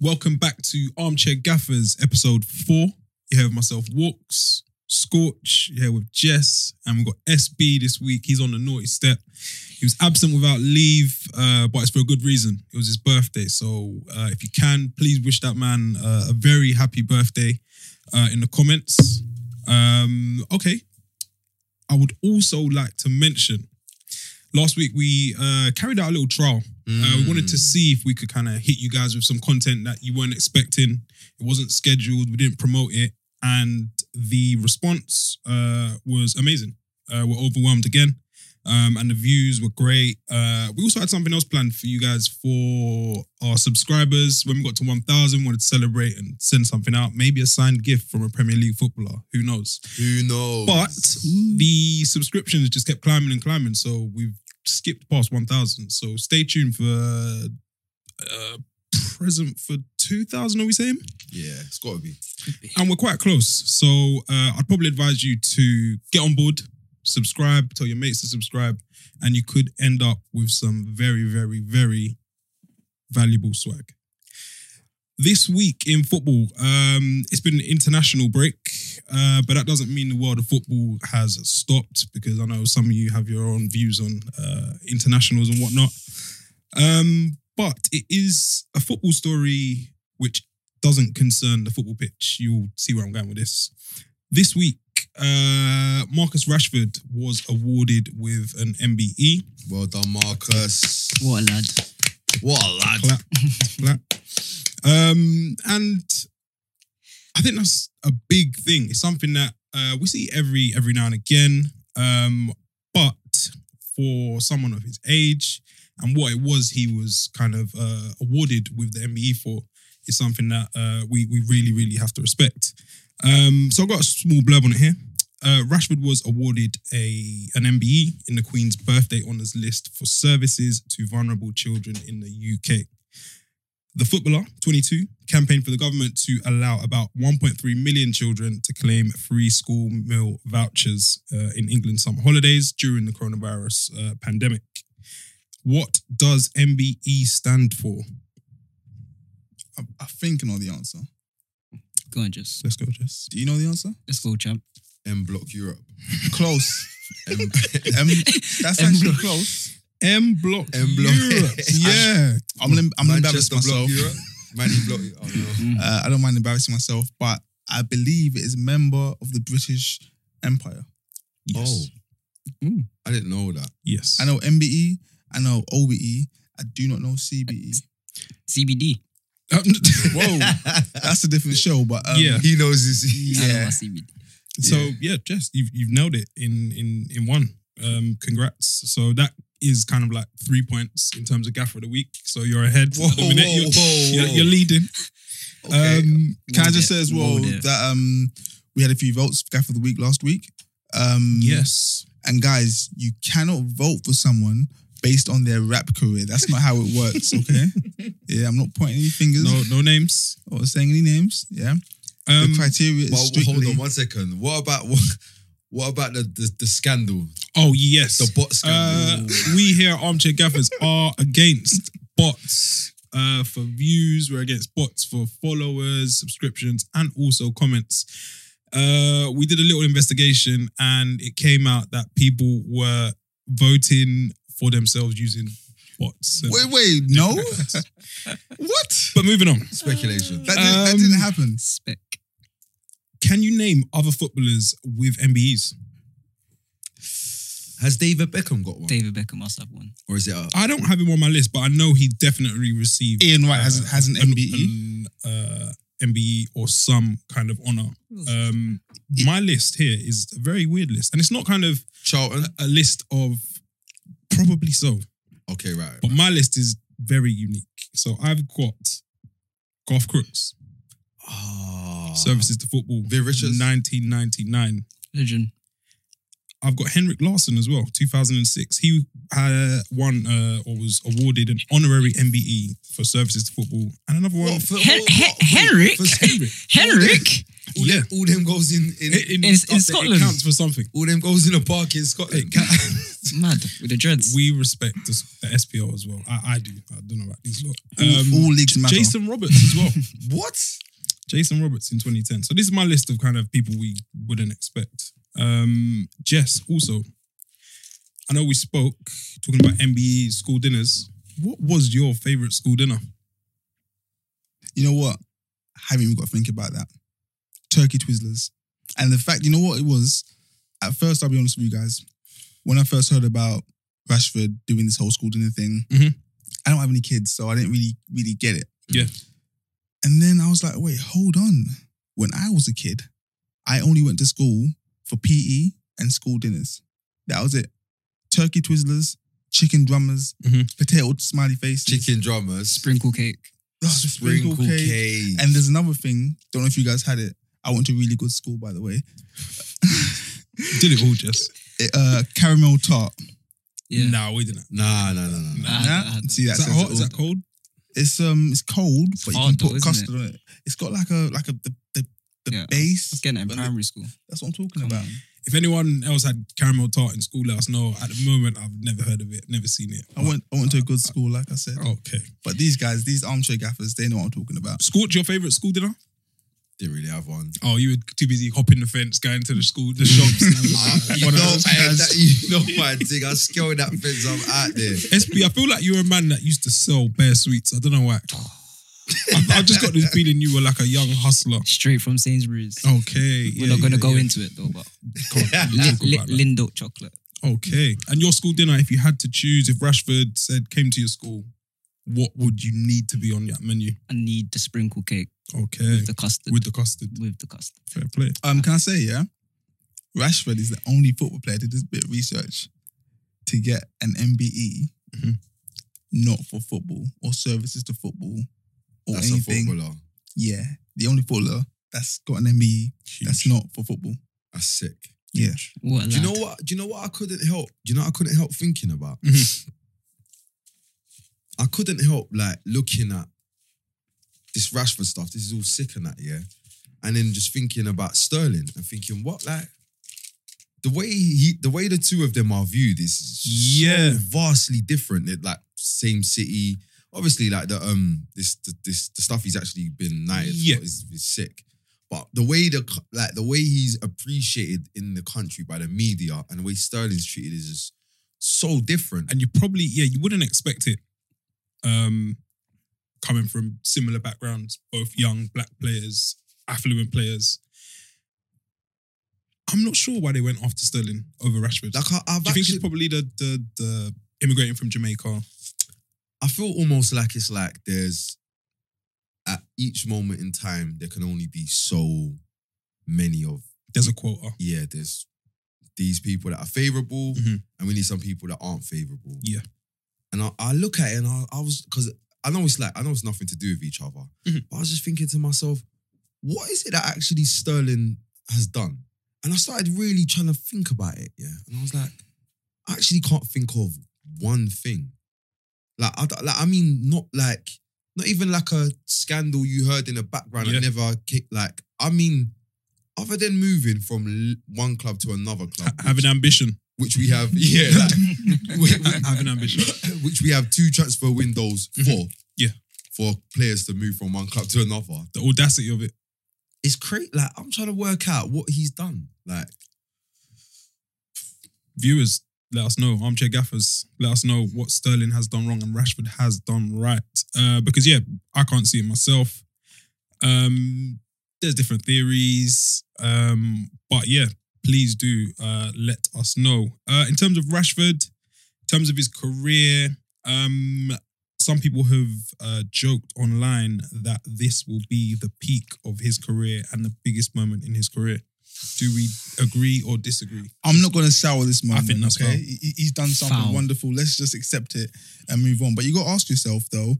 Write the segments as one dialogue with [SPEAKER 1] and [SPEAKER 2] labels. [SPEAKER 1] Welcome back to Armchair Gaffers, episode four. You have myself, Walks, Scorch, here with Jess, and we've got SB this week. He's on the naughty step. He was absent without leave, uh, but it's for a good reason. It was his birthday. So uh, if you can, please wish that man uh, a very happy birthday uh, in the comments. Um, okay. I would also like to mention last week we uh, carried out a little trial. Uh,
[SPEAKER 2] Mm.
[SPEAKER 1] we wanted to see if we could kind of hit you guys with some content that you weren't expecting. It wasn't scheduled. We didn't promote it, and the response uh, was amazing. Uh, we're overwhelmed again, um, and the views were great. Uh, we also had something else planned for you guys for our subscribers. When we got to one thousand, wanted to celebrate and send something out, maybe a signed gift from a Premier League footballer. Who knows?
[SPEAKER 2] Who knows?
[SPEAKER 1] But the subscriptions just kept climbing and climbing, so we've skipped past 1,000. So stay tuned for uh, present for 2,000, are we saying?
[SPEAKER 2] yeah, it's got to be.
[SPEAKER 1] And we're quite close. So uh, I'd probably advise you to get on board, subscribe, tell your mates to subscribe, and you could end up with some very, very, very valuable swag. This week in football, um, it's been an international break, uh, but that doesn't mean the world of football has stopped because I know some of you have your own views on uh, internationals and whatnot. Um, but it is a football story which doesn't concern the football pitch. You'll see where I'm going with this. This week, uh, Marcus Rashford was awarded with an E. MBE.
[SPEAKER 2] Well done, Marcus.
[SPEAKER 3] What a lad.
[SPEAKER 2] What a lad.
[SPEAKER 1] Clap, clap. Um, and I think that's a big thing. It's something that uh, we see every every now and again. Um, but for someone of his age and what it was he was kind of uh, awarded with the MBE for is something that uh, we we really really have to respect. Um, so I've got a small blurb on it here. Uh, Rashford was awarded a an MBE in the Queen's Birthday Honours list for services to vulnerable children in the UK. The footballer, 22, campaigned for the government to allow about 1.3 million children to claim free school meal vouchers uh, in England summer holidays during the coronavirus uh, pandemic. What does MBE stand for?
[SPEAKER 4] I, I think I know the answer.
[SPEAKER 3] Go on, Jess.
[SPEAKER 1] Let's go, Jess.
[SPEAKER 4] Do you know the answer?
[SPEAKER 3] Let's go, champ.
[SPEAKER 2] M Block Europe.
[SPEAKER 4] Close.
[SPEAKER 2] M,
[SPEAKER 4] M, that's
[SPEAKER 3] M
[SPEAKER 4] actually
[SPEAKER 3] block.
[SPEAKER 4] close.
[SPEAKER 1] M Block.
[SPEAKER 2] M Block.
[SPEAKER 1] Europe. Yeah.
[SPEAKER 4] I'm, gonna- I'm gonna embarrass
[SPEAKER 2] Manchester
[SPEAKER 4] myself.
[SPEAKER 2] Block Europe. Manny Block. Oh, no.
[SPEAKER 4] Uh, I don't mind embarrassing myself, but I believe it is a member of the British Empire.
[SPEAKER 1] Yes.
[SPEAKER 2] Oh.
[SPEAKER 3] Mm.
[SPEAKER 2] I didn't know that.
[SPEAKER 1] Yes.
[SPEAKER 4] I know MBE. I know OBE. I do not know E. CBE.
[SPEAKER 3] CBD.
[SPEAKER 4] Whoa, that's a different show. But um,
[SPEAKER 1] Yeah.
[SPEAKER 2] He knows this.
[SPEAKER 3] I know
[SPEAKER 4] yeah.
[SPEAKER 3] about CBD.
[SPEAKER 1] So yeah, Jess, you've you've nailed it in in in one. Um, congrats. So that is kind of like three points in terms of gaffer of the week. So you're ahead.
[SPEAKER 2] Whoa,
[SPEAKER 1] At the minute.
[SPEAKER 2] whoa,
[SPEAKER 1] you're,
[SPEAKER 2] whoa,
[SPEAKER 1] you're-
[SPEAKER 2] whoa.
[SPEAKER 1] you're leading.
[SPEAKER 2] Okay.
[SPEAKER 4] Um, can I
[SPEAKER 3] Rolled
[SPEAKER 4] just
[SPEAKER 3] it,
[SPEAKER 4] say as well
[SPEAKER 3] rolled it.
[SPEAKER 4] that um, we had a few votes for Gaff of the Week last week. Um,
[SPEAKER 1] yes.
[SPEAKER 4] And guys, you cannot vote for someone based on their rap career. That's not how it works, okay? yeah, I'm not pointing any fingers
[SPEAKER 1] No no names.
[SPEAKER 4] or saying any names. Yeah.
[SPEAKER 1] Um,
[SPEAKER 4] the criteria
[SPEAKER 2] but
[SPEAKER 4] is strictly
[SPEAKER 2] hold on one second. What about what? What about the the, the scandal?
[SPEAKER 1] oh yes.
[SPEAKER 2] The bot
[SPEAKER 1] Uh,
[SPEAKER 2] scandal.
[SPEAKER 1] we here at Armchair Gaffers are against bots uh, for views. We're against bots for followers, subscriptions, and also comments. Uh, we did a little investigation and it came out that people were voting for themselves using bots. and-
[SPEAKER 4] Wait, wait, no? what?
[SPEAKER 1] But moving on,
[SPEAKER 2] Speculation.
[SPEAKER 3] uh,
[SPEAKER 4] That, didn't- that
[SPEAKER 1] Um,
[SPEAKER 4] didn't happen.
[SPEAKER 3] Spec.
[SPEAKER 1] can you name other footballers with MBEs?
[SPEAKER 2] Has David Beckham got one,
[SPEAKER 3] David Beckham must have one.
[SPEAKER 2] or is it a
[SPEAKER 1] I don't have him on my list, but I know he definitely received uh,
[SPEAKER 4] Ian White has, has an E.
[SPEAKER 1] an-
[SPEAKER 4] MBE.
[SPEAKER 1] an, uh, MBE or some kind of honor. Um, my list here is a very weird list, and it's not kind of
[SPEAKER 2] Charlton?
[SPEAKER 1] a list of probably so,
[SPEAKER 2] Okay, right.
[SPEAKER 1] but my list is very unique. So I've got Golf Crooks,
[SPEAKER 2] Ah.
[SPEAKER 1] services to football,
[SPEAKER 2] Viv Richards?
[SPEAKER 1] 1999.
[SPEAKER 3] Legend.
[SPEAKER 1] I've got Henrik Larsson as well, 2006. He uh, won uh, or was awarded an honorary MBE for services to football, and another one.
[SPEAKER 2] What, for-
[SPEAKER 3] Hen-
[SPEAKER 2] what-
[SPEAKER 3] Hen-
[SPEAKER 2] what- wait,
[SPEAKER 3] Henrik?
[SPEAKER 2] for Henrik?
[SPEAKER 3] Henrik?
[SPEAKER 2] All,
[SPEAKER 1] Yeah.
[SPEAKER 2] them, all them goals in, in,
[SPEAKER 1] in,
[SPEAKER 3] in
[SPEAKER 1] Scotland,
[SPEAKER 3] Scotland.
[SPEAKER 1] it counts for something.
[SPEAKER 2] all them goals in a park in Scotland.
[SPEAKER 3] Mad with the dreads.
[SPEAKER 1] We respect the, the SPL as well. I, I do. I don't know about these lot. Um,
[SPEAKER 4] All- all leagues matter.
[SPEAKER 1] Jason Roberts as well.
[SPEAKER 2] What?
[SPEAKER 1] Jason Roberts in 2010. So this is my list of kind of people we wouldn't expect. Um, Jess also. I know we spoke talking about MBE school dinners. What was your favorite school dinner?
[SPEAKER 4] You know what? I haven't even got to think about that. Turkey Twizzlers. And the fact, you know what it was? At first, I'll be honest with you guys. When I first heard about Rashford doing this whole school dinner thing,
[SPEAKER 2] Mm-hmm.
[SPEAKER 1] Mhm.
[SPEAKER 4] I don't have any kids, so I didn't really, really get it.
[SPEAKER 1] Yeah.
[SPEAKER 4] And then I was like, wait, hold on. When I was a kid, I only went to school for PE and school dinners. That was it. Turkey Twizzlers, chicken drummers,
[SPEAKER 1] Mhm.
[SPEAKER 4] potato smiley faces,
[SPEAKER 2] Mm-hmm. Chicken drummers.
[SPEAKER 3] Sprinkle cake.
[SPEAKER 4] oh,
[SPEAKER 2] Sprinkle cake.
[SPEAKER 4] and there's another thing. Don't know if you guys had it. I went to a really good school, by the way.
[SPEAKER 1] Did it all, Jess?
[SPEAKER 4] It, uh, caramel tart.
[SPEAKER 3] Yeah.
[SPEAKER 1] No, we didn't.
[SPEAKER 2] Nah, nah, nah, nah.
[SPEAKER 3] I had that, I
[SPEAKER 4] Nah?
[SPEAKER 3] had that.
[SPEAKER 4] See that?
[SPEAKER 1] Is that
[SPEAKER 4] says it
[SPEAKER 1] hot? Is
[SPEAKER 4] all.
[SPEAKER 1] that cold?
[SPEAKER 4] It's um, it's cold, but you
[SPEAKER 3] hard
[SPEAKER 4] can
[SPEAKER 3] though,
[SPEAKER 4] put
[SPEAKER 3] isn't
[SPEAKER 4] custard on it. It's got like a like a the the, the
[SPEAKER 3] Yeah, I was
[SPEAKER 4] base.
[SPEAKER 3] getting it in
[SPEAKER 4] but
[SPEAKER 3] primary school.
[SPEAKER 4] That's what I'm talking
[SPEAKER 3] Come
[SPEAKER 4] about.
[SPEAKER 3] on.
[SPEAKER 1] If anyone else had caramel tart in school, let us know. At the moment, I've never heard of it, never seen it.
[SPEAKER 4] I
[SPEAKER 3] Oh,
[SPEAKER 4] went I went to a good school, like I said.
[SPEAKER 1] Okay.
[SPEAKER 4] But these guys, these armchair gaffers, they know what I'm talking about.
[SPEAKER 1] Scorch, your favorite school dinner?
[SPEAKER 2] Didn't really have one.
[SPEAKER 1] Oh, you were too busy hopping the fence, going to the school, the shops.
[SPEAKER 2] you,
[SPEAKER 1] One
[SPEAKER 2] know,
[SPEAKER 1] of those
[SPEAKER 2] I-
[SPEAKER 1] guys.
[SPEAKER 2] that- you know my thing. I scaled that fence up out there.
[SPEAKER 1] SB, I feel like you're a man that used to sell bear sweets. I don't know why. I, I just got this feeling you were like a young hustler.
[SPEAKER 3] Straight from Sainsbury's.
[SPEAKER 1] Okay. Oh, yeah,
[SPEAKER 3] We're not gonna
[SPEAKER 1] yeah,
[SPEAKER 3] go
[SPEAKER 1] yeah.
[SPEAKER 3] into it though, but
[SPEAKER 1] Can't really talk
[SPEAKER 3] Li-
[SPEAKER 1] about that.
[SPEAKER 3] Lindo chocolate.
[SPEAKER 1] Okay. And your school dinner, if you had to choose, if Rashford said came to your school, what would you need to be on that menu?
[SPEAKER 3] I need the sprinkle cake
[SPEAKER 1] Okay.
[SPEAKER 3] with the custard.
[SPEAKER 1] With the custard.
[SPEAKER 3] with the custard.
[SPEAKER 1] Fair play.
[SPEAKER 4] Um, can I say yeah? Rashford is the only football player that did this bit of research to get an MBE,
[SPEAKER 1] Mhm.
[SPEAKER 3] Mm-hmm.
[SPEAKER 4] not for football or services to football or
[SPEAKER 2] That's
[SPEAKER 4] anything.
[SPEAKER 2] a footballer.
[SPEAKER 4] Yeah, the only footballer that's got an MBE that's not for football.
[SPEAKER 2] That's sick.
[SPEAKER 4] Yeah,
[SPEAKER 3] What a
[SPEAKER 2] Do you
[SPEAKER 3] lad.
[SPEAKER 2] know what? Do you know what I couldn't help? Do you know what I couldn't help thinking about? I couldn't help like looking at this Rashford stuff. This is all sick and that, yeah. And then just thinking about Sterling and thinking, what like the way he, the way the two of them are viewed is so
[SPEAKER 1] Yeah.
[SPEAKER 2] vastly different. They're like same city. Obviously, like the um this the, this the stuff he's actually been knighted
[SPEAKER 1] Yeah.
[SPEAKER 2] for is, is sick. But the way the co- like the way he's appreciated in the country by the media and the way Sterling's treated is just so different.
[SPEAKER 1] and you probably yeah you wouldn't expect it um coming from similar backgrounds both young black players affluent players i'm not sure why they went after sterling over rashford
[SPEAKER 2] Like I, I've
[SPEAKER 1] do you think
[SPEAKER 2] actually,
[SPEAKER 1] it's probably the the, the immigrating from jamaica
[SPEAKER 2] I feel almost like it's like there's at each moment in time there can only be so many of
[SPEAKER 1] there's a quota
[SPEAKER 2] yeah there's these people that are favorable
[SPEAKER 1] Mhm.
[SPEAKER 2] and we need some people that aren't favorable
[SPEAKER 1] Yeah.
[SPEAKER 2] and I, I look at it and I, I was because I know it's like I know it's nothing to do with each other
[SPEAKER 1] Mhm.
[SPEAKER 2] but I was just thinking to myself what is it that actually Sterling has done and I started really trying to think about it yeah and I was like I actually can't think of one thing like I, don't- like, I mean not like not even like a scandal you heard in the background
[SPEAKER 1] Yeah.
[SPEAKER 2] that never kicked like I mean other than moving from l- one club to another club,
[SPEAKER 1] Ha- have an ambition
[SPEAKER 2] which we have, yeah, like, we- we-
[SPEAKER 1] have an ambition
[SPEAKER 2] which we have two transfer windows
[SPEAKER 4] Mm-hmm.
[SPEAKER 2] for,
[SPEAKER 1] Yeah.
[SPEAKER 2] for players to move from one club to another.
[SPEAKER 1] the audacity of it
[SPEAKER 2] It's crazy. Like I'm trying to work out what he's done. Like
[SPEAKER 1] viewers let us know armchair gaffers let us know what sterling has done wrong and rashford has done right uh, because yeah i can't see it myself um, there's different theories um, but yeah please do uh, let us know uh, in terms of rashford in terms of his career um, some people have uh, joked online that this will be the peak of his career and the biggest moment in his career do we agree or disagree
[SPEAKER 4] I'm not going to sour this moment.
[SPEAKER 1] think that's
[SPEAKER 4] okay,
[SPEAKER 1] foul.
[SPEAKER 4] He- he- he's done something
[SPEAKER 3] Foul.
[SPEAKER 4] wonderful. Let's just accept it and move on. But you got to ask yourself though,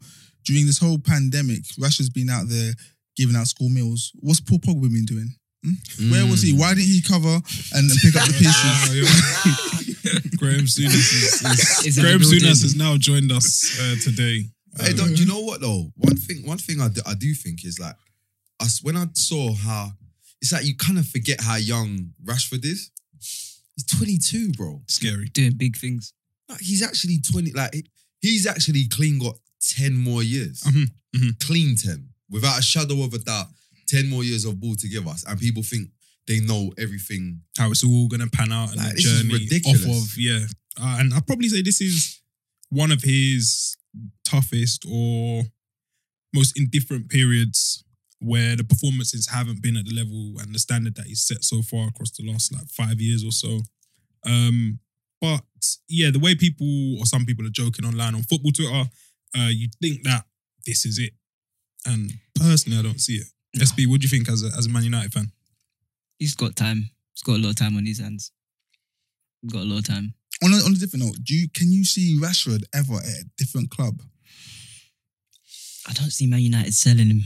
[SPEAKER 4] during this whole pandemic, Russia's been out there giving out school meals. What's Paul Pogba been doing? Where was
[SPEAKER 1] Mm.
[SPEAKER 4] he? Why didn't he cover and pick up the pieces?
[SPEAKER 1] Graham Souness is,
[SPEAKER 3] Is
[SPEAKER 1] is
[SPEAKER 3] in the
[SPEAKER 1] Graham
[SPEAKER 3] building.
[SPEAKER 1] Souness has now joined us uh, today.
[SPEAKER 2] Mm. Hey, don't you know what though? One thing, one thing I do, I do think is like, us when I saw how it's like you kind of forget how young Rashford is. He's 22, bro.
[SPEAKER 1] Scary.
[SPEAKER 3] doing big things.
[SPEAKER 2] Like, he's actually 20. Like he- he's actually clean got 10 more years.
[SPEAKER 1] Mhm, mhm.
[SPEAKER 2] Clean 10. Without a shadow of a doubt, 10 more years of ball to give us. And people think they know everything.
[SPEAKER 1] How it's all gonna pan out and
[SPEAKER 2] Like,
[SPEAKER 1] the
[SPEAKER 2] this is
[SPEAKER 1] journey
[SPEAKER 2] ridiculous.
[SPEAKER 1] off of yeah. Uh, and I'd probably say this is one of his toughest or most indifferent periods where the performances haven't been at the level and the standard that he's set so far across the last like five years or so. Um, but yeah, the way people or some people are joking online on football Twitter, uh, you think that this is it, and personally, I don't see it. SB, what do you think as a, as a Man United fan?
[SPEAKER 3] He's got time. He's got a lot of time on his hands. He's got a lot of time.
[SPEAKER 4] On a, on a different note, do you can you see Rashford ever at a different club?
[SPEAKER 3] I don't see Man United selling him.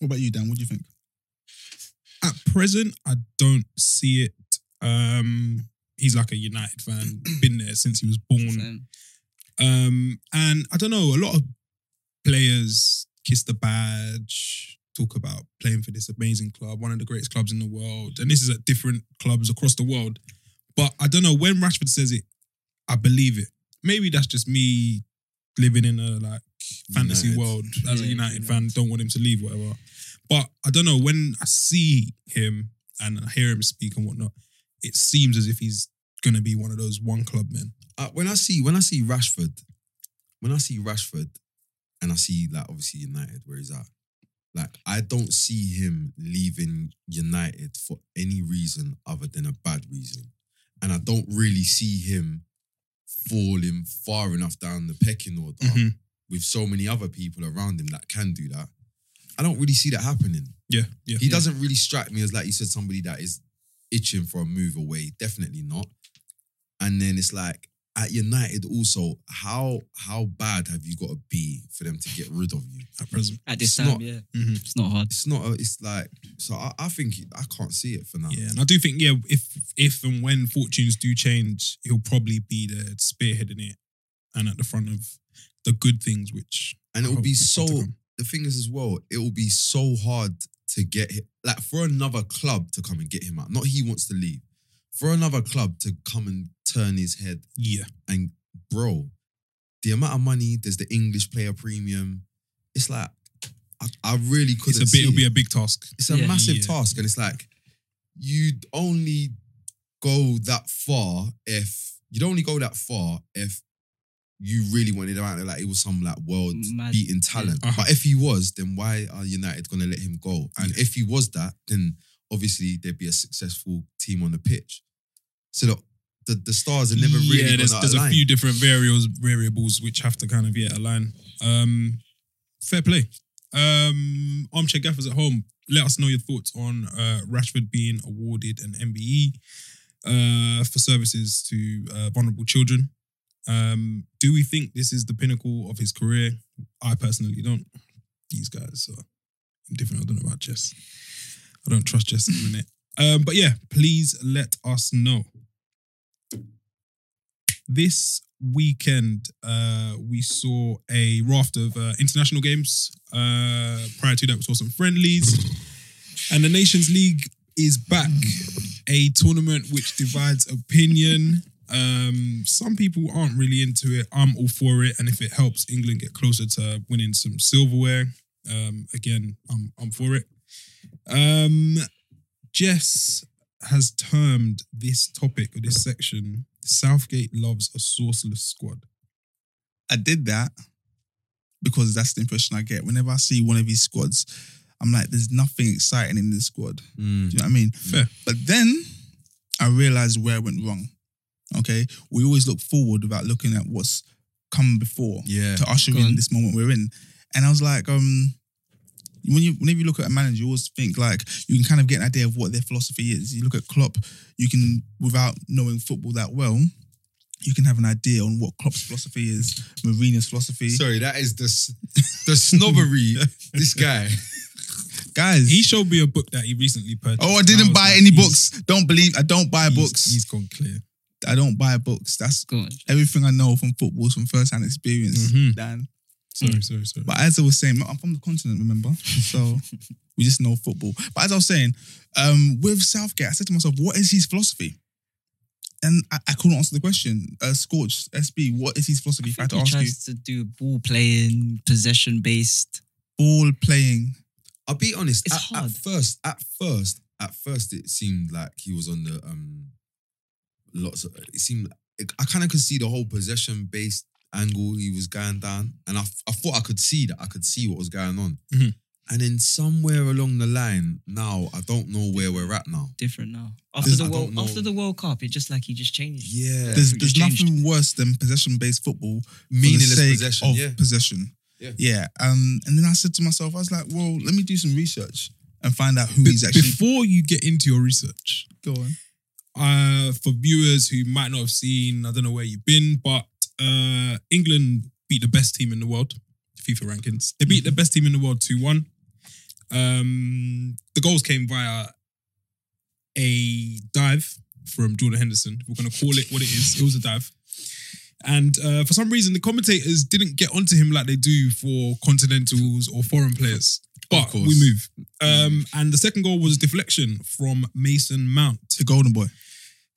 [SPEAKER 4] What about you, Dan? What do you think?
[SPEAKER 1] At present, I don't see it. Um, he's like a United fan, been there since he was born.
[SPEAKER 3] So,
[SPEAKER 1] Um, and I don't know, a lot of players kiss the badge, talk about playing for this amazing club, one of the greatest clubs in the world. And this is at different clubs across the world. But I don't know, when Rashford says it, I believe it. Maybe that's just me living in a like fantasy
[SPEAKER 2] United.
[SPEAKER 1] world as a United
[SPEAKER 3] Yeah, United.
[SPEAKER 1] fan, don't want him to leave, whatever. But I don't know, when I see him and I hear him speak and whatnot, it seems as if he's gonna be one of those one club men.
[SPEAKER 2] Uh, when I see when I see Rashford, when I see Rashford, and I see like obviously United, where he's at, like I don't see him leaving United for any reason other than a bad reason, and I don't really see him falling far enough down the pecking order
[SPEAKER 1] Mhm.
[SPEAKER 2] with so many other people around him that can do that. I don't really see that happening.
[SPEAKER 1] Yeah, yeah.
[SPEAKER 2] He doesn't really strike me as like you said somebody that is itching for a move away. Definitely not. And then it's like at United also, how how bad have you got to be for them to get rid of you?
[SPEAKER 1] At present.
[SPEAKER 3] at this
[SPEAKER 2] It's
[SPEAKER 3] time,
[SPEAKER 2] not-
[SPEAKER 3] yeah,
[SPEAKER 1] Mhm.
[SPEAKER 3] it's not hard.
[SPEAKER 2] It's not. A, it's like so. I, I think I can't see it for now.
[SPEAKER 1] Yeah, and I do think yeah, if if and when fortunes do change, he'll probably be there spearheading it and at the front of the good things, which
[SPEAKER 2] And it
[SPEAKER 1] I
[SPEAKER 2] will be
[SPEAKER 1] hope is
[SPEAKER 2] so.
[SPEAKER 1] still to come.
[SPEAKER 2] The thing is, as well, it will be so hard to get him, like for another club to come and get him out. Not he wants to leave. For another club to come and turn his head
[SPEAKER 1] yeah,
[SPEAKER 2] And bro, the amount of money, there's the English player premium. It's like I, I really
[SPEAKER 1] it's
[SPEAKER 2] couldn't.
[SPEAKER 1] a bit.
[SPEAKER 2] see
[SPEAKER 1] It'll be
[SPEAKER 2] it.
[SPEAKER 1] a big task.
[SPEAKER 2] It's a
[SPEAKER 3] Yeah.
[SPEAKER 2] massive
[SPEAKER 1] Yeah.
[SPEAKER 2] task, and it's like you'd only go that far if you'd only go that far if you really wanted him out there. Like it was some like world
[SPEAKER 3] Mad.
[SPEAKER 2] beating talent.
[SPEAKER 1] Yeah. Uh-huh.
[SPEAKER 2] But if he was, then why are United gonna let him go? And if he was that, then obviously there'd be a successful team on the pitch. So the the, the stars are never really.
[SPEAKER 1] yeah, there's,
[SPEAKER 2] gonna
[SPEAKER 1] there's a
[SPEAKER 2] align.
[SPEAKER 1] few different variables variables which have to kind of yeah align. Um, fair play. Um, armchair gaffers at home, let us know your thoughts on uh, Rashford being awarded an MBE uh, for services to uh, vulnerable children. Um, do we think this is the pinnacle of his career? I personally don't. These guys are different. I don't know about Jess. I don't trust Jess at the minute. Um, but yeah, please let us know this weekend uh, we saw a raft of uh, international games. Uh, prior to that, we saw some friendlies, and the Nations League is back, a tournament which divides opinion. Um, some people aren't really into it. I'm all for it, and if it helps England get closer to winning some silverware, um, again, I'm I'm for it. Um, Jess has termed this topic or this section Southgate loves a sourceless squad.
[SPEAKER 4] I did that because that's the impression I get. Whenever I see one of his squads, I'm like, there's nothing exciting in this squad.
[SPEAKER 2] Mm.
[SPEAKER 4] Do you know what I mean?
[SPEAKER 1] Fair.
[SPEAKER 4] But then I realized where I went wrong. Okay. We always look forward without looking at what's come before
[SPEAKER 2] Yeah.
[SPEAKER 4] to usher
[SPEAKER 3] Go
[SPEAKER 4] in
[SPEAKER 3] on.
[SPEAKER 4] this moment we're in. And I was like, um, when you whenever you look at a manager, you always think like you can kind of get an idea of what their philosophy is. You look at Klopp, you can without knowing football that well, you can have an idea on what Klopp's philosophy is, Mourinho's philosophy.
[SPEAKER 2] Sorry, that is the s- the snobbery. this guy.
[SPEAKER 4] Guys,
[SPEAKER 1] He showed me a book that he recently purchased.
[SPEAKER 4] oh, I didn't
[SPEAKER 1] was
[SPEAKER 4] buy
[SPEAKER 1] like,
[SPEAKER 4] any
[SPEAKER 1] he's-
[SPEAKER 4] books. Don't believe I don't buy
[SPEAKER 1] he's-
[SPEAKER 4] books.
[SPEAKER 1] He's gone clear.
[SPEAKER 4] I don't buy books. That's
[SPEAKER 3] Go on.
[SPEAKER 4] everything I know from football is from first hand experience.
[SPEAKER 2] Mm-hmm.
[SPEAKER 1] Mhm.
[SPEAKER 4] Dan.
[SPEAKER 1] Sorry, sorry, sorry.
[SPEAKER 4] But as I was saying, I'm from the continent, remember? So we just know football. But as I was saying, um, with Southgate, I said to myself, what is his philosophy? and I, I couldn't answer the question. Uh, Scorch SB, what is his philosophy? If I had to
[SPEAKER 3] he
[SPEAKER 4] ask you,
[SPEAKER 3] tries to do ball playing, possession based.
[SPEAKER 4] ball playing.
[SPEAKER 2] I'll be honest.
[SPEAKER 3] It's
[SPEAKER 2] at, at
[SPEAKER 3] hard.
[SPEAKER 2] first, at first, at first, it seemed like he was on the um, lots. Of, it seemed I kind of could see the whole possession based angle he was going down, and I, f- I thought I could see that. I could see what was going on,
[SPEAKER 1] Mhm.
[SPEAKER 2] and then somewhere along the line, now I don't know where we're at now.
[SPEAKER 3] Different now. After
[SPEAKER 2] There's-
[SPEAKER 3] the
[SPEAKER 2] I
[SPEAKER 3] World,
[SPEAKER 2] don't know.
[SPEAKER 3] after the World Cup, it just like he just changed.
[SPEAKER 2] Yeah,
[SPEAKER 4] There's,
[SPEAKER 3] Everything's
[SPEAKER 4] there's nothing worse than possession based football
[SPEAKER 2] meaningless
[SPEAKER 4] for the sake
[SPEAKER 2] possession.
[SPEAKER 4] of
[SPEAKER 2] yeah,
[SPEAKER 4] possession.
[SPEAKER 2] Yeah.
[SPEAKER 4] Um, and then I said to myself, I was like, well, let me do some research and find out who
[SPEAKER 1] Be-
[SPEAKER 4] he's actually.
[SPEAKER 1] Before you get into your research,
[SPEAKER 4] Go on.
[SPEAKER 1] uh, for viewers who might not have seen, I don't know where you've been, but uh, England beat the best team in the world, FIFA rankings. They beat the
[SPEAKER 4] Mm-hmm.
[SPEAKER 1] best team in the world 2 1. Um, the goals came via a dive from Jordan Henderson. We're going to call it what it is. It was a dive. And uh, for some reason, the commentators didn't get onto him like they do for continentals or foreign players. But we
[SPEAKER 2] course.
[SPEAKER 1] move. Um, and the second goal was a deflection from Mason Mount
[SPEAKER 4] The Golden Boy.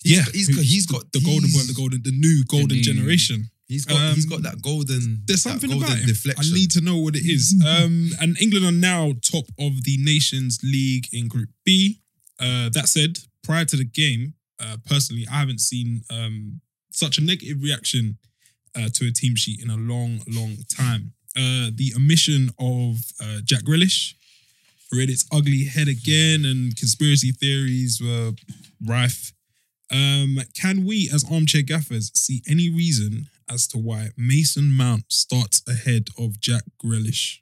[SPEAKER 2] He's
[SPEAKER 1] yeah,
[SPEAKER 2] got- he's got- he's got-
[SPEAKER 1] the golden boy,
[SPEAKER 2] he's-
[SPEAKER 1] the golden, the new golden
[SPEAKER 3] new-
[SPEAKER 1] generation.
[SPEAKER 2] he's got he's
[SPEAKER 1] Um,
[SPEAKER 2] got that golden.
[SPEAKER 1] There's
[SPEAKER 2] that
[SPEAKER 1] something
[SPEAKER 2] golden
[SPEAKER 1] about him.
[SPEAKER 2] deflection.
[SPEAKER 1] I need to know what it is. Um, and England are now top of the Nations League in Group B. Uh, that said, prior to the game, uh, personally, I haven't seen um, such a negative reaction uh, to a team sheet in a long, long time. Uh, the omission of uh, Jack Grealish reared its ugly head again, and conspiracy theories were rife. Um, can we, as armchair gaffers, see any reason as to why Mason Mount starts ahead of Jack Grealish?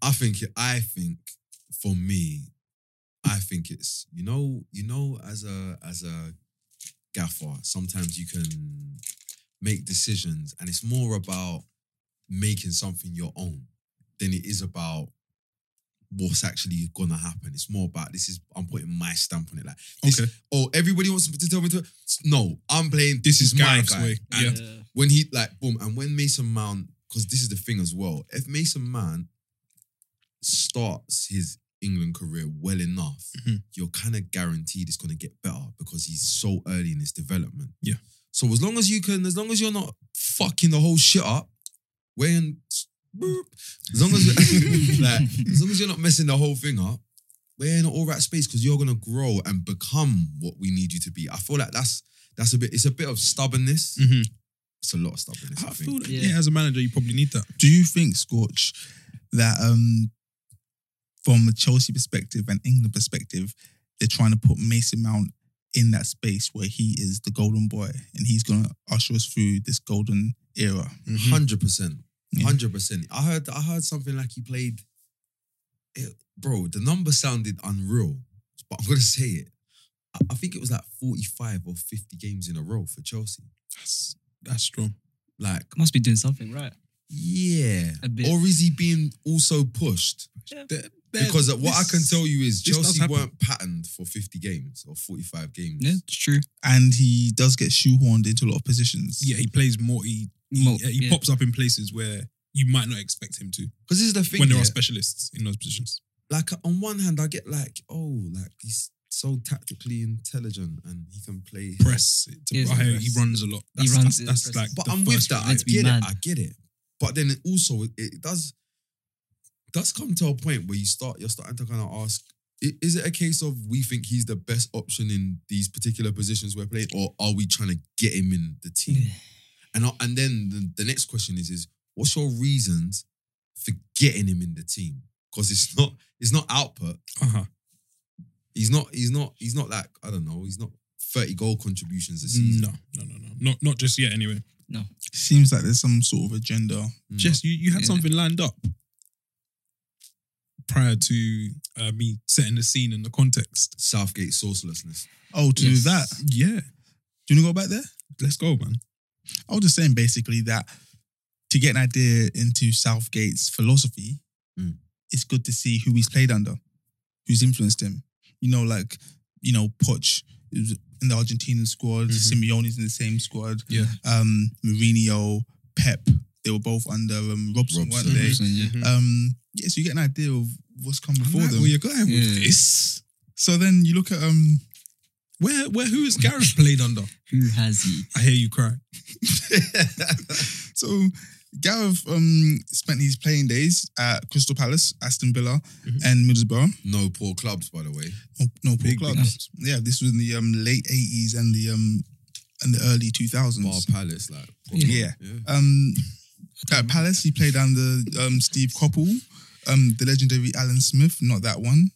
[SPEAKER 2] I think I think for me, I think it's you know you know as a as a gaffer sometimes you can make decisions and it's more about making something your own than it is about what's actually gonna happen. It's more about this is I'm putting my stamp on it like this,
[SPEAKER 1] Okay.
[SPEAKER 2] oh everybody wants to tell me to no I'm playing
[SPEAKER 1] This is
[SPEAKER 2] my
[SPEAKER 1] Gareth's
[SPEAKER 2] guy.
[SPEAKER 1] way.
[SPEAKER 2] And
[SPEAKER 1] Yeah.
[SPEAKER 3] uh,
[SPEAKER 2] when he like boom, and when Mason Mount, because this is the thing as well, if Mason Mount starts his England career well enough,
[SPEAKER 1] Mhm.
[SPEAKER 2] you're kind of guaranteed it's gonna get better because he's so early in his development.
[SPEAKER 1] Yeah.
[SPEAKER 2] So as long as you can, as long as you're not fucking the whole shit up, when boop, as long as like, as long as you're not messing the whole thing up, we're in an all right space because you're gonna grow and become what we need you to be. I feel like that's that's a bit. It's a bit of stubbornness.
[SPEAKER 1] Mhm.
[SPEAKER 2] It's a lot of stubbornness. I,
[SPEAKER 1] I
[SPEAKER 2] think.
[SPEAKER 1] feel that,
[SPEAKER 3] Yeah.
[SPEAKER 1] yeah. as a manager, you probably need that.
[SPEAKER 4] Do you think, Scorch, that um, from a Chelsea perspective and England perspective, they're trying to put Mason Mount in that space where he is the golden boy and he's going to usher us through this golden era?
[SPEAKER 2] 100 percent,
[SPEAKER 4] Yeah.
[SPEAKER 2] hundred percent. I heard, I heard something like he played. It, bro, the number sounded unreal, but I'm gonna say it. I, I think it was like 45 or 50 games in a row for Chelsea.
[SPEAKER 1] That's that's strong.
[SPEAKER 2] Like,
[SPEAKER 3] Must be doing something right.
[SPEAKER 2] yeah,
[SPEAKER 3] A bit.
[SPEAKER 2] or is he being also pushed? Because what I can tell you is
[SPEAKER 1] this does
[SPEAKER 2] Chelsea
[SPEAKER 1] happen.
[SPEAKER 2] weren't patterned for 50 games or 45 games.
[SPEAKER 3] Yeah, it's true.
[SPEAKER 4] And he does get shoehorned into a lot of positions.
[SPEAKER 1] yeah, he plays more. He
[SPEAKER 3] Mo-
[SPEAKER 1] yeah, he
[SPEAKER 3] yeah.
[SPEAKER 1] pops up in places where you might not expect him to
[SPEAKER 2] Because this is the thing.
[SPEAKER 1] when there
[SPEAKER 2] yeah.
[SPEAKER 1] are specialists in those positions.
[SPEAKER 2] like on one hand, I get like, oh, like he's so tactically intelligent and he can play
[SPEAKER 1] Press. To,
[SPEAKER 3] Yes,
[SPEAKER 1] I hear
[SPEAKER 3] press.
[SPEAKER 1] he runs a lot.
[SPEAKER 3] He
[SPEAKER 1] That's,
[SPEAKER 3] runs in
[SPEAKER 1] That's, that's
[SPEAKER 3] press.
[SPEAKER 1] like.
[SPEAKER 2] But
[SPEAKER 1] the
[SPEAKER 2] I'm with
[SPEAKER 1] first
[SPEAKER 2] that.
[SPEAKER 1] thing.
[SPEAKER 2] I
[SPEAKER 3] Let's be
[SPEAKER 2] get
[SPEAKER 3] mad.
[SPEAKER 2] it. I get it. But then it also it, it does does come to a point where you start you're starting to kind of ask. i- Is it a case of we think he's the best option in these particular positions we're playing, or are we trying to get him in the team? And I, and then the, the next question is is what's your reasons for getting him in the team? Because it's not it's not output.
[SPEAKER 1] Uh-huh.
[SPEAKER 2] He's not he's not he's not like I don't know. He's not thirty goal contributions a
[SPEAKER 1] No,
[SPEAKER 2] season.
[SPEAKER 1] no, no, no. Not not just yet. Anyway,
[SPEAKER 4] Seems like there's some sort of agenda.
[SPEAKER 2] No.
[SPEAKER 1] Jess, you you had
[SPEAKER 3] Yeah.
[SPEAKER 1] something lined up prior to uh, me setting the scene and the context.
[SPEAKER 2] Southgate sourcelessness.
[SPEAKER 4] Oh, to
[SPEAKER 3] Yes.
[SPEAKER 4] do that,
[SPEAKER 1] Yeah,
[SPEAKER 4] do you want to go back there?
[SPEAKER 1] let's go, man.
[SPEAKER 4] I was just saying basically that to get an idea into Southgate's philosophy,
[SPEAKER 2] Mm.
[SPEAKER 4] it's good to see who he's played under, who's influenced him. You know, like, you know, Poch is in the Argentinian squad,
[SPEAKER 1] Mhm.
[SPEAKER 4] Simeone's in the same squad,
[SPEAKER 1] Yeah.
[SPEAKER 4] um, Mourinho, Pep, they were both under um,
[SPEAKER 2] Robson.
[SPEAKER 4] Robson, weren't they?
[SPEAKER 3] Robson, yeah.
[SPEAKER 2] Uh,
[SPEAKER 4] Um, yeah, so you get an idea of what's come before
[SPEAKER 1] like
[SPEAKER 4] them.
[SPEAKER 1] where you're going
[SPEAKER 3] Yeah.
[SPEAKER 1] with this.
[SPEAKER 4] So then you look at um
[SPEAKER 1] Where, where, who has Gareth played under?
[SPEAKER 3] Who has he?
[SPEAKER 1] I hear you cry.
[SPEAKER 4] so Gareth um, spent his playing days at Crystal Palace, Aston Villa,
[SPEAKER 1] Mhm.
[SPEAKER 4] and Middlesbrough.
[SPEAKER 2] No poor clubs, by the way.
[SPEAKER 4] No, no poor
[SPEAKER 1] Big
[SPEAKER 4] clubs.
[SPEAKER 1] clubs.
[SPEAKER 4] Yeah, this was in the um, late eighties and the um, and the early two
[SPEAKER 2] Bar
[SPEAKER 4] thousands.
[SPEAKER 2] Palace, like.
[SPEAKER 3] Yeah.
[SPEAKER 4] Mm. Yeah. Um, at Palace, he played under um, Steve Coppell, um, the legendary Alan Smith. Not that one.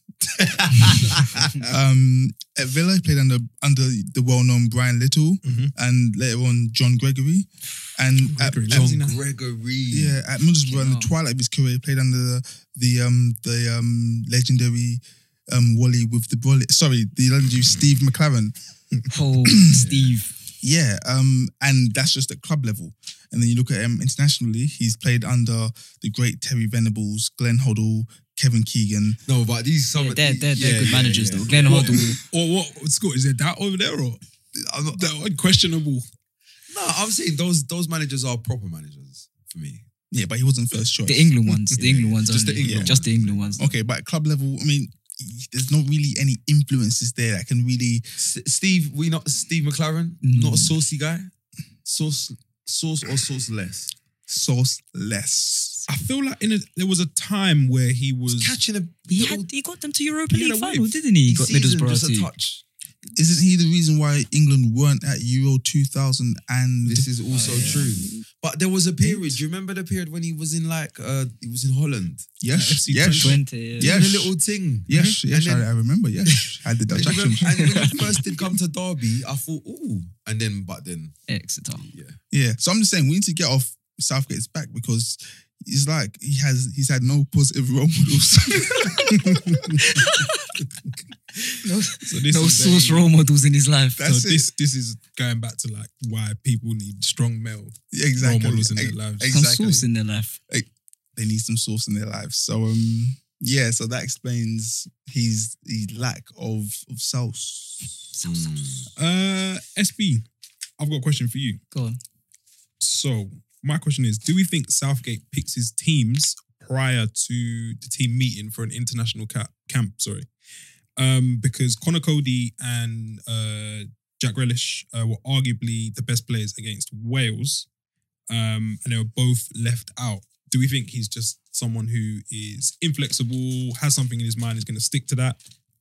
[SPEAKER 4] um, at Villa, he played under under the well known Brian Little,
[SPEAKER 1] Mhm.
[SPEAKER 4] and later on John Gregory. And
[SPEAKER 1] Gregory,
[SPEAKER 4] at,
[SPEAKER 1] John
[SPEAKER 4] at-
[SPEAKER 2] Uh, Gregory.
[SPEAKER 4] yeah,
[SPEAKER 2] Mm.
[SPEAKER 4] at Middlesbrough in
[SPEAKER 3] Fucking
[SPEAKER 4] the
[SPEAKER 3] hell.
[SPEAKER 4] twilight of his career, he played under the the um the um legendary um Wally with the bullet. Sorry, the legendary Steve McLaren.
[SPEAKER 3] Oh, Steve.
[SPEAKER 4] Yeah, um, and that's just at club level. And then you look at him internationally; he's played under the great Terry Venables, Glenn Hoddle, Kevin Keegan.
[SPEAKER 2] No, but these some
[SPEAKER 3] Yeah,
[SPEAKER 2] of
[SPEAKER 3] they're
[SPEAKER 2] these-
[SPEAKER 3] they're, they're
[SPEAKER 2] yeah,
[SPEAKER 3] good
[SPEAKER 2] yeah,
[SPEAKER 3] managers
[SPEAKER 2] yeah.
[SPEAKER 3] though. Glenn
[SPEAKER 1] What-
[SPEAKER 3] Hoddle.
[SPEAKER 1] Or what, Scott, is it that over there or?
[SPEAKER 2] I'm not-
[SPEAKER 1] That unquestionable.
[SPEAKER 2] No, I'm saying those those managers are proper managers for me.
[SPEAKER 4] Yeah, but he wasn't first choice.
[SPEAKER 3] The England ones. The
[SPEAKER 2] Yeah,
[SPEAKER 3] England ones
[SPEAKER 2] just the
[SPEAKER 3] only.
[SPEAKER 2] England
[SPEAKER 3] Just the
[SPEAKER 2] ones.
[SPEAKER 3] England ones.
[SPEAKER 4] Okay, but at club level, I mean, there's not really any influences there that can really.
[SPEAKER 2] S- Steve, we not Steve McLaren,
[SPEAKER 3] Mm.
[SPEAKER 2] not a saucy guy. Sauce, sauce or sauce less.
[SPEAKER 4] Source less.
[SPEAKER 1] I feel like in a, there was a time where he was.
[SPEAKER 2] Catching a
[SPEAKER 3] He,
[SPEAKER 2] little
[SPEAKER 3] had, he got them to Europa
[SPEAKER 1] He had
[SPEAKER 3] League
[SPEAKER 1] a wave.
[SPEAKER 3] final, didn't he? He got
[SPEAKER 2] season,
[SPEAKER 3] Middlesbrough
[SPEAKER 2] just a
[SPEAKER 3] too.
[SPEAKER 2] touch.
[SPEAKER 4] Isn't he the reason why England weren't at Euro 2000 and
[SPEAKER 2] This is also
[SPEAKER 3] Oh, yeah.
[SPEAKER 2] true. But there was a period. Do you remember the period when he was in like uh he was in Holland?
[SPEAKER 4] yes,
[SPEAKER 1] Yeah,
[SPEAKER 4] yes,
[SPEAKER 1] FC20.
[SPEAKER 3] Twente, yeah.
[SPEAKER 4] Yeah.
[SPEAKER 2] Doing
[SPEAKER 4] Yes.
[SPEAKER 2] a little thing.
[SPEAKER 4] yes,
[SPEAKER 2] Mm-hmm. And
[SPEAKER 4] yes,
[SPEAKER 2] then-
[SPEAKER 4] I, I remember. Yes, I did that
[SPEAKER 2] And
[SPEAKER 4] Dutch
[SPEAKER 2] when, and
[SPEAKER 4] accent.
[SPEAKER 2] when he first did come to Derby, I thought, ooh. And then, but then,
[SPEAKER 3] Exeter.
[SPEAKER 2] yeah.
[SPEAKER 4] yeah, so I'm just saying we need to get off Southgate's back because he's like he has he's had no positive role models.
[SPEAKER 1] So this
[SPEAKER 3] no
[SPEAKER 1] is
[SPEAKER 3] source
[SPEAKER 1] a-
[SPEAKER 3] role models in his life.
[SPEAKER 1] So
[SPEAKER 4] That's it.
[SPEAKER 1] this this is going back to like why people need strong male
[SPEAKER 4] Yeah, exactly.
[SPEAKER 1] role models in their
[SPEAKER 4] Ex-
[SPEAKER 1] lives.
[SPEAKER 4] ex-
[SPEAKER 3] Some
[SPEAKER 4] exactly.
[SPEAKER 3] source in their life.
[SPEAKER 4] They need some source in their lives. So um, yeah, so that explains his his lack of of sauce.
[SPEAKER 2] Mm.
[SPEAKER 1] uh, SB, I've got a question for you.
[SPEAKER 3] Go on.
[SPEAKER 1] So my question is: Do we think Southgate picks his teams prior to the team meeting for an international ca- camp? Sorry, um, because Connor Cody and uh, Jack Relish uh, were arguably the best players against Wales, um, and they were both left out. Do we think he's just someone who is inflexible, has something in his mind, is going to stick to that,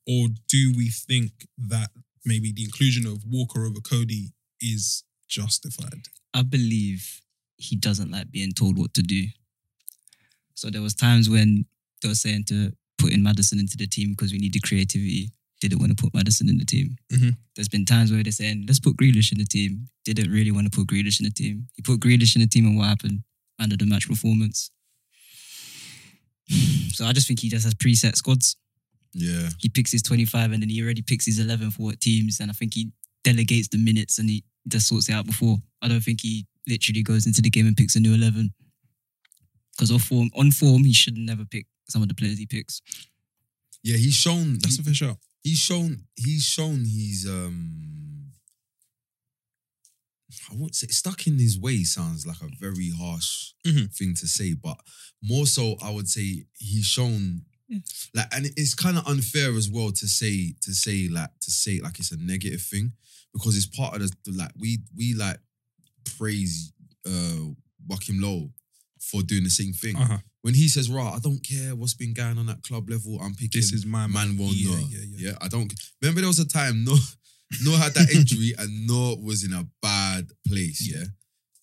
[SPEAKER 1] or do we think that maybe the inclusion of Walker over Cody is justified?
[SPEAKER 3] I believe he doesn't like being told what to do. So there was times when they were saying to put in Madison into the team because we needed creativity. Didn't want to put Madison in the team.
[SPEAKER 1] Mhm.
[SPEAKER 3] There's been times where they're saying, let's put Grealish in the team. Didn't really want to put Grealish in the team. He put Grealish in the team and what happened? Under the match performance. So I just think he just has preset squads.
[SPEAKER 2] Yeah.
[SPEAKER 3] He picks his 25 and then he already picks his 11 for what teams. And I think he delegates the minutes and he just sorts it out before. I don't think he literally goes into the game and picks a new 11. Because on form, on form, he should never pick some of the players he picks.
[SPEAKER 2] Yeah, he's shown
[SPEAKER 1] That's a fish out.
[SPEAKER 2] he's shown he's shown he's um I won't say stuck in his way sounds like a very harsh
[SPEAKER 1] Mhm.
[SPEAKER 2] thing to say, but more so I would say he's shown
[SPEAKER 3] Yeah.
[SPEAKER 2] like and it's kind of unfair as well to say to say like to say it like it's a negative thing because it's part of the, the, like we we like praise uh Joachim Low for doing the same thing.
[SPEAKER 1] Uh-huh.
[SPEAKER 2] When he says, right, I don't care what's been going on at club level, I'm picking
[SPEAKER 1] This is my
[SPEAKER 2] man will
[SPEAKER 1] Yeah,
[SPEAKER 2] know.
[SPEAKER 1] yeah,
[SPEAKER 2] Yeah,
[SPEAKER 1] yeah.
[SPEAKER 2] I don't remember there was a time no no had that injury and no was in a bad place. Yeah.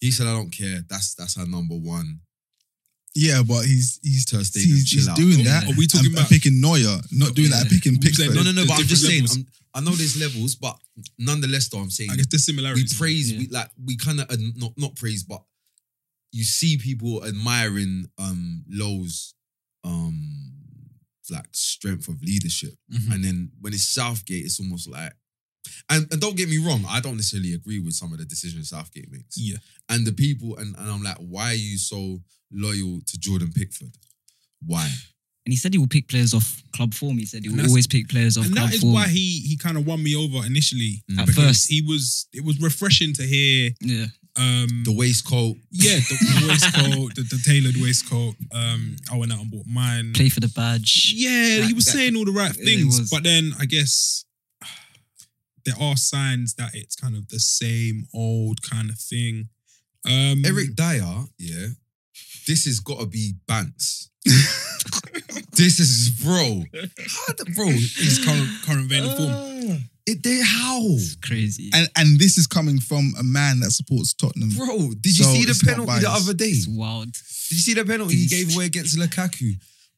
[SPEAKER 2] He said, I don't care. That's that's our number one.
[SPEAKER 4] Yeah, but he's he's
[SPEAKER 2] Thursday,
[SPEAKER 4] he's,
[SPEAKER 2] chill
[SPEAKER 4] he's
[SPEAKER 2] out.
[SPEAKER 4] doing
[SPEAKER 3] Yeah.
[SPEAKER 4] that.
[SPEAKER 1] Oh, Are we talking
[SPEAKER 4] and- and
[SPEAKER 1] about-
[SPEAKER 4] picking Neuer, not doing that?
[SPEAKER 3] Yeah.
[SPEAKER 4] and Picking
[SPEAKER 1] We're
[SPEAKER 4] Pickford.
[SPEAKER 1] saying
[SPEAKER 2] No, no, no,
[SPEAKER 1] There's
[SPEAKER 2] but I'm just saying
[SPEAKER 1] different
[SPEAKER 2] I'm, I know there's levels, but nonetheless though I'm saying
[SPEAKER 1] I guess the
[SPEAKER 2] we
[SPEAKER 1] similarities.
[SPEAKER 2] praise
[SPEAKER 3] Yeah.
[SPEAKER 2] we like we kind of not not praise but you see people admiring um Lowe's um like strength of leadership
[SPEAKER 1] Mhm.
[SPEAKER 2] and then when it's Southgate it's almost like and, and don't get me wrong I don't necessarily agree with some of the decisions Southgate makes
[SPEAKER 1] Yeah.
[SPEAKER 2] and the people and, and I'm like why are you so loyal to Jordan Pickford why
[SPEAKER 3] And he said he will pick players off club form. He said he
[SPEAKER 1] And
[SPEAKER 3] will
[SPEAKER 1] that's-
[SPEAKER 3] always pick players off
[SPEAKER 1] And
[SPEAKER 3] club
[SPEAKER 1] that is
[SPEAKER 3] form.
[SPEAKER 1] why he he kind of won me over initially.
[SPEAKER 2] Mm.
[SPEAKER 3] At
[SPEAKER 1] because
[SPEAKER 3] first.
[SPEAKER 1] he was it was refreshing to hear.
[SPEAKER 3] yeah.
[SPEAKER 1] Um,
[SPEAKER 2] the waistcoat
[SPEAKER 1] yeah, the, the waistcoat, the, the tailored waistcoat. Um, I went out and bought mine.
[SPEAKER 3] Play for the badge.
[SPEAKER 1] Yeah, he
[SPEAKER 3] That-
[SPEAKER 1] was
[SPEAKER 3] that-
[SPEAKER 1] saying all the right
[SPEAKER 3] Yeah, he
[SPEAKER 1] things,
[SPEAKER 3] was.
[SPEAKER 1] but then I guess there are signs that it's kind of the same old kind of thing. Um,
[SPEAKER 4] Mm.
[SPEAKER 2] Eric Dyer, yeah. This has got to be Bance. this is bro. How the bro?
[SPEAKER 1] his current current vein of form.
[SPEAKER 4] Ah.
[SPEAKER 2] It they how?
[SPEAKER 3] It's crazy.
[SPEAKER 4] And and this is coming from a man that supports Tottenham.
[SPEAKER 2] Bro, did you
[SPEAKER 4] So
[SPEAKER 2] see the
[SPEAKER 4] it's not
[SPEAKER 2] penalty the
[SPEAKER 4] biased.
[SPEAKER 2] other day?
[SPEAKER 3] it's wild.
[SPEAKER 2] Did you see the penalty he gave away against Lukaku?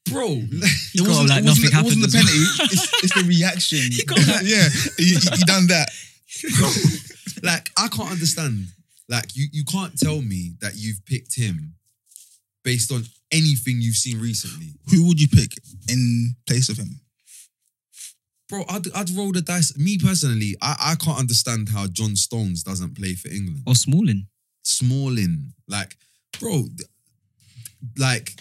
[SPEAKER 2] Bro,
[SPEAKER 3] He got up like
[SPEAKER 4] it wasn't,
[SPEAKER 3] nothing
[SPEAKER 4] it wasn't
[SPEAKER 3] happened.
[SPEAKER 4] the
[SPEAKER 3] as well.
[SPEAKER 4] penalty. It's, it's the reaction.
[SPEAKER 3] He got that.
[SPEAKER 4] yeah, he, he- he done that.
[SPEAKER 2] like I can't understand. Like you, you can't tell me that you've picked him based on anything you've seen recently,
[SPEAKER 4] Who would you pick in place of him?
[SPEAKER 2] bro. I'd, I'd roll the dice. Me personally, I, I can't understand how John Stones doesn't play for England.
[SPEAKER 3] Or Smalling.
[SPEAKER 2] Smalling, like, bro, th- like,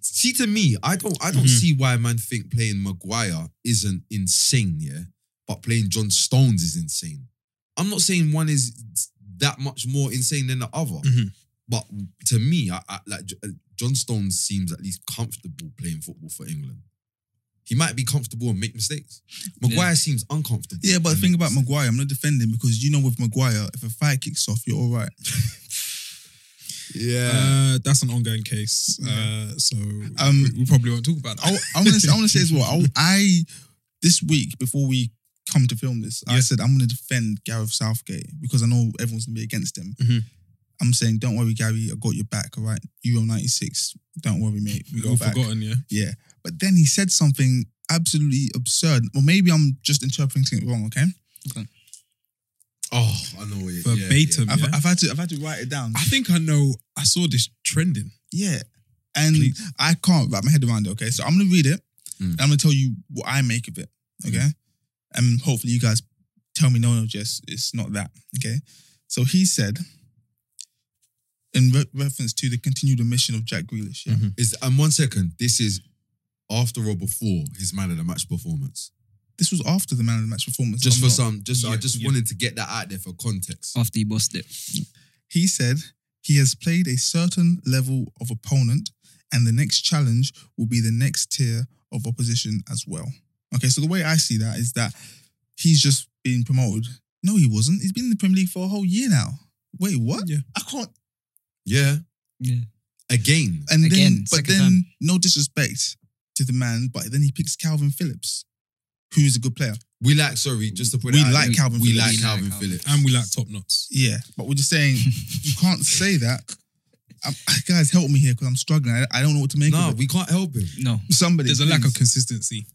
[SPEAKER 2] see to me, I don't, I don't
[SPEAKER 4] Mm-hmm.
[SPEAKER 1] Mhm.
[SPEAKER 2] see why man think playing Maguire isn't insane, yeah, but playing John Stones is insane. I'm not saying one is that much more insane than the other,
[SPEAKER 4] Mm-hmm.
[SPEAKER 1] Mhm.
[SPEAKER 2] but to me, I, I like J- uh, John Stones seems at least comfortable playing football for England. He might be comfortable and make mistakes. Maguire seems uncomfortable.
[SPEAKER 4] Yeah, but the
[SPEAKER 2] and
[SPEAKER 4] thing
[SPEAKER 2] make
[SPEAKER 4] about
[SPEAKER 2] mistakes.
[SPEAKER 4] Maguire, I'm not defending because you know with Maguire, if a fight kicks off, you're all right.
[SPEAKER 2] yeah,
[SPEAKER 1] Uh, that's an ongoing case, uh, so
[SPEAKER 4] Um,
[SPEAKER 1] we, we probably won't talk about that.
[SPEAKER 4] I, I'm gonna say, I'm gonna say as well. I, I this week before we come to film this, I
[SPEAKER 1] Yeah.
[SPEAKER 4] said I'm gonna defend Gareth Southgate because I know everyone's gonna be against him.
[SPEAKER 1] Mhm.
[SPEAKER 4] I'm saying, don't worry, Gary, I got your back. All right, you on 96. Don't worry, mate. We
[SPEAKER 1] We've
[SPEAKER 4] got
[SPEAKER 1] all
[SPEAKER 4] your back.
[SPEAKER 1] forgotten, yeah.
[SPEAKER 4] Yeah, but then he said something absolutely absurd, or maybe I'm just interpreting it wrong. Okay,
[SPEAKER 2] oh, I know it. Yeah, yeah.
[SPEAKER 1] Verbatim.
[SPEAKER 4] I've,
[SPEAKER 1] yeah.
[SPEAKER 4] I've had to I've had to write it down.
[SPEAKER 1] I think I know. I saw this trending.
[SPEAKER 4] Yeah. And
[SPEAKER 1] Please.
[SPEAKER 4] I can't wrap my head around it. Okay. So I'm gonna read it.
[SPEAKER 2] Mm.
[SPEAKER 4] And I'm gonna tell you what I make of it. Okay. And hopefully you guys tell me no, no, Jess, it's not that. Okay. So he said, in re- reference to the continued omission of Jack Grealish, yeah.
[SPEAKER 1] Mhm.
[SPEAKER 2] Is and one second, this is after or before his man of the match performance.
[SPEAKER 4] this was after the man of the match performance.
[SPEAKER 2] Just
[SPEAKER 4] I'm
[SPEAKER 2] for
[SPEAKER 4] not-
[SPEAKER 2] some, just I
[SPEAKER 1] Yeah,
[SPEAKER 2] just
[SPEAKER 1] yeah.
[SPEAKER 2] wanted to get that out there for context.
[SPEAKER 3] After he bossed it.
[SPEAKER 4] He said he has played a certain level of opponent, and the next challenge will be the next tier of opposition as well. Okay, so the way I see that is that he's just been promoted. No, he wasn't. He's been in the Premier League for a whole year now. Wait, what?
[SPEAKER 1] Yeah.
[SPEAKER 4] I can't.
[SPEAKER 2] Yeah,
[SPEAKER 3] Yeah.
[SPEAKER 2] again.
[SPEAKER 4] And
[SPEAKER 3] Again,
[SPEAKER 4] then, but
[SPEAKER 3] second
[SPEAKER 4] then,
[SPEAKER 3] time.
[SPEAKER 4] no disrespect to the man, but then he picks Calvin Phillips, who is a good player.
[SPEAKER 2] We like sorry, just to put
[SPEAKER 4] We
[SPEAKER 2] it out
[SPEAKER 4] like
[SPEAKER 2] there,
[SPEAKER 4] Calvin
[SPEAKER 2] We
[SPEAKER 4] Phillips.
[SPEAKER 2] like
[SPEAKER 3] We like
[SPEAKER 2] Calvin
[SPEAKER 3] Calvin.
[SPEAKER 2] Phillips.
[SPEAKER 1] And we like top knots.
[SPEAKER 4] Yeah, but we're just saying you can't say that. Um, guys, help me here because I'm struggling. I, I don't know what to make
[SPEAKER 2] no,
[SPEAKER 4] of it.
[SPEAKER 2] we can't help him.
[SPEAKER 3] No.
[SPEAKER 4] Somebody,
[SPEAKER 1] There's a lack
[SPEAKER 4] please.
[SPEAKER 1] of consistency.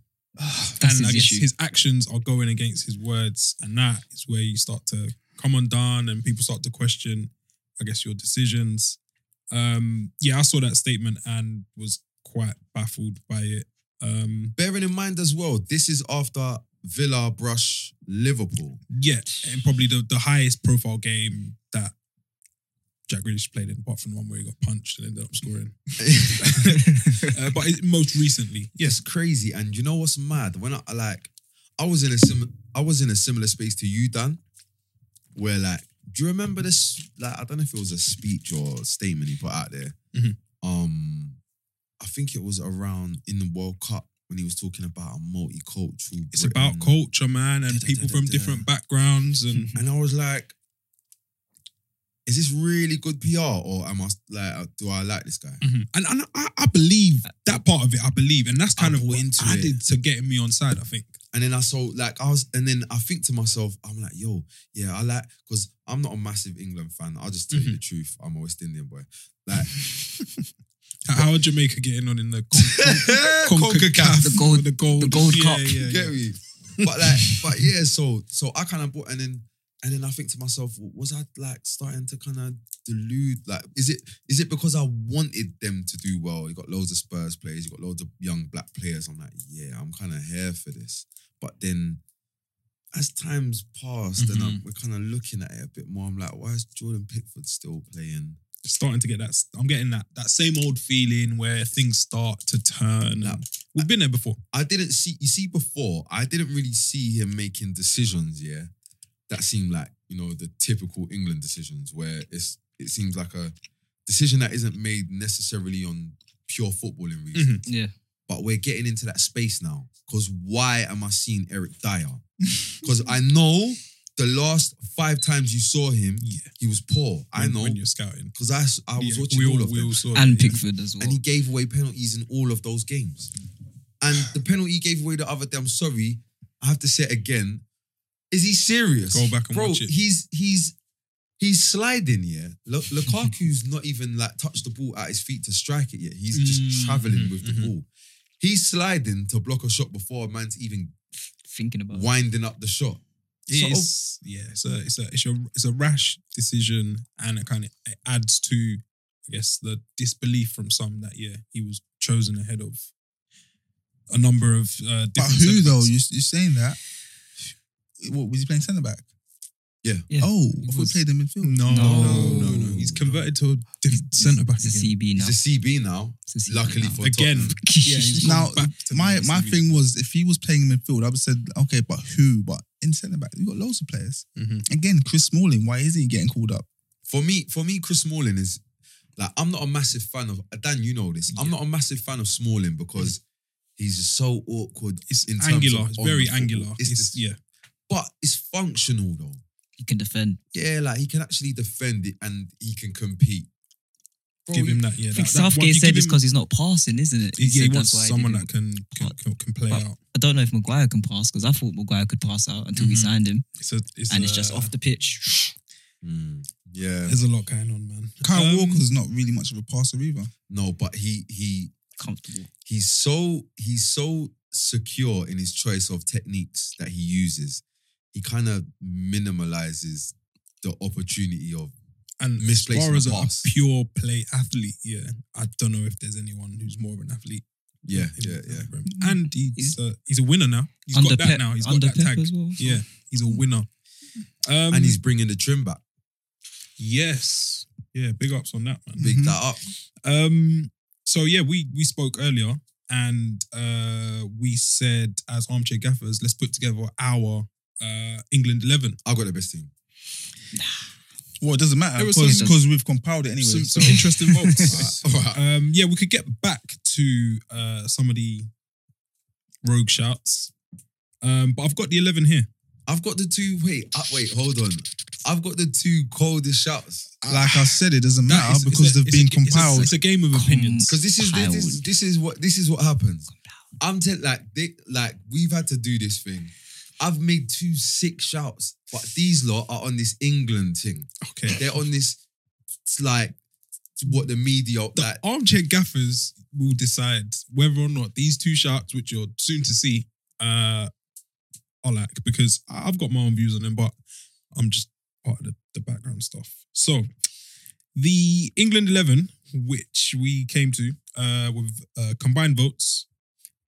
[SPEAKER 3] That's
[SPEAKER 1] and
[SPEAKER 3] his
[SPEAKER 1] I guess
[SPEAKER 3] issue.
[SPEAKER 1] his actions are going against his words. And that is where you start to come undone and people start to question, I guess, your decisions. Um, yeah, I saw that statement and was quite baffled by it. Um,
[SPEAKER 2] Bearing in mind as well, this is after Villa brush Liverpool.
[SPEAKER 1] yeah, and probably the, the highest profile game that Jack Grealish played in, apart from the one where he got punched and ended up scoring. Uh, but it, most recently,
[SPEAKER 2] Yes, crazy. And you know what's mad? When I like, I was in a sim, I was in a similar space to you, Dan, where like, do you remember this? Like, I don't know if it was a speech or a statement he put out there.
[SPEAKER 1] Mhm.
[SPEAKER 2] Um, I think it was around in the World Cup when he was talking about a multicultural.
[SPEAKER 1] it's
[SPEAKER 2] Britain.
[SPEAKER 1] about culture, man, and people from different backgrounds and
[SPEAKER 2] and I was like, is this really good PR or am I like, do I like this guy?
[SPEAKER 1] Mhm. And, and I, I believe that part of it, I believe. And that's kind
[SPEAKER 2] Mm-hmm. Uh,
[SPEAKER 1] of what
[SPEAKER 2] I bought into it.
[SPEAKER 1] added to getting me on side, I think.
[SPEAKER 2] And then I saw like I was, and then I think to myself, I'm like, yo, yeah, I like because I'm not a massive England fan. I'll just tell you the truth. I'm a West Indian boy. Like
[SPEAKER 1] How- How are Jamaica getting on in the con- con- CONCACAF?
[SPEAKER 3] The gold-
[SPEAKER 1] the gold,
[SPEAKER 3] the gold
[SPEAKER 1] yeah,
[SPEAKER 3] cup.
[SPEAKER 1] Yeah,
[SPEAKER 2] You
[SPEAKER 1] yeah.
[SPEAKER 2] get me? But like, but yeah, so so I kind of bought and then and then I think to myself, was I like starting to kind of delude? Like, is it is it because I wanted them to do well? You got loads of Spurs players, you got loads of young black players. I'm like, yeah, I'm kind of here for this. But then as time's passed
[SPEAKER 1] Mm-hmm.
[SPEAKER 2] and I'm, we're kind of looking at it a bit more, I'm like, why is Jordan Pickford still playing?
[SPEAKER 1] Starting to get that. I'm getting that that same old feeling where things start to turn.
[SPEAKER 2] Nah.
[SPEAKER 1] We've been there before.
[SPEAKER 2] I didn't see you see before, I didn't really see him making decisions, yeah. That seemed like, you know, the typical England decisions where it's it seems like a decision that isn't made necessarily on pure footballing reasons.
[SPEAKER 1] Mhm.
[SPEAKER 3] Yeah.
[SPEAKER 2] But we're getting into that space now. Cause why am I seeing Eric Dyer? Because I know the last five times you saw him,
[SPEAKER 1] Yeah.
[SPEAKER 2] he was poor. I
[SPEAKER 1] when-
[SPEAKER 2] know
[SPEAKER 1] when you're scouting.
[SPEAKER 2] because I, s- I was
[SPEAKER 1] Yeah,
[SPEAKER 2] watching
[SPEAKER 1] we
[SPEAKER 2] all of
[SPEAKER 1] we
[SPEAKER 2] them,
[SPEAKER 1] saw
[SPEAKER 3] and
[SPEAKER 1] that, yeah.
[SPEAKER 3] Pickford as well.
[SPEAKER 2] and he gave away penalties in all of those games. And the penalty he gave away the other day, I'm sorry, I have to say it again. Is he serious?
[SPEAKER 1] Go back and
[SPEAKER 2] Bro,
[SPEAKER 1] watch it.
[SPEAKER 2] He's he's he's sliding. Yeah, Lu- Lukaku's not even like touched the ball at his feet to strike it yet. He's
[SPEAKER 1] Mm,
[SPEAKER 2] just traveling
[SPEAKER 1] mhm,
[SPEAKER 2] with the
[SPEAKER 1] mhm.
[SPEAKER 2] ball. He's sliding to block a shot before a man's even
[SPEAKER 3] thinking about. it.
[SPEAKER 2] winding up the shot.
[SPEAKER 4] oh.
[SPEAKER 2] oh, Sort of-
[SPEAKER 1] It's yeah, it's a it's a it's a it's a rash decision, and it kind of it adds to, I guess, the disbelief from some that yeah he was chosen ahead of a number of uh, different.
[SPEAKER 4] But who
[SPEAKER 1] centre-backs.
[SPEAKER 4] though? You you're saying that? What was he playing centre back?
[SPEAKER 2] Yeah.
[SPEAKER 3] Yeah,
[SPEAKER 4] oh,
[SPEAKER 3] he
[SPEAKER 4] I thought
[SPEAKER 3] was.
[SPEAKER 4] he played in midfield.
[SPEAKER 1] No,
[SPEAKER 3] No.
[SPEAKER 1] no, no, no. He's converted to a different centre back
[SPEAKER 3] It's a
[SPEAKER 1] again.
[SPEAKER 3] CB now.
[SPEAKER 2] He's a CB now.
[SPEAKER 3] It's a CB
[SPEAKER 2] Luckily
[SPEAKER 3] now.
[SPEAKER 2] for
[SPEAKER 1] Again,
[SPEAKER 2] Tottenham.
[SPEAKER 1] yeah. he's gone
[SPEAKER 4] Now,
[SPEAKER 1] back to
[SPEAKER 4] My
[SPEAKER 1] the
[SPEAKER 4] my
[SPEAKER 1] CB.
[SPEAKER 4] thing was if he was playing in midfield, I would have said okay, but who? But in centre back, we have got loads of players.
[SPEAKER 1] Mhm.
[SPEAKER 4] Again, Chris Smalling, why isn't he getting called up?
[SPEAKER 2] For me, for me, Chris Smalling is like I'm not a massive fan of Dan. You know this. I'm not a massive fan of Smalling because he's just so awkward.
[SPEAKER 1] It's
[SPEAKER 2] in terms
[SPEAKER 1] angular.
[SPEAKER 2] of
[SPEAKER 1] It's
[SPEAKER 2] on
[SPEAKER 1] very
[SPEAKER 2] the football.
[SPEAKER 1] angular.
[SPEAKER 2] It's
[SPEAKER 1] It's,
[SPEAKER 2] just-
[SPEAKER 1] yeah.
[SPEAKER 2] but it's functional though.
[SPEAKER 3] He can defend.
[SPEAKER 2] Yeah, like he can actually defend it and he can compete. Bro,
[SPEAKER 1] give him
[SPEAKER 2] he-
[SPEAKER 1] that. Yeah.
[SPEAKER 3] I think
[SPEAKER 1] that- that one-
[SPEAKER 3] Southgate
[SPEAKER 1] you
[SPEAKER 3] said
[SPEAKER 1] give
[SPEAKER 3] it's
[SPEAKER 1] him-
[SPEAKER 3] because he's not passing, isn't it?
[SPEAKER 1] he, yeah,
[SPEAKER 3] said
[SPEAKER 1] he
[SPEAKER 3] that's
[SPEAKER 1] wants
[SPEAKER 3] why
[SPEAKER 1] someone
[SPEAKER 3] didn't-
[SPEAKER 1] that can can, can, can play
[SPEAKER 3] But-
[SPEAKER 1] out.
[SPEAKER 3] I don't know if Maguire can pass because I thought Maguire could pass out until we
[SPEAKER 1] Mhm.
[SPEAKER 3] signed him,
[SPEAKER 1] It's a, it's uh,
[SPEAKER 3] and
[SPEAKER 1] a,
[SPEAKER 3] it's just off the pitch.
[SPEAKER 1] Hmm.
[SPEAKER 2] Mm, yeah.
[SPEAKER 1] There's a lot going on, man.
[SPEAKER 4] Kyle
[SPEAKER 1] Um,
[SPEAKER 4] Walker's not really much of a passer either.
[SPEAKER 2] No, but he he
[SPEAKER 3] Comfortable.
[SPEAKER 2] he's so he's so secure in his choice of techniques that he uses. He kind of minimalizes the opportunity of
[SPEAKER 1] and as
[SPEAKER 2] misplacing
[SPEAKER 1] far
[SPEAKER 2] the
[SPEAKER 1] as a, a
[SPEAKER 2] pass.
[SPEAKER 1] pure play athlete, yeah, I don't know if there's anyone who's more of an athlete.
[SPEAKER 2] yeah
[SPEAKER 1] in-
[SPEAKER 2] yeah yeah.
[SPEAKER 1] And he's a, he's a winner now. He's
[SPEAKER 3] under
[SPEAKER 1] got that
[SPEAKER 3] Pep,
[SPEAKER 1] now. He's got
[SPEAKER 3] under
[SPEAKER 1] that
[SPEAKER 3] Pep
[SPEAKER 1] tag.
[SPEAKER 3] as well.
[SPEAKER 1] Yeah, he's a winner. Um,
[SPEAKER 2] and he's bringing the trim back.
[SPEAKER 1] yes, yeah. Big ups on that, man.
[SPEAKER 2] Big
[SPEAKER 3] Mm-hmm.
[SPEAKER 4] Mhm.
[SPEAKER 2] that up.
[SPEAKER 1] Um, so yeah, we we spoke earlier and uh we said as armchair gaffers, let's put together our uh England eleven.
[SPEAKER 2] I got the best team.
[SPEAKER 4] Well, it doesn't matter
[SPEAKER 1] There was
[SPEAKER 4] because
[SPEAKER 3] some-
[SPEAKER 4] we've compiled it anyway.
[SPEAKER 1] some,
[SPEAKER 4] so Uh,
[SPEAKER 1] some interesting votes.
[SPEAKER 2] All right.
[SPEAKER 1] um, yeah, we could get back to uh some of the rogue shouts. Um, but I've got the eleven here.
[SPEAKER 2] I've got the two. Wait, uh, wait, hold on. I've got the two coldest shouts
[SPEAKER 4] like I said, it doesn't
[SPEAKER 1] No,
[SPEAKER 4] matter
[SPEAKER 1] it's- it's
[SPEAKER 4] because
[SPEAKER 1] a-
[SPEAKER 4] they've
[SPEAKER 1] it's
[SPEAKER 4] been
[SPEAKER 1] a- it's a-
[SPEAKER 4] compiled.
[SPEAKER 1] It's a, game of opinions.
[SPEAKER 2] because this is this, is
[SPEAKER 3] Compiled.
[SPEAKER 2] this is what this is what happens. I'm telling like they like we've had to do this thing. I've made two sick shouts, but these lot are on this England thing.
[SPEAKER 1] Okay.
[SPEAKER 2] They're on this it's like what the media
[SPEAKER 1] The
[SPEAKER 2] like.
[SPEAKER 1] armchair gaffers will decide whether or not these two shouts, which you're soon to see, uh, are like because I- I've got my own views on them, but I'm just part of the, the background stuff. So the England eleven, which we came to uh, with uh, combined votes,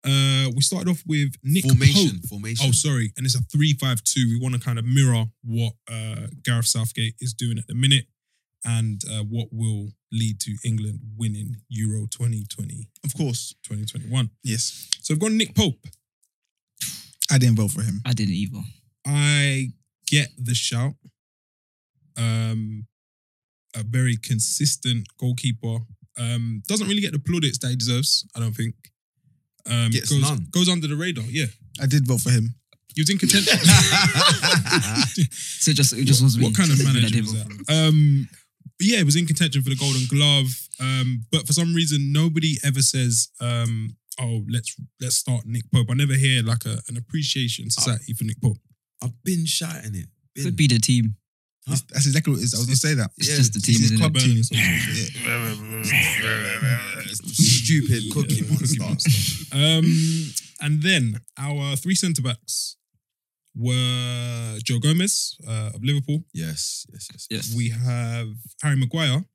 [SPEAKER 1] uh, we started off with Nick
[SPEAKER 2] Formation,
[SPEAKER 1] Pope.
[SPEAKER 2] formation.
[SPEAKER 1] Oh, sorry, and it's a three-five-two. We want to kind of mirror what uh, Gareth Southgate is doing at the minute and uh, what will lead to England winning Euro 2020,
[SPEAKER 4] of course,
[SPEAKER 1] 2021.
[SPEAKER 4] yes.
[SPEAKER 1] So I've got Nick Pope.
[SPEAKER 4] I didn't vote for him.
[SPEAKER 3] I didn't either.
[SPEAKER 1] I get the shout. Um, a very consistent goalkeeper. Um, doesn't really get the plaudits that he deserves. I don't think. Um,
[SPEAKER 2] Gets
[SPEAKER 1] goes,
[SPEAKER 2] none.
[SPEAKER 1] goes under the radar. Yeah,
[SPEAKER 4] I did vote for him.
[SPEAKER 1] he was in contention.
[SPEAKER 3] So it just it just wasn't
[SPEAKER 1] what
[SPEAKER 3] me.
[SPEAKER 1] kind of
[SPEAKER 3] Just me
[SPEAKER 1] manager
[SPEAKER 3] did
[SPEAKER 1] was
[SPEAKER 3] vote for
[SPEAKER 1] that? Um, but yeah, it was in contention for the Golden Glove. Um, but for some reason, nobody ever says, um, "Oh, let's let's start Nick Pope." I never hear like a, an appreciation society for Nick Pope.
[SPEAKER 2] I've been shouting it. Been-
[SPEAKER 3] Could be the team.
[SPEAKER 2] Huh?
[SPEAKER 4] It's- That's exactly what it is. I was gonna say that.
[SPEAKER 3] It's
[SPEAKER 2] Yeah,
[SPEAKER 3] just the
[SPEAKER 4] It's
[SPEAKER 3] team,
[SPEAKER 4] his
[SPEAKER 3] isn't
[SPEAKER 4] club
[SPEAKER 3] it?
[SPEAKER 1] Burn
[SPEAKER 4] team.
[SPEAKER 1] yourself.
[SPEAKER 4] Yeah.
[SPEAKER 2] stupid cookie monster.
[SPEAKER 1] Um, and then our three centre backs were Joe Gomez uh, of Liverpool.
[SPEAKER 2] Yes, yes, yes.
[SPEAKER 3] Yes.
[SPEAKER 1] We have Harry Maguire.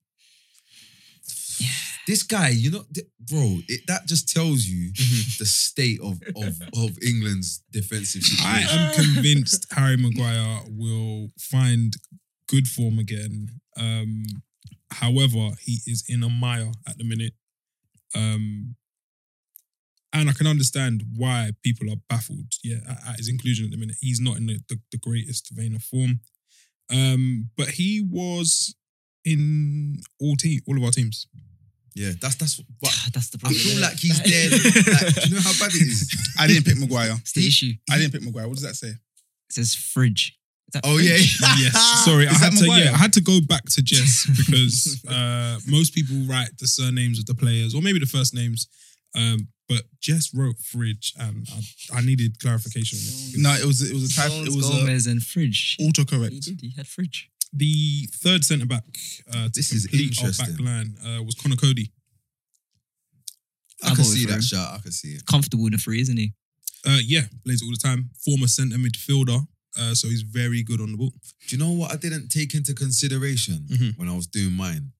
[SPEAKER 2] This guy, you know, th- bro, it, that just tells you the state of of, of England's defensive
[SPEAKER 1] I
[SPEAKER 2] situation.
[SPEAKER 1] am convinced Harry Maguire will find good form again. Um, however, he is in a mire at the minute. Um, and I can understand why people are baffled, yeah, at, at his inclusion at the minute. He's not in the, the, the greatest vein of form. Um, but he was in all team, all of our teams.
[SPEAKER 2] yeah, that's that's. But
[SPEAKER 3] That's the
[SPEAKER 2] I
[SPEAKER 3] problem.
[SPEAKER 2] feel
[SPEAKER 3] innit?
[SPEAKER 2] like he's
[SPEAKER 3] That
[SPEAKER 2] there.
[SPEAKER 3] is-
[SPEAKER 2] Like, do you know how bad it is?
[SPEAKER 4] I didn't pick Maguire.
[SPEAKER 3] It's the issue.
[SPEAKER 4] I didn't pick Maguire. What does that say?
[SPEAKER 3] It says fridge. that
[SPEAKER 2] Oh yeah.
[SPEAKER 3] French?
[SPEAKER 1] yes. Sorry, I
[SPEAKER 4] Is that
[SPEAKER 1] had to.
[SPEAKER 4] Maguire?
[SPEAKER 1] Yeah, I had to go back to Jess because uh, most people write the surnames of the players or maybe the first names, um, but Jess wrote Fridge, and I, I needed clarification.
[SPEAKER 4] No, it was it was a type.
[SPEAKER 3] Jones,
[SPEAKER 4] It was a
[SPEAKER 3] Gomez and Fridge. He
[SPEAKER 4] autocorrect.
[SPEAKER 3] did. He had Fridge.
[SPEAKER 1] The third centre back. Uh, to
[SPEAKER 2] This is
[SPEAKER 1] complete our Back
[SPEAKER 2] interesting.
[SPEAKER 1] line uh, was Connor Cody.
[SPEAKER 2] I
[SPEAKER 3] I'm
[SPEAKER 2] can
[SPEAKER 3] all
[SPEAKER 2] see
[SPEAKER 3] for
[SPEAKER 2] that
[SPEAKER 3] him.
[SPEAKER 2] shot. I can see it.
[SPEAKER 3] Comfortable in the free, isn't he?
[SPEAKER 1] Uh, yeah, plays all the time. Former centre midfielder, uh, so he's very good on the ball.
[SPEAKER 2] Do you know what I didn't take into consideration
[SPEAKER 1] Mhm.
[SPEAKER 2] when I was doing mine?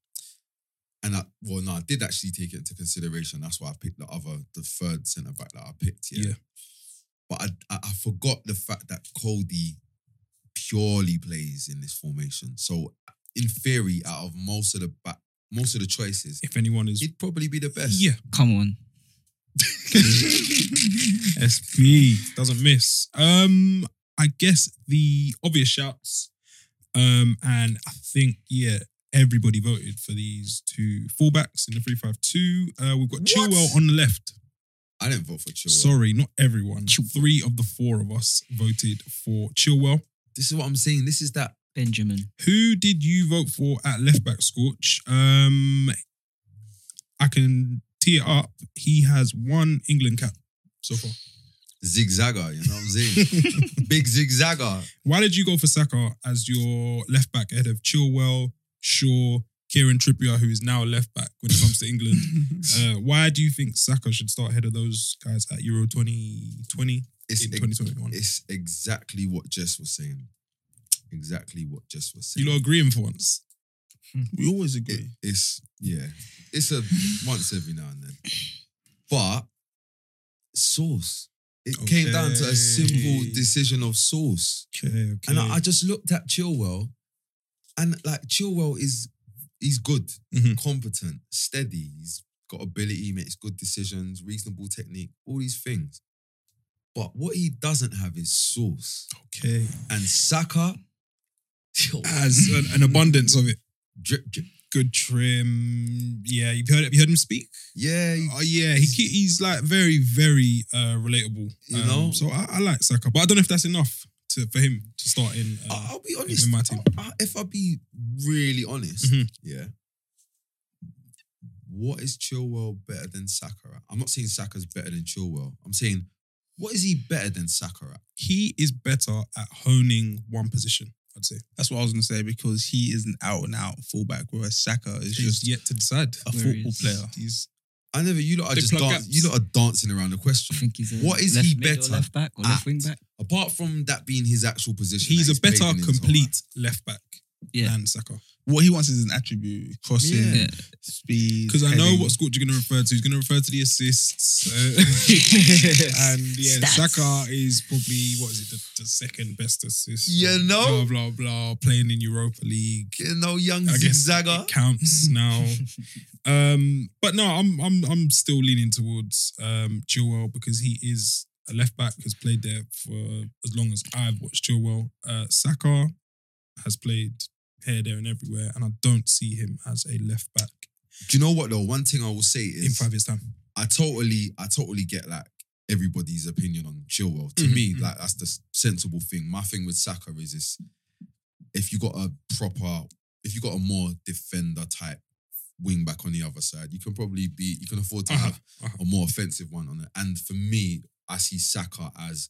[SPEAKER 2] And I well, no, I did actually take it into consideration. That's why I picked the other, the third centre back that I picked. Yeah.
[SPEAKER 1] Yeah.
[SPEAKER 2] But I, I I forgot the fact that Cody purely plays in this formation. So in theory, out of most of the back, most of the choices,
[SPEAKER 1] If anyone is,
[SPEAKER 2] he'd probably be the best.
[SPEAKER 1] yeah,
[SPEAKER 3] Come on.
[SPEAKER 1] SB doesn't miss. Um, I guess the obvious shouts. Um, and I think yeah, everybody voted for these two fullbacks in the three-five-two. Uh, we've got
[SPEAKER 2] What?
[SPEAKER 1] Chilwell on the left.
[SPEAKER 2] I didn't vote for Chilwell.
[SPEAKER 1] Sorry, not everyone.
[SPEAKER 3] Chilwell.
[SPEAKER 1] Three of the four of us voted for Chilwell.
[SPEAKER 2] This is what I'm saying. This is that
[SPEAKER 3] Benjamin.
[SPEAKER 1] Who did you vote for at left back, Scorch? Um, I can tee it up. He has one England cap so far.
[SPEAKER 2] zigzagger. You know what I'm saying? Big zigzagger.
[SPEAKER 1] Why did you go for Saka as your left back ahead of Chilwell, Shaw, Kieran Trippier, who is now left back when it comes to England? Uh, why do you think Saka should start ahead of those guys at Euro 2020
[SPEAKER 2] It's
[SPEAKER 1] in 2021?
[SPEAKER 2] It's exactly what Jess was saying. Exactly what Jess was saying.
[SPEAKER 1] You lot agreeing for once.
[SPEAKER 4] we always
[SPEAKER 2] It-
[SPEAKER 4] agree.
[SPEAKER 2] it's yeah, it's a once every now and then, but source. It came down to a simple
[SPEAKER 1] Okay.
[SPEAKER 2] decision of source,
[SPEAKER 1] Okay, okay.
[SPEAKER 2] and I, I just looked at Chilwell, and like Chilwell is he's good,
[SPEAKER 1] Mhm.
[SPEAKER 2] competent, steady. He's got ability, makes good decisions, reasonable technique, all these things. But what he doesn't have is source.
[SPEAKER 1] okay.
[SPEAKER 2] And Saka,
[SPEAKER 1] As an, an abundance of it.
[SPEAKER 2] drip, drip.
[SPEAKER 1] Good trim. Yeah, you've heard, you heard him speak?
[SPEAKER 2] Yeah, he-
[SPEAKER 1] Oh yeah, he ke- he's like very very uh, relatable.
[SPEAKER 2] You
[SPEAKER 1] Um,
[SPEAKER 2] know?
[SPEAKER 1] so I, I like Saka, but I don't know if that's enough to for him to start in.
[SPEAKER 2] I-
[SPEAKER 1] Uh,
[SPEAKER 2] I'll be honest.
[SPEAKER 1] in my team.
[SPEAKER 2] I- I- if I'll be really honest,
[SPEAKER 1] Mhm.
[SPEAKER 2] yeah. What is Chilwell better than Saka at? I'm not saying Saka's better than Chilwell. I'm saying, what is he better than Saka at?
[SPEAKER 1] he is better at honing one position. I'd say
[SPEAKER 4] That's what I was gonna say because he is an out and out fullback, whereas Saka
[SPEAKER 1] he's
[SPEAKER 4] is just
[SPEAKER 1] yet to decide.
[SPEAKER 4] a
[SPEAKER 3] Where
[SPEAKER 4] football
[SPEAKER 3] is-
[SPEAKER 4] player.
[SPEAKER 1] He's
[SPEAKER 2] I never, you lot are
[SPEAKER 1] They
[SPEAKER 2] just
[SPEAKER 1] plug
[SPEAKER 2] dance,
[SPEAKER 1] gaps.
[SPEAKER 2] you lot are dancing around the
[SPEAKER 3] I
[SPEAKER 2] question.
[SPEAKER 3] think he's a
[SPEAKER 2] What is
[SPEAKER 3] left
[SPEAKER 2] he
[SPEAKER 3] mid or
[SPEAKER 2] better
[SPEAKER 3] left back or
[SPEAKER 2] at?
[SPEAKER 3] left wing back?
[SPEAKER 2] Apart from that being his actual position,
[SPEAKER 1] he's
[SPEAKER 2] that
[SPEAKER 1] a better
[SPEAKER 2] played in his whole life.
[SPEAKER 1] complete left back
[SPEAKER 3] Yeah.
[SPEAKER 1] than Saka
[SPEAKER 4] What he wants is an attribute, crossing,
[SPEAKER 2] Yeah.
[SPEAKER 3] Yeah.
[SPEAKER 4] speed.
[SPEAKER 1] because I know
[SPEAKER 4] heading.
[SPEAKER 1] what Scorch you're going to refer to. He's going to refer to the assists, uh, and yeah,
[SPEAKER 3] Stats.
[SPEAKER 1] Saka is probably what is it the, the second best assist?
[SPEAKER 2] You
[SPEAKER 1] blah
[SPEAKER 2] know?
[SPEAKER 1] blah blah, playing in Europa League.
[SPEAKER 2] You know, young
[SPEAKER 1] I guess
[SPEAKER 2] zigzagger.
[SPEAKER 1] it counts now. um, but no, I'm I'm I'm still leaning towards um Chilwell because he is a left back has played there for as long as I've watched Chilwell. Uh, Saka has played here, there, and everywhere, and I don't see him as a left back
[SPEAKER 2] Do you know what though? One thing I will say
[SPEAKER 1] in
[SPEAKER 2] is,
[SPEAKER 1] five years' time.
[SPEAKER 2] I totally, I totally get like everybody's opinion on Chilwell. To
[SPEAKER 1] Mhm,
[SPEAKER 2] me,
[SPEAKER 1] mhm.
[SPEAKER 2] like that's the s- sensible thing. My thing with Saka is this: if you got a proper, if you got a more defender type wing back on the other side, you can probably be, you can afford to
[SPEAKER 1] Uh-huh,
[SPEAKER 2] have
[SPEAKER 1] uh-huh.
[SPEAKER 2] a more offensive one on it. And for me, I see Saka as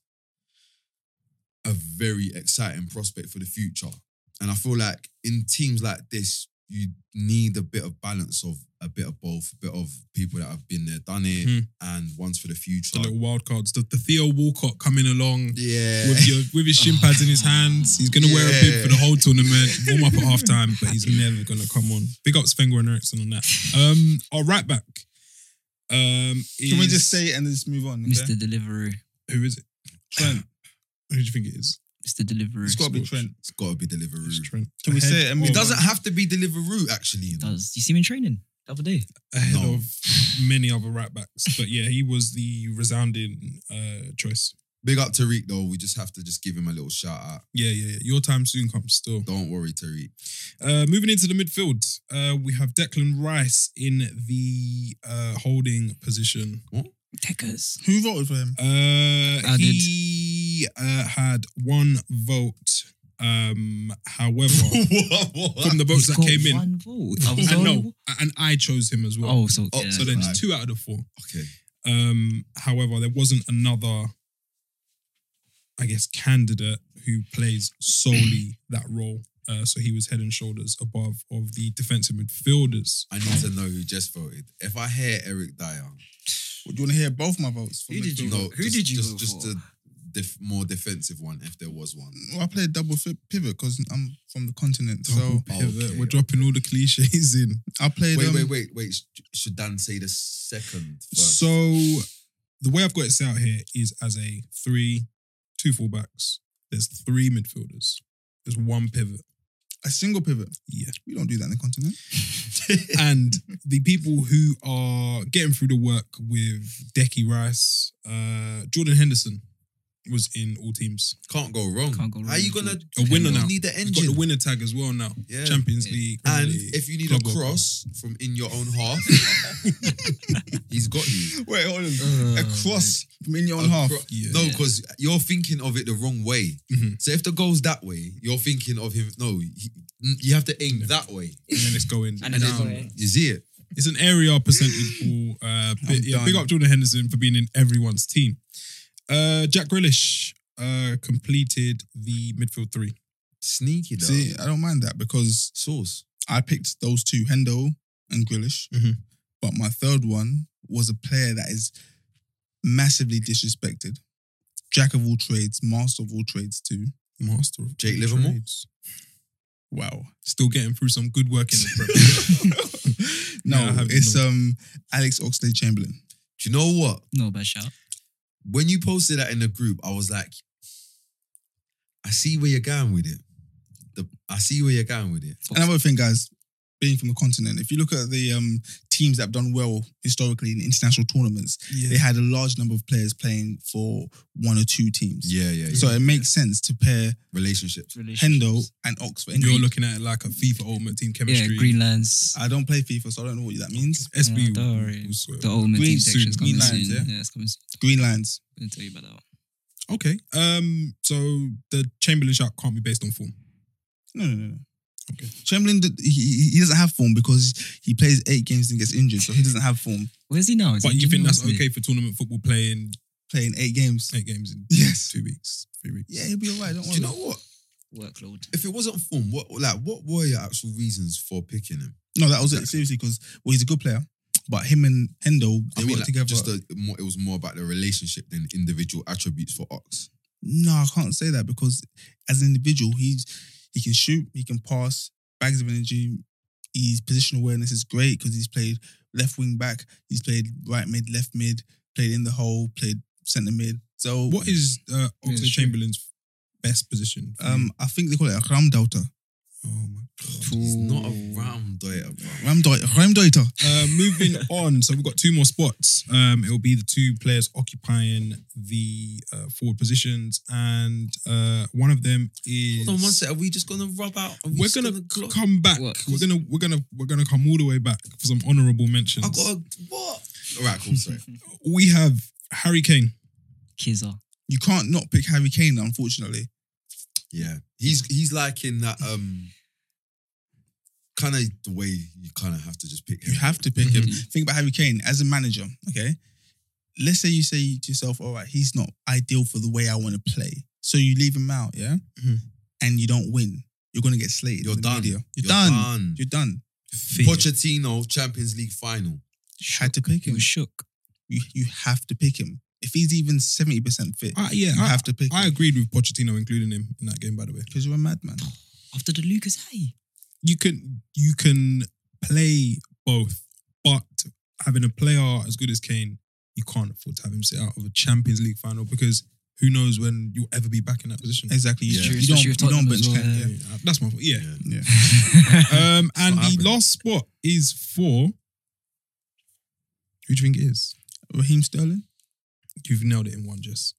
[SPEAKER 2] a very exciting prospect for the future. And I feel like in teams like this, you need a bit of balance of a bit of both, a bit of people that have been there, done it,
[SPEAKER 3] Hmm.
[SPEAKER 1] Mhm.
[SPEAKER 2] and ones for the
[SPEAKER 1] The
[SPEAKER 2] future.
[SPEAKER 1] little wild cards, the, the Theo Walcott coming along.
[SPEAKER 2] Yeah.
[SPEAKER 1] With, your, with his shin pads in his hands, he's gonna wear a bib for the whole tournament. Warm up at half time, but he's never gonna come on. Big up Svengo and Eriksson on that. Um, our right back. Um,
[SPEAKER 4] Can we
[SPEAKER 1] is-
[SPEAKER 4] just say it and just move on? Okay?
[SPEAKER 3] Mr. Delivery.
[SPEAKER 1] who is it? Trent. Who do you think it is?
[SPEAKER 3] Mr. Delivery.
[SPEAKER 4] It's got to be Trent.
[SPEAKER 2] It's got to be
[SPEAKER 1] It's
[SPEAKER 2] Deliveroo.
[SPEAKER 1] Trent.
[SPEAKER 4] Can we
[SPEAKER 1] Ahead
[SPEAKER 4] say it and
[SPEAKER 1] of-
[SPEAKER 4] move
[SPEAKER 2] It doesn't have to be Deliveroo, actually. you know.
[SPEAKER 3] Does you see him in training the other day?
[SPEAKER 1] ahead
[SPEAKER 2] No.
[SPEAKER 1] of many other right backs, but yeah, he was the resounding uh, choice.
[SPEAKER 2] Big up Tariq, though. We just have to just give him a little shout out.
[SPEAKER 1] Yeah, yeah, yeah. Your time soon comes. Still.
[SPEAKER 2] Don't worry, Tariq.
[SPEAKER 1] Uh, moving into the midfield, uh, we have Declan Rice in the uh, holding position.
[SPEAKER 3] Deckers.
[SPEAKER 4] Who voted for him?
[SPEAKER 1] Uh,
[SPEAKER 3] I did.
[SPEAKER 1] he uh, had one vote. Um, however,
[SPEAKER 2] what, what?
[SPEAKER 1] from the votes
[SPEAKER 3] He's
[SPEAKER 1] that
[SPEAKER 3] got
[SPEAKER 1] came in,
[SPEAKER 3] one vote. I was
[SPEAKER 1] and
[SPEAKER 3] only-
[SPEAKER 1] no, and I chose him as well.
[SPEAKER 3] Oh, so
[SPEAKER 2] Oh,
[SPEAKER 3] yeah.
[SPEAKER 1] so then
[SPEAKER 2] right.
[SPEAKER 1] it's two out of the four.
[SPEAKER 2] Okay.
[SPEAKER 1] Um, however, there wasn't another, I guess, candidate who plays solely that role. Uh, so he was head and shoulders above of the defensive midfielders.
[SPEAKER 2] I need to know who just voted. If I hear Eric Dyer,
[SPEAKER 4] Do you want to hear both my votes? from
[SPEAKER 3] Who did you
[SPEAKER 4] midfield?
[SPEAKER 2] no,
[SPEAKER 3] vote- who
[SPEAKER 2] just,
[SPEAKER 3] did you
[SPEAKER 2] just,
[SPEAKER 3] vote
[SPEAKER 2] just
[SPEAKER 3] for?
[SPEAKER 2] the def- more defensive one, if there was one.
[SPEAKER 4] Well, I played double fi- pivot because I'm from the continent.
[SPEAKER 1] So
[SPEAKER 4] so
[SPEAKER 2] okay.
[SPEAKER 1] we're dropping all the cliches in.
[SPEAKER 4] I played.
[SPEAKER 2] Wait,
[SPEAKER 4] um,
[SPEAKER 2] wait, wait, wait. Sh- Should Dan say the second first?
[SPEAKER 1] So the way I've got it set out here is as a three, two fullbacks. There's three midfielders. There's one pivot.
[SPEAKER 4] A single pivot.
[SPEAKER 1] Yeah.
[SPEAKER 4] We don't do that in the continent.
[SPEAKER 1] and the people who are getting through the work with Decky Rice, uh, Jordan Henderson was in all teams.
[SPEAKER 2] Can't go wrong.
[SPEAKER 3] Can't go
[SPEAKER 2] How
[SPEAKER 3] wrong,
[SPEAKER 2] you gonna
[SPEAKER 3] dude.
[SPEAKER 1] A winner
[SPEAKER 2] you
[SPEAKER 1] now.
[SPEAKER 2] need the
[SPEAKER 1] He's got
[SPEAKER 2] engine?
[SPEAKER 1] the winner tag as well now.
[SPEAKER 2] Yeah.
[SPEAKER 1] Champions
[SPEAKER 3] Yeah.
[SPEAKER 1] League. Premier
[SPEAKER 2] and
[SPEAKER 1] League,
[SPEAKER 2] if you need
[SPEAKER 1] Club
[SPEAKER 2] a
[SPEAKER 1] World Cup.
[SPEAKER 2] cross from in your own half, he's got you.
[SPEAKER 4] Wait, hold on.
[SPEAKER 3] Uh,
[SPEAKER 4] a cross from in your own
[SPEAKER 2] A
[SPEAKER 4] half.
[SPEAKER 2] cro-
[SPEAKER 1] Yeah.
[SPEAKER 2] no,
[SPEAKER 3] Yeah.
[SPEAKER 2] because you're thinking of it the wrong way.
[SPEAKER 1] Mhm.
[SPEAKER 2] So if the goal's that way, you're thinking of him. No, he, you have to aim that way.
[SPEAKER 1] and then it's going
[SPEAKER 3] And
[SPEAKER 1] and
[SPEAKER 3] then it's
[SPEAKER 1] down.
[SPEAKER 3] going-
[SPEAKER 2] You see it?
[SPEAKER 1] It's an area percentage ball. Uh, bit, yeah,
[SPEAKER 4] done.
[SPEAKER 1] big up Jordan Henderson for being in everyone's team. Uh, Jack Grealish uh, completed the midfield three.
[SPEAKER 2] Sneaky though.
[SPEAKER 4] See, I don't mind that because
[SPEAKER 2] Sauce.
[SPEAKER 4] I picked those two, Hendo and Grealish.
[SPEAKER 1] Mhm.
[SPEAKER 4] But my third one was a player that is massively disrespected. Jack of all trades, master of all trades too.
[SPEAKER 1] Master of
[SPEAKER 2] Jake
[SPEAKER 1] all
[SPEAKER 2] Livermore?
[SPEAKER 1] trades.
[SPEAKER 4] Wow.
[SPEAKER 1] Still getting through some good work in the prep.
[SPEAKER 4] no,
[SPEAKER 1] Nah, I haven't,
[SPEAKER 4] it's
[SPEAKER 1] no.
[SPEAKER 4] um Alex Oxlade Chamberlain.
[SPEAKER 2] Do you know what?
[SPEAKER 3] no bad shout.
[SPEAKER 2] When you posted that in the group, I was like, I see where you're going with it. The, I see where you're going with it.
[SPEAKER 4] Another thing, guys, being from the continent, if you look at the um teams that have done well historically in international tournaments, they
[SPEAKER 1] yeah.
[SPEAKER 4] had a large number of players playing for one or two teams.
[SPEAKER 2] Yeah, yeah, yeah.
[SPEAKER 4] So it makes sense to pair
[SPEAKER 2] Relationships.
[SPEAKER 4] Hendo and Oxford. And
[SPEAKER 1] You're
[SPEAKER 4] Green-
[SPEAKER 1] looking at it like a FIFA Ultimate Team
[SPEAKER 3] Yeah,
[SPEAKER 1] chemistry.
[SPEAKER 3] Greenlands.
[SPEAKER 4] I don't play FIFA, so I don't know what that means.
[SPEAKER 1] SB.
[SPEAKER 3] Yeah, don't
[SPEAKER 1] will-
[SPEAKER 3] worry.
[SPEAKER 1] will swear.
[SPEAKER 3] The old
[SPEAKER 4] Green
[SPEAKER 3] team
[SPEAKER 4] suit,
[SPEAKER 3] section's coming
[SPEAKER 4] green lines,
[SPEAKER 3] soon.
[SPEAKER 4] yeah?
[SPEAKER 3] Yeah? it's coming soon.
[SPEAKER 4] Green Lions.
[SPEAKER 3] I'm gonna tell you about that one.
[SPEAKER 1] Okay. Um. So the Chamberlain shout can't be based on form.
[SPEAKER 4] No, no, no, no.
[SPEAKER 1] Okay.
[SPEAKER 4] Chamberlain, did- he- he, he doesn't have form because he plays eight games and gets injured, so he doesn't have form
[SPEAKER 3] Where's he now? Is
[SPEAKER 1] But
[SPEAKER 3] he
[SPEAKER 1] you think
[SPEAKER 3] Genoa,
[SPEAKER 1] that's
[SPEAKER 3] isn't he?
[SPEAKER 1] okay for tournament football playing
[SPEAKER 4] playing eight games.
[SPEAKER 1] eight games in
[SPEAKER 4] Yes.
[SPEAKER 1] two weeks, three weeks?
[SPEAKER 4] Yeah, he'll be alright. Don't
[SPEAKER 2] Do
[SPEAKER 4] worry.
[SPEAKER 2] you know what?
[SPEAKER 3] Workload.
[SPEAKER 2] If it wasn't form, what like what were your actual reasons for picking him?
[SPEAKER 4] No, that was it. Seriously, because well, he's a good player, but him and Hendo they
[SPEAKER 2] I mean,
[SPEAKER 4] work
[SPEAKER 2] like,
[SPEAKER 4] together.
[SPEAKER 2] just the, more, it was more about the relationship than individual attributes for Ox.
[SPEAKER 4] no, I can't say that because as an individual, he's he can shoot, he can pass, bags of energy. His position awareness is great because he's played left wing back, he's played right mid, left mid, played in the hole, played centre mid. So
[SPEAKER 1] What is uh, Oxlade
[SPEAKER 3] sure.
[SPEAKER 1] Chamberlain's best position? for
[SPEAKER 4] Um, I think they call it a Ramdeuter.
[SPEAKER 1] you? oh my god.
[SPEAKER 2] He's not a ram doiter, bro.
[SPEAKER 4] Ramdeuter. Ramdeuter.
[SPEAKER 1] Uh, moving on, so we've got two more spots. Um, it'll be the two players occupying the uh, forward positions, and uh, one of them is.
[SPEAKER 2] Hold on one sec. Are we just gonna rub out? Are we
[SPEAKER 1] We're
[SPEAKER 2] just
[SPEAKER 1] gonna,
[SPEAKER 2] glock-
[SPEAKER 1] come back.
[SPEAKER 3] What?
[SPEAKER 1] We're gonna we're gonna we're gonna come all the way back for some honourable mentions.
[SPEAKER 2] I got a, what? All right, cool. Sorry.
[SPEAKER 1] we have Harry Kane.
[SPEAKER 3] Kizza.
[SPEAKER 4] You can't not pick Harry Kane, unfortunately.
[SPEAKER 2] yeah, he's he's like in that um, kind of the way you kind of have to just pick him.
[SPEAKER 4] You have to pick him.
[SPEAKER 3] Mhm.
[SPEAKER 4] Think about Harry Kane as a manager, okay? Let's say you say to yourself, all right, he's not ideal for the way I want to play. So you leave him out, yeah?
[SPEAKER 1] Mhm.
[SPEAKER 4] And you don't win. You're going to get slated.
[SPEAKER 2] You're
[SPEAKER 4] in the
[SPEAKER 2] done.
[SPEAKER 4] media. You're,
[SPEAKER 2] You're
[SPEAKER 4] done.
[SPEAKER 2] done.
[SPEAKER 4] You're done.
[SPEAKER 2] Pochettino Champions League final.
[SPEAKER 4] You had to pick
[SPEAKER 3] He
[SPEAKER 4] him.
[SPEAKER 3] was shook.
[SPEAKER 4] You, you have to pick him. If he's even 70% fit,
[SPEAKER 1] Uh, yeah,
[SPEAKER 4] you
[SPEAKER 1] I-
[SPEAKER 4] have to pick
[SPEAKER 1] I
[SPEAKER 4] him.
[SPEAKER 1] agreed with Pochettino including him in that game. By the way,
[SPEAKER 4] Because you're a madman.
[SPEAKER 3] After the Lucas Hay.
[SPEAKER 1] you can you can play both, but having a player as good as Kane, you can't afford to have him sit out of a Champions League final because who knows when you'll ever be back in that position.
[SPEAKER 4] Exactly. You,
[SPEAKER 2] Yeah.
[SPEAKER 4] you
[SPEAKER 3] Especially
[SPEAKER 4] don't, you
[SPEAKER 3] with
[SPEAKER 4] don't
[SPEAKER 3] Tottenham
[SPEAKER 4] bench
[SPEAKER 3] as well,
[SPEAKER 4] Kane.
[SPEAKER 3] yeah.
[SPEAKER 4] Yeah.
[SPEAKER 1] Uh, That's my fault. Yeah.
[SPEAKER 4] yeah.
[SPEAKER 1] Um, and
[SPEAKER 2] what
[SPEAKER 1] the
[SPEAKER 2] happened.
[SPEAKER 1] last spot is for. Who do you think it is?
[SPEAKER 4] Raheem Sterling
[SPEAKER 1] You've nailed it in one, Jess.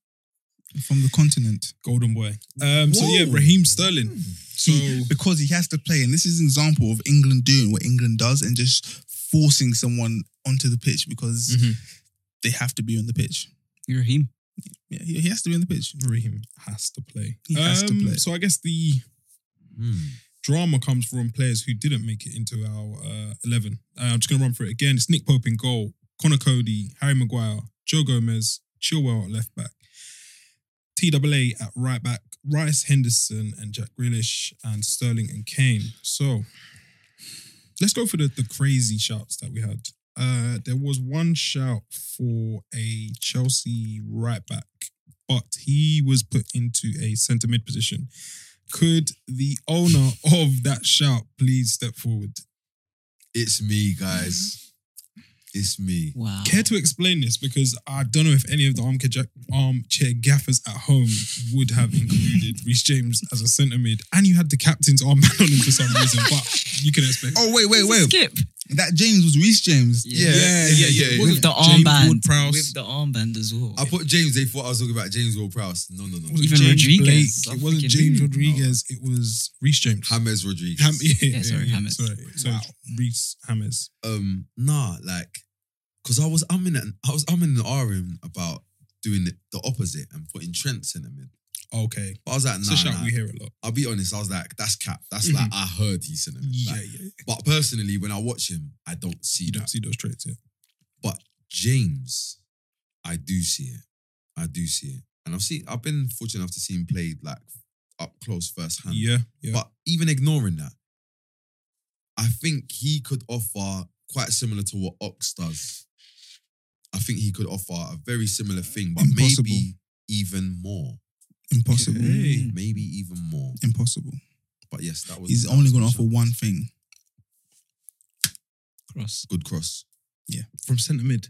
[SPEAKER 4] from the continent.
[SPEAKER 1] Golden boy. Um, so yeah,
[SPEAKER 2] Whoa.
[SPEAKER 1] Raheem Sterling. So
[SPEAKER 4] He- because he has to play, and this is an example of England doing what England does and just forcing someone onto the pitch because
[SPEAKER 1] Mhm.
[SPEAKER 4] they have to be on the pitch.
[SPEAKER 3] Raheem.
[SPEAKER 4] Yeah, he, he has to be on the pitch.
[SPEAKER 1] Raheem has to play.
[SPEAKER 4] He has to
[SPEAKER 1] Um,
[SPEAKER 4] play.
[SPEAKER 1] So I guess the
[SPEAKER 2] Hmm.
[SPEAKER 1] drama comes from players who didn't make it into our uh, 11. Uh, I'm just going to run through it again. It's Nick Pope in goal, Connor Cody, Harry Maguire, Joe Gomez, Chilwell at left back, TWA at right back, Rice Henderson and Jack Grealish, and Sterling and Kane. So let's go for the, the crazy shouts that we had. Uh, there was one shout for a Chelsea right back, but he was put into a centre mid position. Could the owner of that shout please step forward?
[SPEAKER 2] It's me, guys. It's me.
[SPEAKER 3] Wow.
[SPEAKER 1] Care to explain this? Because I don't know if any of the armchair, jack- armchair gaffers at home would have included Reece James as a centre mid, and you had the captain's armband on him for some reason, but you can explain.
[SPEAKER 4] Oh wait, wait,
[SPEAKER 3] It's a
[SPEAKER 4] wait!
[SPEAKER 3] Skip.
[SPEAKER 4] That James was Reese James.
[SPEAKER 3] Yeah.
[SPEAKER 1] Yeah, yeah, yeah.
[SPEAKER 3] With the
[SPEAKER 1] James
[SPEAKER 3] armband.
[SPEAKER 1] Ward-Prowse.
[SPEAKER 3] With the armband as well.
[SPEAKER 2] I put James. They thought I was talking about James Will Prowse. No, no, no.
[SPEAKER 1] It wasn't
[SPEAKER 3] Even Rodriguez.
[SPEAKER 1] Blake,
[SPEAKER 3] I'm
[SPEAKER 1] It wasn't
[SPEAKER 3] freaking-
[SPEAKER 1] James
[SPEAKER 3] No.
[SPEAKER 1] Rodriguez. It was Reece James.
[SPEAKER 2] James Rodriguez.
[SPEAKER 1] Ham- yeah, yeah,
[SPEAKER 3] sorry,
[SPEAKER 1] yeah,
[SPEAKER 3] Hammers.
[SPEAKER 1] Sorry. So
[SPEAKER 4] Wow.
[SPEAKER 1] Reece Hammers.
[SPEAKER 2] um nah like because I was I'm in an, I was I'm in the RM about doing the, the opposite and putting Trent centre mid.
[SPEAKER 1] Okay.
[SPEAKER 2] But I was like,
[SPEAKER 1] So
[SPEAKER 2] nah,
[SPEAKER 1] shout
[SPEAKER 2] nah.
[SPEAKER 1] we hear a lot.
[SPEAKER 2] I'll be honest. I was like, that's cap. That's like I heard he's centre mid.
[SPEAKER 1] Yeah,
[SPEAKER 2] Like,
[SPEAKER 1] yeah.
[SPEAKER 2] But personally, when I watch him, I don't see
[SPEAKER 1] You
[SPEAKER 2] that.
[SPEAKER 1] don't see those traits, yeah.
[SPEAKER 2] But James, I do see it. I do see it. And I've seen I've been fortunate enough to see him play like up close firsthand.
[SPEAKER 1] Yeah, yeah.
[SPEAKER 2] But even ignoring that, I think he could offer quite similar to what Ox does. I think he could offer a very similar thing, but
[SPEAKER 4] Impossible.
[SPEAKER 2] maybe even more.
[SPEAKER 4] Impossible.
[SPEAKER 1] Okay. Mm.
[SPEAKER 2] Maybe even more.
[SPEAKER 4] Impossible.
[SPEAKER 2] But yes, that was
[SPEAKER 4] He's
[SPEAKER 2] that
[SPEAKER 4] only
[SPEAKER 2] was
[SPEAKER 4] going to
[SPEAKER 2] my
[SPEAKER 4] offer
[SPEAKER 2] shot.
[SPEAKER 4] one thing.
[SPEAKER 3] cross.
[SPEAKER 2] good cross.
[SPEAKER 1] From centre mid.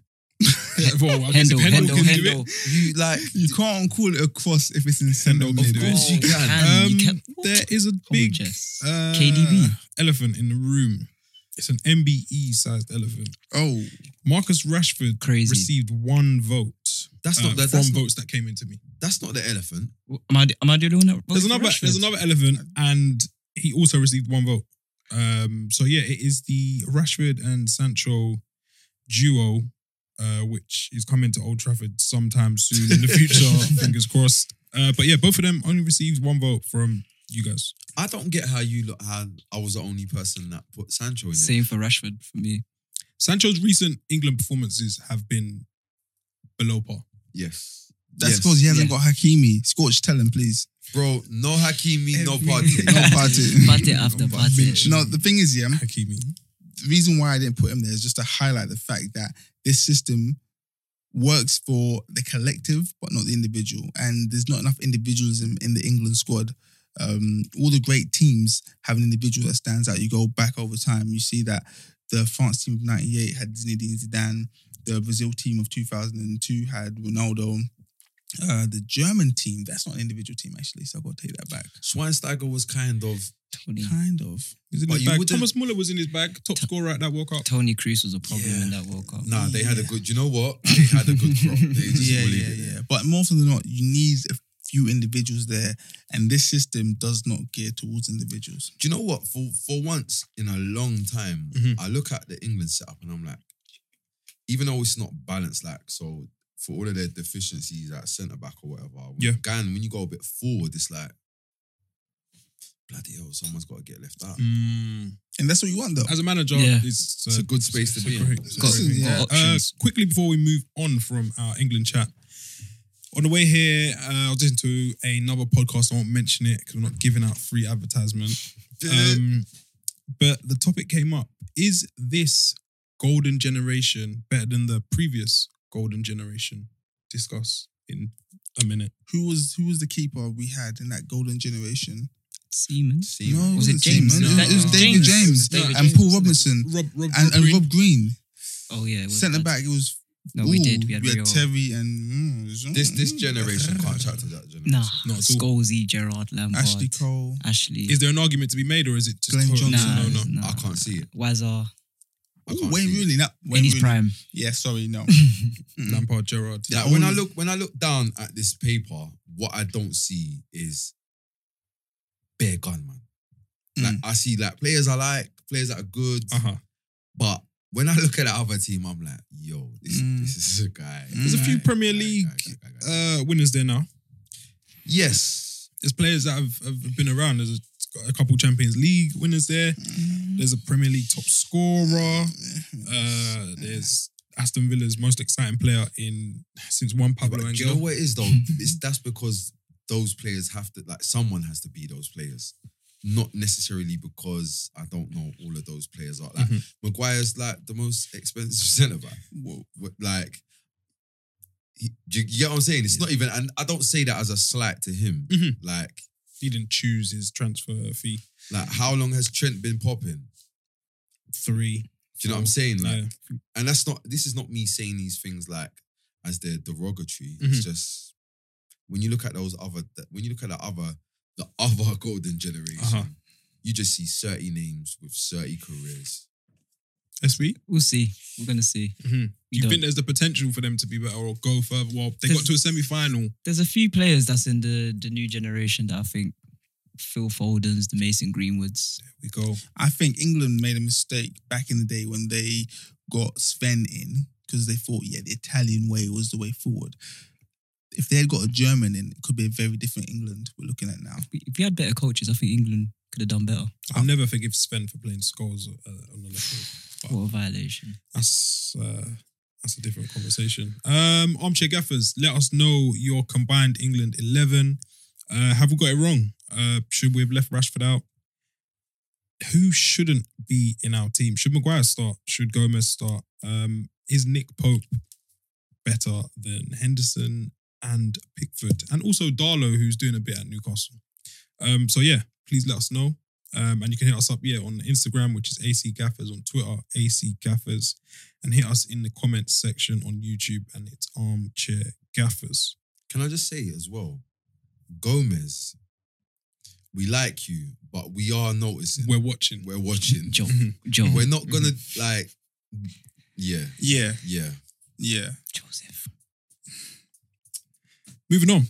[SPEAKER 1] well, I guess if
[SPEAKER 3] Handle,
[SPEAKER 1] Hendel
[SPEAKER 3] handle,
[SPEAKER 1] can do it,
[SPEAKER 3] handle.
[SPEAKER 2] You like
[SPEAKER 4] You can't call it a cross if it's in centre
[SPEAKER 1] Of
[SPEAKER 4] mid.
[SPEAKER 1] course
[SPEAKER 2] you can.
[SPEAKER 1] Um,
[SPEAKER 3] you can.
[SPEAKER 1] There
[SPEAKER 4] Oh,
[SPEAKER 1] is a
[SPEAKER 3] on,
[SPEAKER 1] big
[SPEAKER 3] Jess.
[SPEAKER 1] uh,
[SPEAKER 3] KDB.
[SPEAKER 1] elephant in the room. It's an MBE sized elephant.
[SPEAKER 4] Oh,
[SPEAKER 1] Marcus Rashford
[SPEAKER 3] Crazy.
[SPEAKER 1] received one vote
[SPEAKER 2] that's
[SPEAKER 1] uh,
[SPEAKER 2] not that,
[SPEAKER 1] from
[SPEAKER 2] that's, not,
[SPEAKER 1] votes that came into me.
[SPEAKER 2] that's not the elephant.
[SPEAKER 3] Am I, am I the only one that
[SPEAKER 1] There's
[SPEAKER 3] voted for
[SPEAKER 1] another
[SPEAKER 3] Rashford?
[SPEAKER 1] there's another elephant, and he also received one vote. Um, so yeah, it is the Rashford and Sancho duo, uh, which is coming to Old Trafford sometime soon in the future. fingers crossed. Uh, but yeah, both of them only received one vote from you guys.
[SPEAKER 2] I don't get how you look how I was the only person that put Sancho in it.
[SPEAKER 3] Same for Rashford for me.
[SPEAKER 1] Sancho's recent England performances have been below par.
[SPEAKER 2] Yes.
[SPEAKER 4] that's
[SPEAKER 2] Yes.
[SPEAKER 4] because he hasn't
[SPEAKER 3] Yeah.
[SPEAKER 4] got Hakimi. Scorch, tell him, please.
[SPEAKER 2] Bro, no Hakimi, no
[SPEAKER 1] Every-
[SPEAKER 2] party.
[SPEAKER 4] No party.
[SPEAKER 3] Party after
[SPEAKER 2] But
[SPEAKER 3] party.
[SPEAKER 4] No, the thing is, yeah,
[SPEAKER 1] Hakimi.
[SPEAKER 4] the reason why I didn't put him there is just to highlight the fact that this system works for the collective, but not the individual. And there's not enough individualism in the England squad. Um, all the great teams have an individual that stands out. You go back over time, you see that the France team of '98 had Zinedine Zidane. The Brazil team of 2002 had Ronaldo. Uh, the German team, that's not an individual team, actually, so I've got to take that back.
[SPEAKER 2] Schweinsteiger was kind of
[SPEAKER 3] Tony,
[SPEAKER 1] Hmm.
[SPEAKER 4] Kind of.
[SPEAKER 1] He's in
[SPEAKER 2] But
[SPEAKER 1] his
[SPEAKER 2] you
[SPEAKER 1] bag.
[SPEAKER 2] wouldn't-
[SPEAKER 1] Thomas Muller was in his bag, top scorer at that World Cup.
[SPEAKER 3] Tony Cruz was a problem
[SPEAKER 2] Yeah.
[SPEAKER 3] in that World Cup.
[SPEAKER 2] Nah, they had a good. You know what? They had a good crop. They just
[SPEAKER 4] yeah,
[SPEAKER 2] bullied
[SPEAKER 4] yeah,
[SPEAKER 2] it.
[SPEAKER 4] yeah. But more often than not, you need a few individuals there, and this system does not gear towards individuals.
[SPEAKER 2] Do you know what? For for once in a long time,
[SPEAKER 1] Mhm.
[SPEAKER 2] I look at the England setup and I'm like, even though it's not balanced, like so for all of their deficiencies at centre back or whatever, when
[SPEAKER 1] Yeah.
[SPEAKER 2] Gan, when you go a bit forward, it's like bloody hell, someone's got to get left
[SPEAKER 1] Mm-hmm.
[SPEAKER 2] out.
[SPEAKER 4] And that's what you want, though.
[SPEAKER 1] Mm. As a manager,
[SPEAKER 3] Yeah.
[SPEAKER 1] it's, uh,
[SPEAKER 2] It's a good space to
[SPEAKER 1] it's a
[SPEAKER 2] be in.
[SPEAKER 1] great- it's a
[SPEAKER 4] Got-
[SPEAKER 1] great thing.
[SPEAKER 4] got
[SPEAKER 1] Uh,
[SPEAKER 3] options.
[SPEAKER 1] quickly before we move on from our England chat, on the way here, uh, I was listening to another podcast. I won't mention it because we're not giving out free advertisement. Um, but the topic came up: Is this golden generation better than the previous golden generation? Discuss in a minute.
[SPEAKER 4] who was who was the keeper we had in that golden generation?
[SPEAKER 3] Seaman.
[SPEAKER 2] Seaman.
[SPEAKER 4] No, it
[SPEAKER 3] Was it
[SPEAKER 4] wasn't
[SPEAKER 3] James?
[SPEAKER 4] Seaman.
[SPEAKER 2] No.
[SPEAKER 4] It was David
[SPEAKER 3] James.
[SPEAKER 4] James,
[SPEAKER 3] David
[SPEAKER 4] and
[SPEAKER 3] James,
[SPEAKER 4] Paul
[SPEAKER 3] wasn't it?
[SPEAKER 4] Robinson
[SPEAKER 1] Rob, Rob,
[SPEAKER 4] and, and
[SPEAKER 1] Green.
[SPEAKER 4] Rob Green,
[SPEAKER 3] Oh yeah, it was
[SPEAKER 4] centre
[SPEAKER 3] bad.
[SPEAKER 4] back. It was
[SPEAKER 3] No, we
[SPEAKER 4] ooh,
[SPEAKER 3] did. We had, Rio.
[SPEAKER 4] Terry and mm,
[SPEAKER 2] This this
[SPEAKER 4] mm,
[SPEAKER 2] generation can't chat to that generation.
[SPEAKER 3] Nah,
[SPEAKER 1] Not at all.
[SPEAKER 3] Scholesy, Gerard, Lampard,
[SPEAKER 4] Ashley
[SPEAKER 3] Ashley.
[SPEAKER 4] Cole.
[SPEAKER 1] Is there an argument to be made, or is it just
[SPEAKER 4] Glenn
[SPEAKER 1] total-
[SPEAKER 4] Johnson.
[SPEAKER 1] No, no.
[SPEAKER 2] I
[SPEAKER 3] Nah,
[SPEAKER 2] can't see it.
[SPEAKER 3] Wazar
[SPEAKER 2] I can't
[SPEAKER 4] Wayne
[SPEAKER 2] see it.
[SPEAKER 4] Rooney, not Wayne
[SPEAKER 3] in his
[SPEAKER 4] Rooney.
[SPEAKER 3] prime.
[SPEAKER 4] Yeah, sorry, no. Mm.
[SPEAKER 1] Lampard, Gerrard.
[SPEAKER 2] Like,
[SPEAKER 4] The
[SPEAKER 2] when I
[SPEAKER 4] only-
[SPEAKER 2] look when I look down at this paper, what I don't see is
[SPEAKER 1] Mm.
[SPEAKER 2] bare gun, man. Like I see like players I like, players that are good,
[SPEAKER 1] Uh huh.
[SPEAKER 2] but when I look at the other team, I'm like, yo, this,
[SPEAKER 4] Mm.
[SPEAKER 2] this is a guy.
[SPEAKER 4] There's
[SPEAKER 1] a few
[SPEAKER 2] Guy,
[SPEAKER 1] Premier
[SPEAKER 2] guy,
[SPEAKER 1] League,
[SPEAKER 2] guy, guy, guy, guy.
[SPEAKER 1] Uh, winners there now.
[SPEAKER 2] yes.
[SPEAKER 1] There's players that have, have been around. There's a, a couple Champions League winners there. There's a Premier League top scorer. Uh, there's Aston Villa's most exciting player in since Juan Pablo
[SPEAKER 2] But do you know
[SPEAKER 1] Angel.
[SPEAKER 2] what it is though? it's, that's because those players have to like someone has to be those players. Not necessarily because I don't know all of those players are
[SPEAKER 1] Mm-hmm.
[SPEAKER 2] like Maguire's like the most expensive centre back.
[SPEAKER 4] Whoa.
[SPEAKER 2] What- like he, do you get what I'm saying? It's not even, and I don't say that as a slight to him.
[SPEAKER 1] Mhm.
[SPEAKER 2] Like,
[SPEAKER 1] He didn't choose his transfer fee.
[SPEAKER 2] like how long has Trent been popping?
[SPEAKER 1] Three.
[SPEAKER 2] Do you know what I'm saying? Like,
[SPEAKER 1] Yeah.
[SPEAKER 2] and that's not. This is not me saying these things like as they're derogatory.
[SPEAKER 1] Mhm.
[SPEAKER 2] It's just when you look at those other, when you look at the other, the other golden generation,
[SPEAKER 1] Uh-huh.
[SPEAKER 2] you just see certain names with certain careers.
[SPEAKER 1] SB?
[SPEAKER 3] We'll see. We're gonna see.
[SPEAKER 1] Mhm.
[SPEAKER 3] We
[SPEAKER 1] Do you
[SPEAKER 3] don't-
[SPEAKER 1] think there's the potential for them to be better or go further? Well, they got to a semi final.
[SPEAKER 3] there's a few players that's in the the new generation that I think Phil Foden's, the Mason Greenwoods.
[SPEAKER 1] We go.
[SPEAKER 4] I think England made a mistake back in the day when they got Sven in because they thought, yeah, the Italian way was the way forward. If they had got a German in, it could be a very different England we're looking at now.
[SPEAKER 3] We- If we had better coaches, I think England could have done better.
[SPEAKER 1] I'll never forgive Sven for playing scores uh, on the left. wing.
[SPEAKER 3] What a violation!
[SPEAKER 1] That's uh, that's a different conversation. Um, armchair gaffers, let us know your combined England eleven. Uh, have we got it wrong? Uh, should we have left Rashford out? Who shouldn't be in our team? Should Maguire start? Should Gomez start? Um, is Nick Pope better than Henderson and Pickford, and also Darlow, who's doing a bit at Newcastle? Um, so yeah, please let us know. Um, and you can hit us up, yeah, on Instagram, which is AC Gaffers, on Twitter, AC Gaffers, and hit us in the comments section on YouTube, and it's Armchair Gaffers.
[SPEAKER 2] Can I just say as well, Gomez, we like you, but we are noticing.
[SPEAKER 1] We're watching.
[SPEAKER 2] We're watching.
[SPEAKER 3] Joe,
[SPEAKER 1] Mhm.
[SPEAKER 3] Joe,
[SPEAKER 2] We're not gonna
[SPEAKER 1] mm-hmm.
[SPEAKER 2] like, yeah,
[SPEAKER 4] Yeah,
[SPEAKER 2] yeah.
[SPEAKER 4] yeah.
[SPEAKER 3] Joseph.
[SPEAKER 1] Moving on.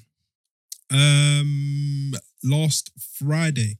[SPEAKER 1] Um, last Friday,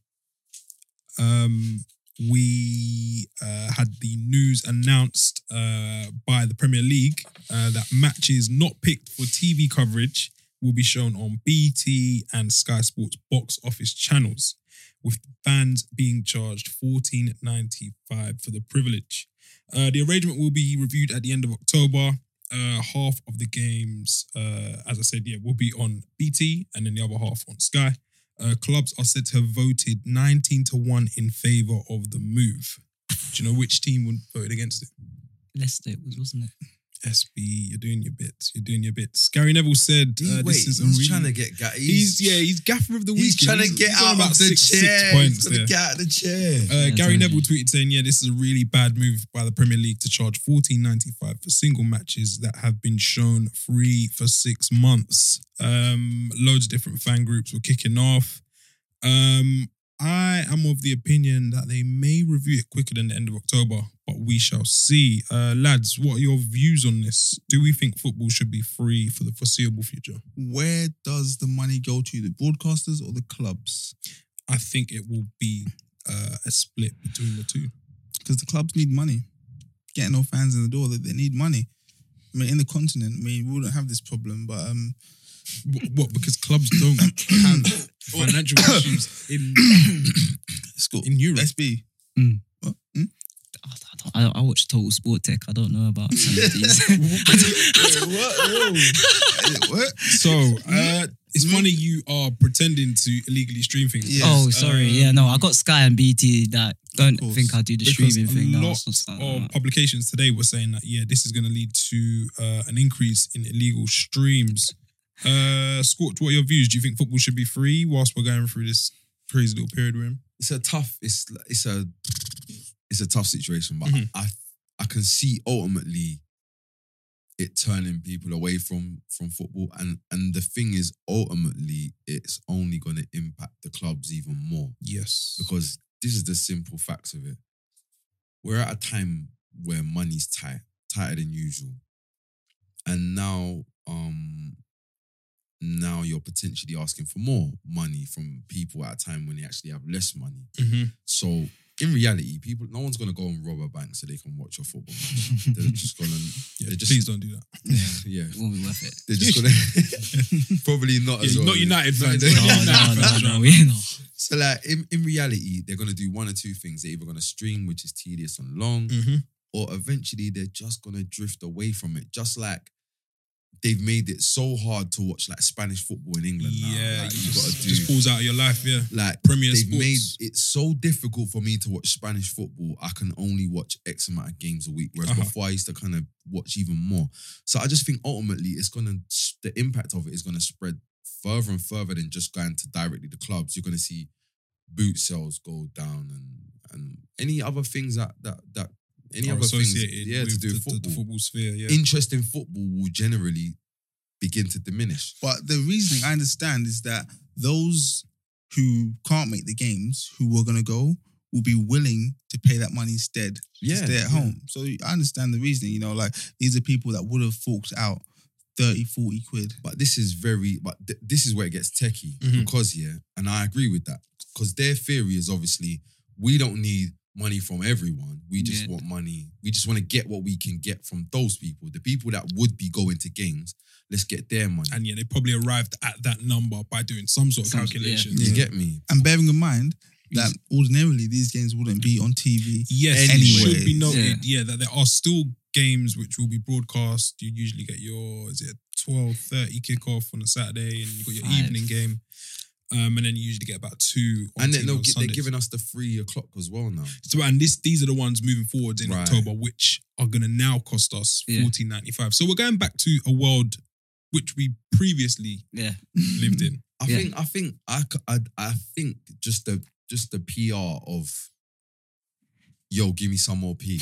[SPEAKER 1] um, we uh, had the news announced uh, by the Premier League uh, that matches not picked for TV coverage will be shown on BT and Sky Sports box office channels, with fans being charged fourteen ninety five for the privilege. Uh, the arrangement will be reviewed at the end of October uh, half of the games, uh, as I said, yeah, will be on BT and then the other half on Sky. Uh, clubs are said to have voted 19 to 1 in favor of the move. Do you know which team would voted against it?
[SPEAKER 3] Leicester it was, wasn't it?
[SPEAKER 1] SB, you're doing your bits. You're doing your bits. Gary Neville said
[SPEAKER 2] He-
[SPEAKER 1] uh,
[SPEAKER 2] wait,
[SPEAKER 1] this is
[SPEAKER 2] he's
[SPEAKER 1] a really-
[SPEAKER 2] trying to get. ga-
[SPEAKER 1] He's, yeah, he's gaffer of the week.
[SPEAKER 2] He's trying to
[SPEAKER 1] He's-
[SPEAKER 2] get
[SPEAKER 1] he's on
[SPEAKER 2] out
[SPEAKER 1] about
[SPEAKER 2] of the
[SPEAKER 1] six,
[SPEAKER 2] chair.
[SPEAKER 1] Six points
[SPEAKER 2] He's gonna
[SPEAKER 1] there.
[SPEAKER 2] get out of the
[SPEAKER 1] Uh,
[SPEAKER 2] chair.
[SPEAKER 3] Yeah,
[SPEAKER 1] Gary
[SPEAKER 3] totally.
[SPEAKER 1] Neville tweeted saying, "Yeah, this is a really bad move by the Premier League to charge fourteen ninety five for single matches that have been shown free for six months." Um, loads of different fan groups were kicking off. Um, I am of the opinion that they may review it quicker than the end of October, but we shall see. Uh, lads, what are your views on this? Do we think football should be free for the foreseeable future?
[SPEAKER 4] Where does the money go to? The broadcasters or the clubs?
[SPEAKER 1] I think it will be uh, a split between the two.
[SPEAKER 4] Because the clubs need money. Getting no fans in the door, they, they need money. I mean, in the continent, I mean, we wouldn't have this problem, but um,
[SPEAKER 1] Wh- What? Because clubs don't have financial issues in
[SPEAKER 4] it's cool.
[SPEAKER 1] in Europe.
[SPEAKER 4] SB.
[SPEAKER 3] Mm.
[SPEAKER 4] What? Hmm?
[SPEAKER 3] I, don't- I, don't, I, I watch Total Sport Tech. I don't know about some of these.
[SPEAKER 4] Eh, what?
[SPEAKER 1] So uh, it's funny you are pretending to illegally stream things. Uh,
[SPEAKER 4] Yeah.
[SPEAKER 3] oh, sorry. yeah, no, I got Sky and BT that don't
[SPEAKER 4] course.
[SPEAKER 3] think I do the
[SPEAKER 1] Because
[SPEAKER 3] streaming thing.
[SPEAKER 1] a
[SPEAKER 3] now.
[SPEAKER 1] lot
[SPEAKER 3] so it's like,
[SPEAKER 1] of
[SPEAKER 3] uh,
[SPEAKER 1] Um, publications today were saying that yeah, this is going to lead to uh, an increase in illegal streams. Uh, Scorch, what are your views? Do you think football should be free whilst we're going through this crazy little period we're in?
[SPEAKER 2] it's a tough it's it's a it's a tough situation but
[SPEAKER 1] Mhm.
[SPEAKER 2] I, I can see ultimately it turning people away from from football and and the thing is ultimately it's only going to impact the clubs even more
[SPEAKER 1] Yes.
[SPEAKER 2] because this is the simple facts of it we're at a time where money's tight tighter than usual and now um now you're Mm-hmm. potentially asking for more money from people at a time when they actually have less money
[SPEAKER 1] Mhm.
[SPEAKER 2] so in reality, people, no one's gonna go and rob a bank so they can watch a football. match. they're just gonna,
[SPEAKER 1] Yeah,
[SPEAKER 2] they're just,
[SPEAKER 1] please don't do that.
[SPEAKER 2] yeah,
[SPEAKER 3] It won't be worth it.
[SPEAKER 2] they're just gonna, probably not as
[SPEAKER 1] Yeah,
[SPEAKER 2] well.
[SPEAKER 1] not United fans.
[SPEAKER 2] No,
[SPEAKER 1] Not
[SPEAKER 2] no,
[SPEAKER 1] United fans,
[SPEAKER 3] no, no,
[SPEAKER 1] right?
[SPEAKER 3] yeah, no.
[SPEAKER 2] So like in, in reality, they're gonna do one or two things. They're either gonna stream, which is tedious and long,
[SPEAKER 1] Mhm.
[SPEAKER 2] or eventually they're just gonna drift away from it. Just like they've made it so hard to watch like Spanish football in England now.
[SPEAKER 1] Yeah,
[SPEAKER 2] Like,
[SPEAKER 1] it
[SPEAKER 2] you gotta
[SPEAKER 1] just,
[SPEAKER 2] do
[SPEAKER 1] just falls out of your life. Yeah,
[SPEAKER 2] like
[SPEAKER 1] Premier
[SPEAKER 2] they've
[SPEAKER 1] Sports.
[SPEAKER 2] made it so difficult for me to watch Spanish football. I can only watch X amount of games a week, whereas
[SPEAKER 1] Uh-huh.
[SPEAKER 2] before I used to kind of watch even more. So I just think ultimately it's gonna the impact of it is gonna spread further and further than just going to directly the clubs. You're gonna see boot sales go down and and any other things that that that any
[SPEAKER 1] Are
[SPEAKER 2] other things
[SPEAKER 1] associated
[SPEAKER 2] yeah to
[SPEAKER 1] with
[SPEAKER 2] do with
[SPEAKER 1] the, the- the
[SPEAKER 2] football.
[SPEAKER 1] football sphere. Yeah,
[SPEAKER 2] Interest in football will generally begin to diminish.
[SPEAKER 4] But the reasoning I understand is that those who can't make the games, who were going to go, will be willing to pay that money instead
[SPEAKER 2] Yeah,
[SPEAKER 4] to stay at
[SPEAKER 2] yeah.
[SPEAKER 4] home. So I understand the reasoning. You know, like these are people that would have forked out 30, 40 quid.
[SPEAKER 2] But this is very, but th- this is where it gets techie
[SPEAKER 1] Mhm.
[SPEAKER 2] because yeah, and I agree with that because their theory is obviously we don't need money from everyone. We just
[SPEAKER 3] Yeah.
[SPEAKER 2] want money. We just want to get what we can get from those people, the people that would be going to games. Let's get their money.
[SPEAKER 1] and yeah, they probably arrived at that number by doing some sort of
[SPEAKER 3] Some- yeah.
[SPEAKER 1] calculation.
[SPEAKER 2] you
[SPEAKER 4] Yeah.
[SPEAKER 2] get me?
[SPEAKER 4] And bearing in mind that ordinarily these games wouldn't be on TV.
[SPEAKER 1] Yes, it
[SPEAKER 4] Anyways.
[SPEAKER 1] should be noted. Yeah. that there are still games which will be broadcast. You usually get your is it twelve thirty kickoff on a Saturday, and you got your
[SPEAKER 3] Five.
[SPEAKER 1] evening game, um, and then you usually get about two. On
[SPEAKER 2] And
[SPEAKER 1] TV
[SPEAKER 2] then they'll
[SPEAKER 1] on
[SPEAKER 2] gi- they're
[SPEAKER 1] Sundays.
[SPEAKER 2] giving us the three o'clock as well now.
[SPEAKER 1] So, and this these are the ones moving forwards in
[SPEAKER 2] Right.
[SPEAKER 1] October, which are going to now cost us
[SPEAKER 3] Yeah.
[SPEAKER 1] fourteen ninety five. So we're going back to a world which we previously
[SPEAKER 3] Yeah,
[SPEAKER 1] lived in.
[SPEAKER 2] I
[SPEAKER 3] Yeah.
[SPEAKER 2] think I think I, c- I I think just the just the PR of yo give me some more p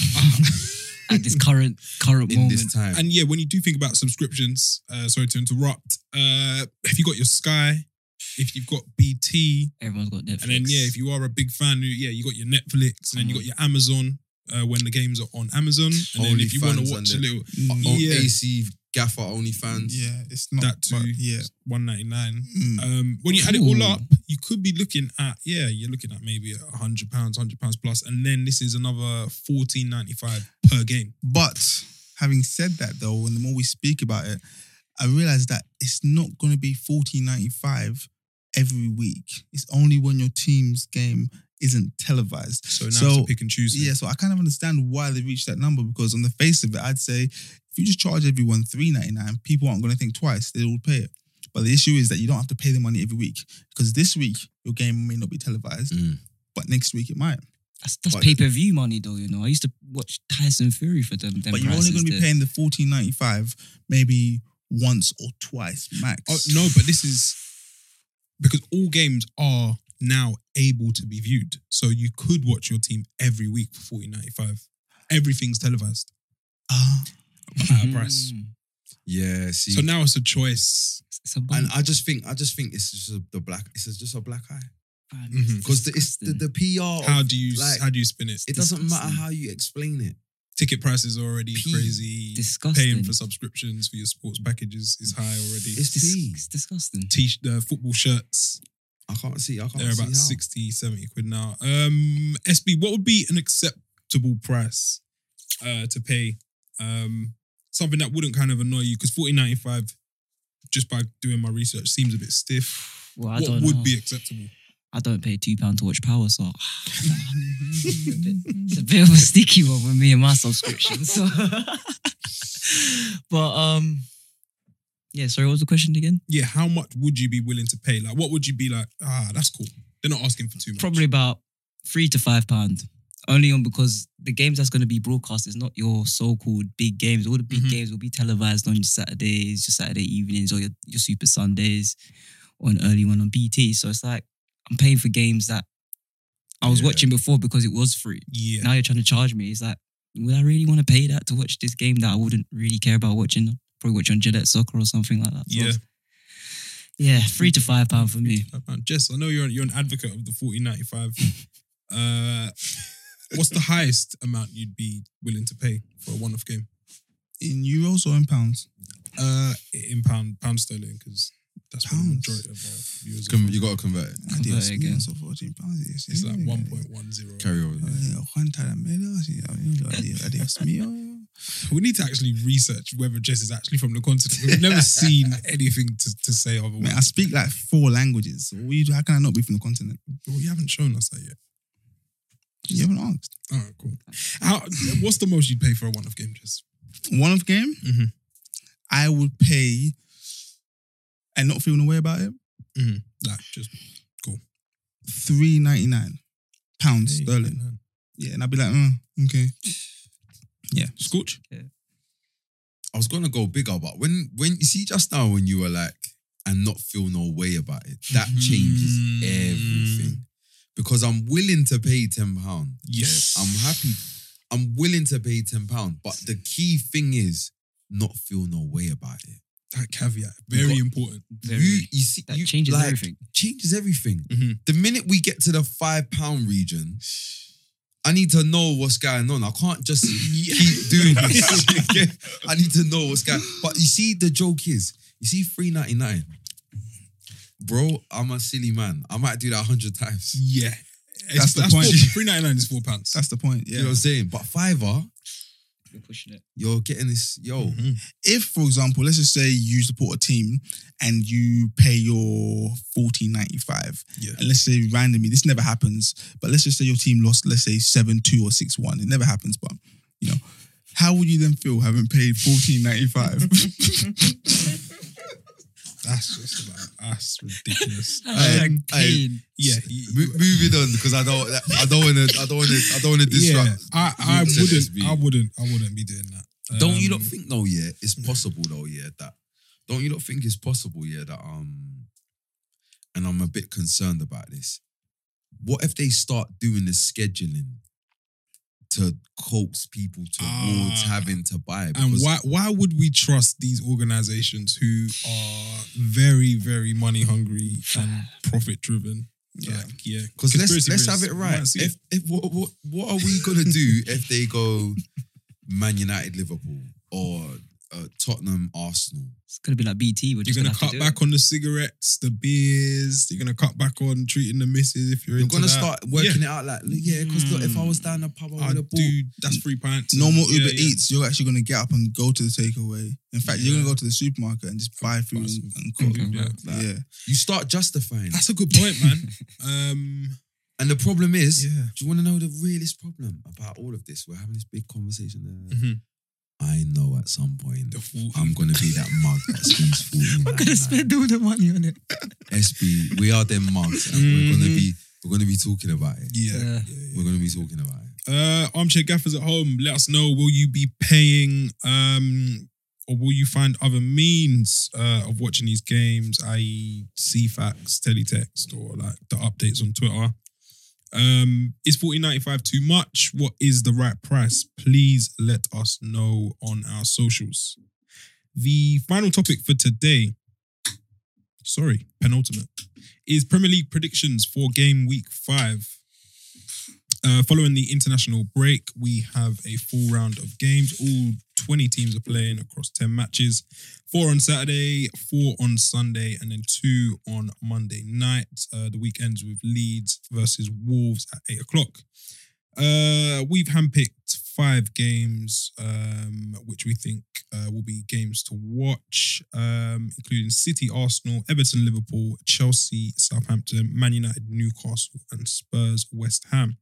[SPEAKER 3] at this current current
[SPEAKER 2] in
[SPEAKER 3] moment,
[SPEAKER 2] this time.
[SPEAKER 1] And yeah, when you do think about subscriptions, uh, sorry to interrupt. Uh, if you got your Sky, if you've got BT,
[SPEAKER 3] everyone's got Netflix.
[SPEAKER 1] and then yeah, if you are a big fan, you- yeah, you got your Netflix, and then you
[SPEAKER 4] Mm.
[SPEAKER 1] got your Amazon. Uh, when the games are on Amazon, and then if you want
[SPEAKER 2] OnlyFans
[SPEAKER 1] to watch a
[SPEAKER 2] and
[SPEAKER 1] little
[SPEAKER 4] Mm,
[SPEAKER 2] on
[SPEAKER 1] yeah.
[SPEAKER 2] AC Gaffer OnlyFans.
[SPEAKER 4] Yeah, it's not
[SPEAKER 1] oh, That too.
[SPEAKER 4] but yeah.
[SPEAKER 1] one ninety nine,
[SPEAKER 4] Mm.
[SPEAKER 1] um, when you add it all
[SPEAKER 3] Ooh.
[SPEAKER 1] up, you could be looking at yeah, you're looking at maybe a hundred pounds, hundred pounds plus, and then this is another fourteen ninety five per game.
[SPEAKER 4] But having said that, though, and the more we speak about it, I realize that it's not going to be fourteen ninety five every week. It's only when your team's game isn't televised.
[SPEAKER 1] So now
[SPEAKER 4] So,
[SPEAKER 1] it's a pick and choose. thing.
[SPEAKER 4] Yeah, so I kind of understand why they reached that number because on the face of it, I'd say if you just charge everyone three ninety nine, people aren't going to think twice; they will pay it. But the issue is that you don't have to pay the money every week because this week your game may not be televised,
[SPEAKER 2] Mm.
[SPEAKER 4] but next week it might.
[SPEAKER 3] that's, that's
[SPEAKER 2] But-
[SPEAKER 3] pay per view money though. You know, I used to watch Tyson Fury for them. them
[SPEAKER 4] but you're only
[SPEAKER 3] going to
[SPEAKER 4] be paying the fourteen ninety five maybe once or twice max.
[SPEAKER 1] Oh, no, but this is because all games are now able to be viewed. So you could watch your team every week for fourteen ninety five. Everything's televised
[SPEAKER 4] Ah,
[SPEAKER 1] at a
[SPEAKER 3] Mm-hmm.
[SPEAKER 1] price.
[SPEAKER 2] Yeah, see.
[SPEAKER 1] So now it's a choice.
[SPEAKER 3] It's a
[SPEAKER 2] and
[SPEAKER 3] bump.
[SPEAKER 2] I just think I just think it's just a, the black. It's just a black eye
[SPEAKER 3] man.
[SPEAKER 1] Mhm.
[SPEAKER 2] because the, it's the, the PR.
[SPEAKER 1] How
[SPEAKER 2] of-
[SPEAKER 1] do you
[SPEAKER 2] like,
[SPEAKER 1] how do you spin it?
[SPEAKER 2] it doesn't matter
[SPEAKER 3] disgusting.
[SPEAKER 2] how you explain it.
[SPEAKER 1] Ticket prices are already
[SPEAKER 2] P-
[SPEAKER 1] crazy.
[SPEAKER 3] disgusting.
[SPEAKER 1] Paying for subscriptions for your sports packages is high already.
[SPEAKER 2] It's
[SPEAKER 3] Dis-
[SPEAKER 2] tea.
[SPEAKER 3] it's disgusting.
[SPEAKER 1] T uh, football shirts
[SPEAKER 2] I can't see. I can't
[SPEAKER 1] They're
[SPEAKER 2] see
[SPEAKER 1] about
[SPEAKER 2] how.
[SPEAKER 1] 60, 70 quid now. Um, SB, what would be an acceptable price uh, to pay? Um, something that wouldn't kind of annoy you because fourteen ninety five, just by doing my research, seems a bit stiff.
[SPEAKER 3] Well, I
[SPEAKER 1] what
[SPEAKER 3] don't
[SPEAKER 1] would
[SPEAKER 3] know.
[SPEAKER 1] be acceptable?
[SPEAKER 3] I don't pay two pound to watch Power, so it's, a bit, it's a bit of a sticky one with me and my subscription. So, but um, yeah. Sorry, what was the question again?
[SPEAKER 1] Yeah, how much would you be willing to pay? Like, what would you be like? Ah, that's cool. They're not asking for too much.
[SPEAKER 3] Probably about three to five pound. Only on because the games that's going to be broadcast is not your so-called big games. All the big
[SPEAKER 2] Mm-hmm.
[SPEAKER 1] Mhm.
[SPEAKER 3] games will be televised on your Saturdays, your Saturday evenings, or your, your Super Sundays, or an early one on BT. So it's like I'm paying for games that I was
[SPEAKER 2] Yeah.
[SPEAKER 3] watching before because it was free.
[SPEAKER 1] Yeah,
[SPEAKER 3] now you're trying to charge me. It's like, would I really want to pay that to watch this game that I wouldn't really care about watching? I'd Probably watch on Gillette Soccer or something like that. So,
[SPEAKER 1] yeah.
[SPEAKER 3] yeah, three to five pound for me.
[SPEAKER 2] Uh,
[SPEAKER 1] Five pound. Jess, I know you're you're an advocate of the fourteen ninety five. uh, what's the highest amount you'd be willing to pay for a one off game?
[SPEAKER 4] in euros or in pounds?
[SPEAKER 1] Uh, in pound pound sterling because That's what the
[SPEAKER 4] Pounds.
[SPEAKER 1] majority of our viewers.
[SPEAKER 2] Con- you got to convert it.
[SPEAKER 4] I did
[SPEAKER 3] Convert it again.
[SPEAKER 4] experience of 14 pounds. yes,
[SPEAKER 1] It's like
[SPEAKER 4] yeah.
[SPEAKER 1] 1.10.
[SPEAKER 2] Carry over.
[SPEAKER 4] Oye, aguanta la mela, así, ay, Dios- Dios mío.
[SPEAKER 1] We need to actually research whether Jess is actually from the continent. We've never seen anything to, to say
[SPEAKER 4] Mate,
[SPEAKER 1] otherwise.
[SPEAKER 4] I speak like four languages. So what you do- how can I not be from the continent?
[SPEAKER 1] Well, you haven't shown us that yet.
[SPEAKER 4] You haven't asked.
[SPEAKER 1] All right, cool. How, what's the most you'd pay for a one-off game, Jess?
[SPEAKER 4] One off game,
[SPEAKER 1] Mhm.
[SPEAKER 4] I would pay and not feeling away about it.
[SPEAKER 1] Mm-hmm. Like, just
[SPEAKER 4] Three ninety nine pounds sterling.
[SPEAKER 1] Sterling.
[SPEAKER 4] Yeah, and I'd be like, uh, okay.
[SPEAKER 1] Scorch?
[SPEAKER 2] I was gonna go bigger, but when when you see just now when you were like and not feel no way about it, that
[SPEAKER 1] Mhm.
[SPEAKER 2] changes everything. Because I'm willing to pay ten pound.
[SPEAKER 1] Yes.
[SPEAKER 2] I'm happy. I'm willing to pay ten pound, but the key thing is not feel no way about it.
[SPEAKER 1] That caveat, very
[SPEAKER 2] Got-
[SPEAKER 1] important.
[SPEAKER 2] you,
[SPEAKER 3] Very,
[SPEAKER 2] you see,
[SPEAKER 3] that
[SPEAKER 2] you,
[SPEAKER 3] changes
[SPEAKER 2] like,
[SPEAKER 3] everything. Mm-hmm.
[SPEAKER 2] Changes everything.
[SPEAKER 1] Mhm.
[SPEAKER 2] The minute we get to the five pound region, I need to know what's going on. I can't just keep doing this. Okay? I need to know what's going. But you see, the joke is, you see, three ninety nine. Bro, I'm a silly man. I might do that hundred times.
[SPEAKER 1] Yeah.
[SPEAKER 4] That's the point.
[SPEAKER 1] Three ninety nine is four pounds.
[SPEAKER 4] That's the point.
[SPEAKER 2] You know what
[SPEAKER 4] Yeah.
[SPEAKER 2] I'm saying? But fiver,
[SPEAKER 3] You're pushing it.
[SPEAKER 2] you're getting this. Yo,
[SPEAKER 3] Mm-hmm.
[SPEAKER 1] Mhm.
[SPEAKER 4] If, for example, let's just say you support a team and you pay your fourteen ninety five,
[SPEAKER 1] Yeah.
[SPEAKER 4] and let's say randomly, this never happens, but let's just say your team lost, let's say seven two or six one. It never happens, but you know, how would you then feel having paid fourteen ninety five?
[SPEAKER 1] That's just like that's ridiculous.
[SPEAKER 2] Um,
[SPEAKER 3] Like, clean.
[SPEAKER 1] yeah, y-
[SPEAKER 2] Mo- moving on because I don't, I don't want to, I don't want to, I don't want to disrupt.
[SPEAKER 1] yeah. I, I
[SPEAKER 2] Luke said it's
[SPEAKER 1] wouldn't.
[SPEAKER 2] me.
[SPEAKER 1] I wouldn't. I wouldn't be doing that.
[SPEAKER 2] Don't you
[SPEAKER 1] Um,
[SPEAKER 2] not think though? Yeah, it's possible though. Yeah, that. Don't you not think it's possible? Yeah, that. Um, and I'm a bit concerned about this. What if they start doing the scheduling to coax people towards
[SPEAKER 1] Ah.
[SPEAKER 2] having to buy?
[SPEAKER 1] And
[SPEAKER 2] Because
[SPEAKER 1] why why would we trust these organizations who are very very money hungry
[SPEAKER 3] Uh,
[SPEAKER 1] and profit driven?
[SPEAKER 4] Yeah.
[SPEAKER 1] Like, yeah.
[SPEAKER 2] Because let's
[SPEAKER 1] Conspiracy
[SPEAKER 2] let's have
[SPEAKER 1] theories.
[SPEAKER 2] it right.
[SPEAKER 1] Might see
[SPEAKER 2] If, if what, what what are we gonna do if they go Man United, Liverpool, or uh, Tottenham, Arsenal?
[SPEAKER 3] It's gonna be like BT. We're just
[SPEAKER 1] you're
[SPEAKER 3] gonna,
[SPEAKER 1] gonna
[SPEAKER 3] have
[SPEAKER 1] cut
[SPEAKER 3] to do
[SPEAKER 1] back on the cigarettes, the beers. You're gonna cut back on treating the misses if you're,
[SPEAKER 2] You're
[SPEAKER 1] into
[SPEAKER 2] gonna
[SPEAKER 1] that.
[SPEAKER 2] start working it out like yeah. Because look, if I was down the pub, I
[SPEAKER 1] I
[SPEAKER 2] would have bought.
[SPEAKER 1] do. That's three pints.
[SPEAKER 4] normal
[SPEAKER 1] Yeah,
[SPEAKER 4] Uber
[SPEAKER 1] yeah.
[SPEAKER 4] Eats, you're actually going to get up and go to the takeaway. In fact, you're
[SPEAKER 1] Yeah.
[SPEAKER 4] going to go to the supermarket and just buy food and, and cook.
[SPEAKER 1] Mhm, yeah.
[SPEAKER 4] Like, yeah.
[SPEAKER 2] You start justifying.
[SPEAKER 1] That's a good point, man. um,
[SPEAKER 2] And the problem is,
[SPEAKER 1] yeah.
[SPEAKER 2] do you want to know the realest problem about all of this? We're having this big conversation. uh,
[SPEAKER 3] Mm-hmm.
[SPEAKER 1] Mhm.
[SPEAKER 2] I know at some point
[SPEAKER 1] The full-
[SPEAKER 2] I'm gonna be that mug that spends forty.
[SPEAKER 3] I'm gonna spend all the money on it.
[SPEAKER 2] SB, we are them mugs, and we're gonna be we're gonna be talking about it.
[SPEAKER 1] Yeah.
[SPEAKER 3] Mm-hmm. Yeah.
[SPEAKER 2] We're gonna be talking about it.
[SPEAKER 1] Uh, armchair gaffers at home, let us know. Will you be paying, um, or will you find other means uh, of watching these games, i.e., CFAX, teletext, or like the updates on Twitter? Um, is fourteen ninety five too much? What is the right price? Please let us know on our socials. The final topic for today, sorry, penultimate, is Premier League predictions for game week five. Uh, following the international break, we have a full round of games. All 20 teams are playing across 10 matches four on Saturday, four on Sunday, and then two on Monday night. Uh, the week ends with Leeds versus Wolves at eight o'clock. Uh, we've handpicked five games, um, which we think uh, will be games to watch, um, including City, Arsenal, Everton, Liverpool, Chelsea, Southampton, Man United, Newcastle, and Spurs, West Ham.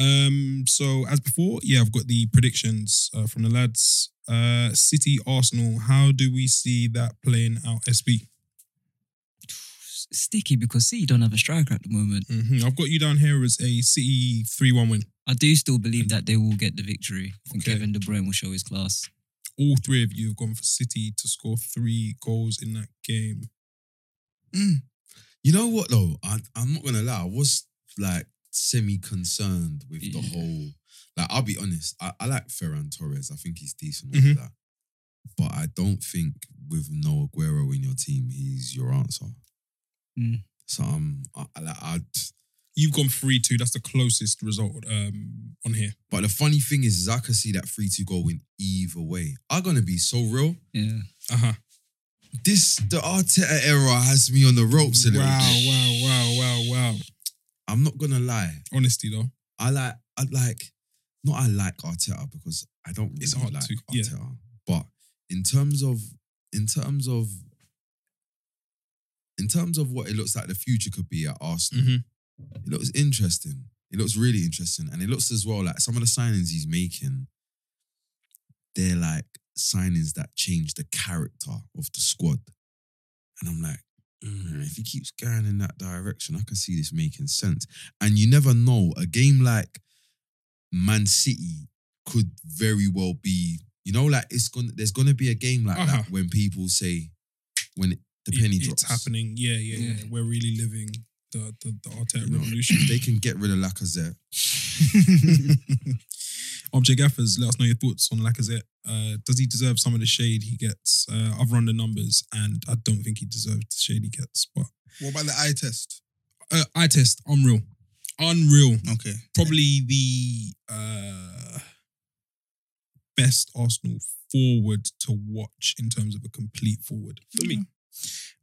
[SPEAKER 1] Um, so as before, yeah, I've got the predictions uh, from the lads. Uh, City, Arsenal. How do we see that playing out? SB.
[SPEAKER 3] It's Sticky because City don't have a striker at the moment.
[SPEAKER 1] Mhm. I've got you down here as a City three-one win.
[SPEAKER 3] I do still believe that they will get the victory. I think
[SPEAKER 1] Okay.
[SPEAKER 3] Kevin De Bruyne will show his class.
[SPEAKER 1] All three of you have gone for City to score three goals in that game.
[SPEAKER 2] You know what though? I, I'm not gonna lie. I was like semi concerned with the
[SPEAKER 3] Yeah.
[SPEAKER 2] whole. Like I'll be honest. I, I like Ferran Torres. I think he's decent
[SPEAKER 1] Mhm.
[SPEAKER 2] with
[SPEAKER 3] Mm-hmm.
[SPEAKER 2] that. But I don't think with no Aguero in your team, he's your answer.
[SPEAKER 3] Mm.
[SPEAKER 2] So I'm. I, I, like, I,
[SPEAKER 1] You've gone three-two. That's the closest result um, on here.
[SPEAKER 2] but the funny thing is, is I can see that three two go in either way. I'm gonna be so real.
[SPEAKER 3] Yeah.
[SPEAKER 1] Uh huh.
[SPEAKER 2] This the Arteta era has me on the ropes a little
[SPEAKER 1] Wow,
[SPEAKER 2] bit.
[SPEAKER 1] wow, wow, wow, wow.
[SPEAKER 2] I'm not gonna lie.
[SPEAKER 1] Honesty though.
[SPEAKER 2] I like I like not I like Arteta because I don't really
[SPEAKER 1] It's hard
[SPEAKER 2] like
[SPEAKER 1] to- yeah.
[SPEAKER 2] Arteta. But in terms of in terms of in terms of what it looks like the future could be at Arsenal,
[SPEAKER 1] Mhm.
[SPEAKER 2] it looks interesting. It looks really interesting. And it looks as well like some of the signings he's making, they're like signings that change the character of the squad. And I'm like, "Mm, if he keeps going in that direction, I can see this making sense. And you never know. A game like Man City could very well be, you know, like it's gonna there's gonna be a game like
[SPEAKER 1] Uh-huh.
[SPEAKER 2] that when people say when it, the
[SPEAKER 1] It-
[SPEAKER 2] penny drops.
[SPEAKER 1] It's happening. Yeah, yeah, yeah,
[SPEAKER 3] Yeah.
[SPEAKER 1] We're really living the the, the Arteta
[SPEAKER 2] You know,
[SPEAKER 1] revolution.
[SPEAKER 2] They can get rid of Lacazette.
[SPEAKER 1] Object Gaffers, let us know your thoughts on Lacazette. Uh, does he deserve some of the shade he gets? Uh, I've run the numbers, and I don't think he deserves the shade he gets. But
[SPEAKER 4] What about the eye test?
[SPEAKER 1] uh, I test unreal, unreal.
[SPEAKER 4] Okay.
[SPEAKER 1] Probably the uh, best Arsenal forward to watch in terms of a complete forward for me.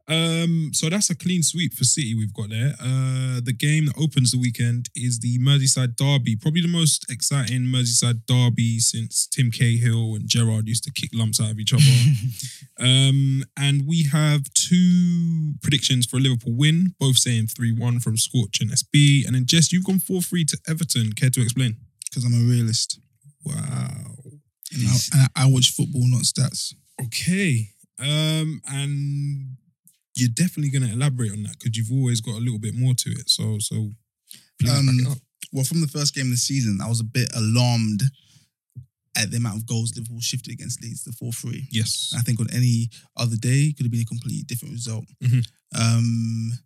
[SPEAKER 1] Um, so that's a clean sweep for City we've got there. Uh, the game that opens the weekend is the Merseyside Derby, probably the most exciting Merseyside Derby since Tim Cahill and Gerard used to kick lumps out of each other. um, and we have two predictions for a Liverpool win, both saying 3 1 from Scorch and SB. And then Jess, you've gone 4 3 to Everton. Care to explain?
[SPEAKER 4] Because I'm a realist.
[SPEAKER 1] Wow.
[SPEAKER 4] And I, and I watch football, not stats.
[SPEAKER 1] Okay. Um, and you're definitely going to elaborate on that because you've always got a little bit more to it. So, so please
[SPEAKER 4] Um,
[SPEAKER 1] back it up.
[SPEAKER 4] Well, from the first game of the season, I was a bit alarmed at the amount of goals Liverpool shifted against Leeds, the 4 3.
[SPEAKER 1] Yes.
[SPEAKER 4] I think on any other day, it could have been a completely different result.
[SPEAKER 1] Mhm.
[SPEAKER 4] Um,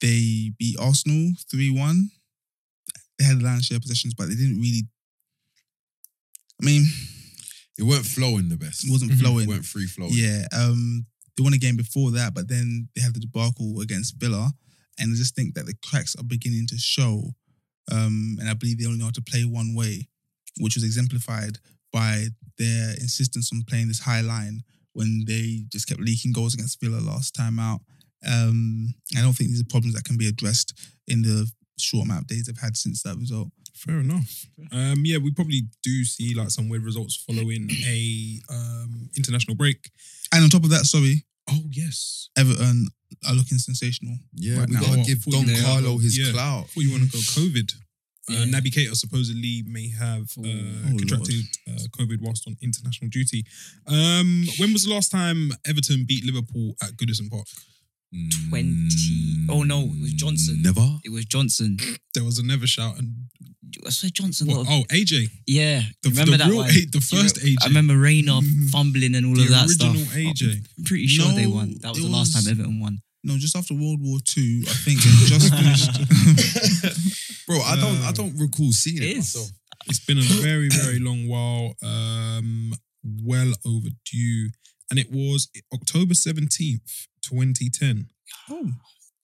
[SPEAKER 4] they beat Arsenal 3 1. They had a lion's share of possessions, but they didn't really. I mean,
[SPEAKER 2] It weren't flowing the best.
[SPEAKER 4] it wasn't
[SPEAKER 1] Mhm.
[SPEAKER 4] flowing.
[SPEAKER 2] It weren't free flowing.
[SPEAKER 4] Yeah, um, they won a game before that, but then they had the debacle against Villa, and I just think that the cracks are beginning to show. Um, and I believe they only know how to play one way, which was exemplified by their insistence on playing this high line when they just kept leaking goals against Villa last time out. Um, I don't think these are problems that can be addressed in the short amount of days they've had since that result.
[SPEAKER 1] Fair enough. Um, yeah, we probably do see like some weird results following a um international break.
[SPEAKER 4] And on top of that, sorry,
[SPEAKER 1] Oh yes.
[SPEAKER 4] Everton are looking sensational.
[SPEAKER 2] Yeah,
[SPEAKER 4] Right
[SPEAKER 2] we
[SPEAKER 4] now.
[SPEAKER 2] gotta
[SPEAKER 1] What,
[SPEAKER 2] give Don
[SPEAKER 1] forty now?
[SPEAKER 2] Carlo his
[SPEAKER 1] Yeah.
[SPEAKER 2] clout.
[SPEAKER 1] Well, you want to go COVID? Uh,
[SPEAKER 3] Yeah.
[SPEAKER 1] Naby Keita supposedly may have uh,
[SPEAKER 3] Oh,
[SPEAKER 4] Lord.
[SPEAKER 1] contracted uh, COVID whilst on international duty. Um, when was the last time Everton beat Liverpool at Goodison Park?
[SPEAKER 3] 20 oh, no, it was Johnson.
[SPEAKER 2] Mm. Never.
[SPEAKER 3] It was Johnson.
[SPEAKER 1] There was a never shout and
[SPEAKER 3] I swear Johnson.
[SPEAKER 1] what,
[SPEAKER 3] got a-
[SPEAKER 1] oh AJ,
[SPEAKER 3] yeah,
[SPEAKER 1] the,
[SPEAKER 3] remember
[SPEAKER 1] the
[SPEAKER 3] that
[SPEAKER 1] real
[SPEAKER 3] one?
[SPEAKER 1] A- the
[SPEAKER 3] Do you
[SPEAKER 1] first AJ,
[SPEAKER 3] re- I remember Reina
[SPEAKER 1] Mhm.
[SPEAKER 3] fumbling and all
[SPEAKER 1] the
[SPEAKER 3] of that stuff.
[SPEAKER 1] original AJ.
[SPEAKER 3] I'm pretty sure they won.
[SPEAKER 4] No,
[SPEAKER 3] That was
[SPEAKER 4] it
[SPEAKER 3] the last
[SPEAKER 4] was-
[SPEAKER 3] time Everton won.
[SPEAKER 4] No, just after World War II, I think they just finished.
[SPEAKER 2] Bro, I don't
[SPEAKER 1] No.
[SPEAKER 2] I don't recall seeing it,
[SPEAKER 3] It is.
[SPEAKER 2] myself.
[SPEAKER 1] It's been a very, very long while, um, well overdue. And it was October 17th, 2010.
[SPEAKER 4] Oh,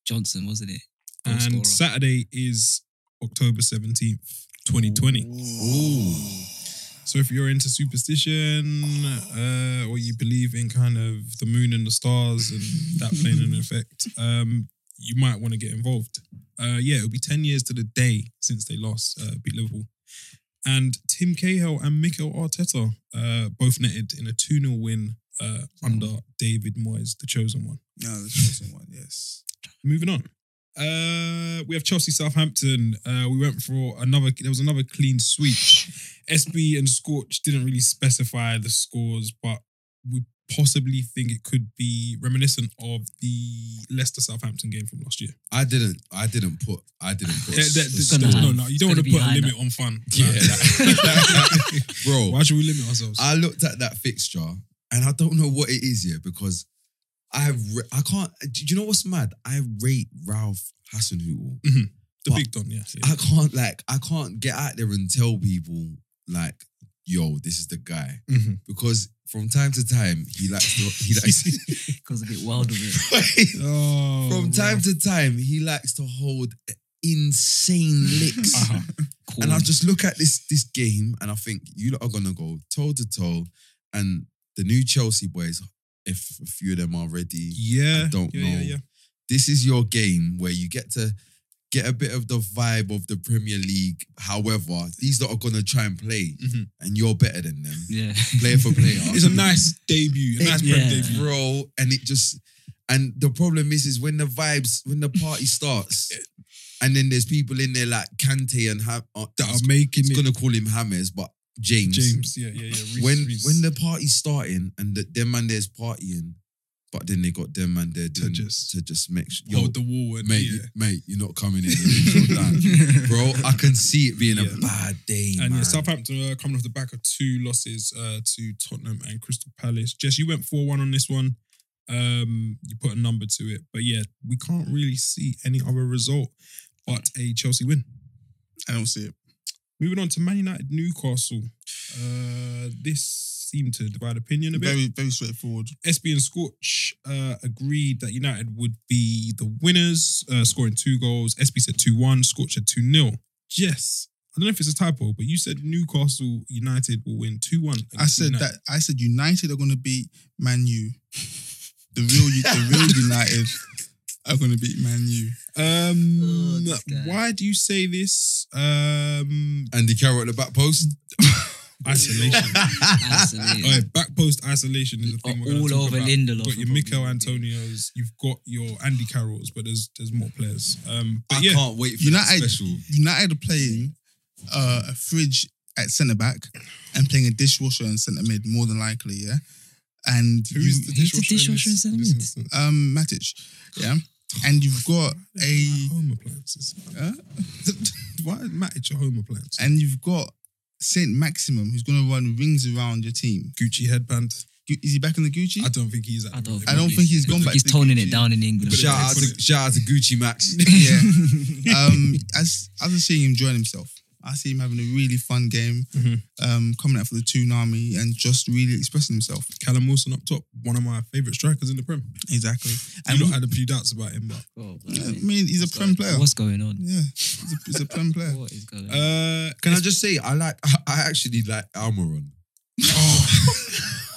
[SPEAKER 3] Johnson, wasn't it? Goal
[SPEAKER 1] And
[SPEAKER 3] scorer.
[SPEAKER 1] Saturday is October 17th, 2020. So if you're into superstition uh, or you believe in kind of the moon and the stars and that playing an effect, um, you might want to get involved. Uh, yeah, it'll be 10 years to the day since they last uh, beat Liverpool. And Tim Cahill and Mikel Arteta uh, both netted in a 2 0 win uh, under David Moyes, the chosen one.
[SPEAKER 4] no, Oh. the chosen one. Yes.
[SPEAKER 1] Moving on. Uh, we have Chelsea Southampton. Uh, we went for another. There was another clean sweep. SB and Scorch didn't really specify the scores, but we possibly think it could be reminiscent of the Leicester Southampton game from last year.
[SPEAKER 2] I didn't I didn't put I didn't put
[SPEAKER 1] There- there- there's-
[SPEAKER 3] It's gonna
[SPEAKER 1] there's no,
[SPEAKER 3] happen.
[SPEAKER 1] no, you
[SPEAKER 3] It's
[SPEAKER 1] don't want to
[SPEAKER 3] gonna be
[SPEAKER 1] put a
[SPEAKER 3] high
[SPEAKER 1] limit
[SPEAKER 3] now.
[SPEAKER 1] on fun.
[SPEAKER 2] Yeah. Ah,
[SPEAKER 1] Like-
[SPEAKER 2] Bro,
[SPEAKER 1] Why should we limit ourselves?
[SPEAKER 2] I looked at that fixture and I don't know what it is here because I re- I can't do you know what's mad? I rate Ralph Hasenhutel.
[SPEAKER 4] Mm-hmm.
[SPEAKER 1] the
[SPEAKER 2] but-
[SPEAKER 1] big don, yeah. yeah.
[SPEAKER 2] I can't like I can't get out there and tell people like, yo, this is the guy.
[SPEAKER 1] Mhm.
[SPEAKER 2] Because from time to time he likes to he likes
[SPEAKER 3] Because a bit wild of it.
[SPEAKER 1] Oh,
[SPEAKER 2] from time to time he likes to hold insane licks.
[SPEAKER 1] Uh-huh.
[SPEAKER 3] Cool.
[SPEAKER 2] And I just look at this this game and I think you lot are gonna go toe to toe, and the new Chelsea boys if a few of them are ready.
[SPEAKER 1] Yeah.
[SPEAKER 2] I don't
[SPEAKER 1] yeah,
[SPEAKER 2] know.
[SPEAKER 1] Yeah, yeah.
[SPEAKER 2] This is your game where you get to get a bit of the vibe of the Premier League. However, these that are gonna try and play,
[SPEAKER 1] Mhm.
[SPEAKER 2] and you're better than them,
[SPEAKER 3] Yeah.
[SPEAKER 2] player for player.
[SPEAKER 1] It's a nice debut. A nice prep
[SPEAKER 3] Yeah.
[SPEAKER 1] debut.
[SPEAKER 2] bro, and it just and the problem is, is when the vibes, when the party starts, and then there's people in there like Kante and Ham. Uh,
[SPEAKER 1] That
[SPEAKER 2] it's-
[SPEAKER 1] are making
[SPEAKER 2] it's
[SPEAKER 1] it.
[SPEAKER 2] gonna call him Hammers, but James.
[SPEAKER 1] James. Yeah, yeah, yeah. Reece,
[SPEAKER 2] when
[SPEAKER 1] Reece.
[SPEAKER 2] when the party's starting and the, them man there's partying, but then they got them man there doing-
[SPEAKER 1] just-
[SPEAKER 2] to just make sure.
[SPEAKER 1] hold the wall and
[SPEAKER 2] mate,
[SPEAKER 1] yeah.
[SPEAKER 2] you- mate, you're not coming in, you're not down. bro. I can see it being
[SPEAKER 1] Yeah.
[SPEAKER 2] a bad day,
[SPEAKER 1] And
[SPEAKER 2] man.
[SPEAKER 1] yeah, Southampton are coming off the back of two losses uh, to Tottenham and Crystal Palace. Jess, you went 4 1 on this one. Um, you put a number to it. But yeah, we can't really see any other result but a Chelsea win.
[SPEAKER 4] I don't see it.
[SPEAKER 1] Moving on to Man United Newcastle. Uh, this seemed to divide opinion a bit.
[SPEAKER 4] Very, very straightforward.
[SPEAKER 1] SB and Scorch uh, agreed that United would be the winners, uh, scoring two goals. SB said 2 1, Scorch said 2 0. Yes. I don't know if it's a typo, but you said Newcastle United will win 2 1.
[SPEAKER 4] I said that. I said United are going to beat Man U. The real, U- the real United are going to beat Man U.
[SPEAKER 1] Um,
[SPEAKER 3] Oh, this guy.
[SPEAKER 1] why do you say this? Um,
[SPEAKER 2] Andy Carroll at the back post.
[SPEAKER 1] isolation.
[SPEAKER 3] Absolutely.
[SPEAKER 1] Alright, back post isolation is a thing we're going
[SPEAKER 3] All
[SPEAKER 1] to talk
[SPEAKER 3] over
[SPEAKER 1] about.
[SPEAKER 3] Lindelof.
[SPEAKER 1] You've got your Mikel Antonios, you've got your Andy Carrolls, but there's there's more players. Um, but
[SPEAKER 2] I
[SPEAKER 1] yeah,
[SPEAKER 2] can't wait for that
[SPEAKER 4] United,
[SPEAKER 2] special.
[SPEAKER 4] United are playing uh, a fridge at centre back and playing a dishwasher in centre mid, more than likely, yeah. And
[SPEAKER 1] who's
[SPEAKER 4] you-
[SPEAKER 1] the
[SPEAKER 3] Who's the
[SPEAKER 1] dishwasher? in
[SPEAKER 3] dishwasher
[SPEAKER 1] this-
[SPEAKER 3] in
[SPEAKER 1] this
[SPEAKER 3] Zenit?
[SPEAKER 1] instance?
[SPEAKER 4] um Matic, yeah. And you've got a
[SPEAKER 1] home appliances.
[SPEAKER 4] uh,
[SPEAKER 1] Why is Matic a home appliance?
[SPEAKER 4] and you've got Saint Maximum who's going to run rings around your team.
[SPEAKER 1] Gucci headband.
[SPEAKER 4] Gu- Is he back in the Gucci?
[SPEAKER 1] I don't think he's. At
[SPEAKER 3] I don't.
[SPEAKER 4] I don't think he's gone back
[SPEAKER 3] He's
[SPEAKER 4] to
[SPEAKER 3] toning it
[SPEAKER 4] Gucci.
[SPEAKER 3] down in England. Oh,
[SPEAKER 1] But
[SPEAKER 2] Shout out
[SPEAKER 1] put
[SPEAKER 2] to
[SPEAKER 1] it-
[SPEAKER 2] shout out to Gucci Max.
[SPEAKER 4] yeah. um, as as I see him enjoying himself, I see him having a really fun game,
[SPEAKER 1] Mhm.
[SPEAKER 4] um, coming out for the tsunami and just really expressing himself.
[SPEAKER 1] Callum Wilson up top, one of my favorite strikers in the Prem.
[SPEAKER 4] Exactly.
[SPEAKER 1] I
[SPEAKER 4] And
[SPEAKER 1] you lot had a few doubts about him, but
[SPEAKER 3] Oh,
[SPEAKER 4] I
[SPEAKER 3] man.
[SPEAKER 4] mean, he's a prem player.
[SPEAKER 3] What's going on?
[SPEAKER 4] Yeah, he's a, he's a prem player.
[SPEAKER 3] What is going on?
[SPEAKER 1] uh,
[SPEAKER 2] Can I just say I like I actually like Almiron.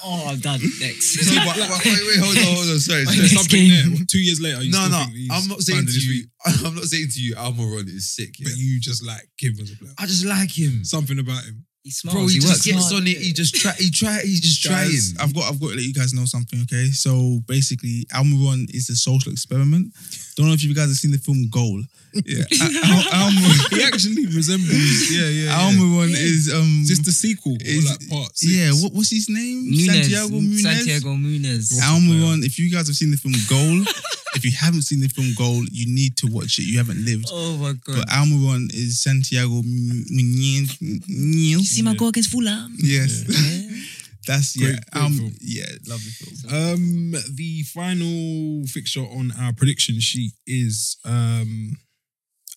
[SPEAKER 3] oh, I'm done. Next.
[SPEAKER 2] No, but, but wait, wait, hold on, hold on. Sorry, sorry.
[SPEAKER 1] there's
[SPEAKER 3] this
[SPEAKER 1] something
[SPEAKER 3] game-
[SPEAKER 1] there. What, Two years later, you
[SPEAKER 2] No,
[SPEAKER 1] still
[SPEAKER 2] no,
[SPEAKER 1] think he's
[SPEAKER 2] I'm not
[SPEAKER 1] fine
[SPEAKER 2] saying
[SPEAKER 1] this
[SPEAKER 2] to you.
[SPEAKER 1] week,
[SPEAKER 2] I'm not saying to you. Almiron is sick. Yeah.
[SPEAKER 1] but you just like him as a player.
[SPEAKER 2] I just like him,
[SPEAKER 1] Something about him.
[SPEAKER 3] He smiles.
[SPEAKER 2] bro. He, just
[SPEAKER 3] works
[SPEAKER 2] gets
[SPEAKER 3] hard.
[SPEAKER 2] on it. He just try. He try. He's just trying.
[SPEAKER 4] Guys, I've got I've got to let you guys know something, okay? So basically, Almiron is a social experiment. Don't know if you guys have seen the film Goal. Yeah, Al- Al- Almiron,
[SPEAKER 1] He actually resembles. Yeah, yeah. yeah.
[SPEAKER 4] Almiron is um.
[SPEAKER 1] Is this the sequel or
[SPEAKER 4] is-
[SPEAKER 1] like part six?
[SPEAKER 4] yeah, what, what's his name?
[SPEAKER 3] Munez.
[SPEAKER 4] Santiago Munez.
[SPEAKER 3] Santiago Munez.
[SPEAKER 4] Almiron. If you guys have seen the film Goal, if you haven't seen the film Goal, you need to watch it. You haven't lived.
[SPEAKER 3] Oh my
[SPEAKER 4] But
[SPEAKER 3] god.
[SPEAKER 4] Almiron is Santiago M- Munez.
[SPEAKER 3] You see my
[SPEAKER 1] Yeah.
[SPEAKER 3] goal against Fulham.
[SPEAKER 4] Yes,
[SPEAKER 3] Yeah.
[SPEAKER 4] that's yeah.
[SPEAKER 1] Great- great
[SPEAKER 4] um,
[SPEAKER 1] film.
[SPEAKER 4] Yeah, lovely film.
[SPEAKER 1] Um, the final fixture on our prediction sheet is um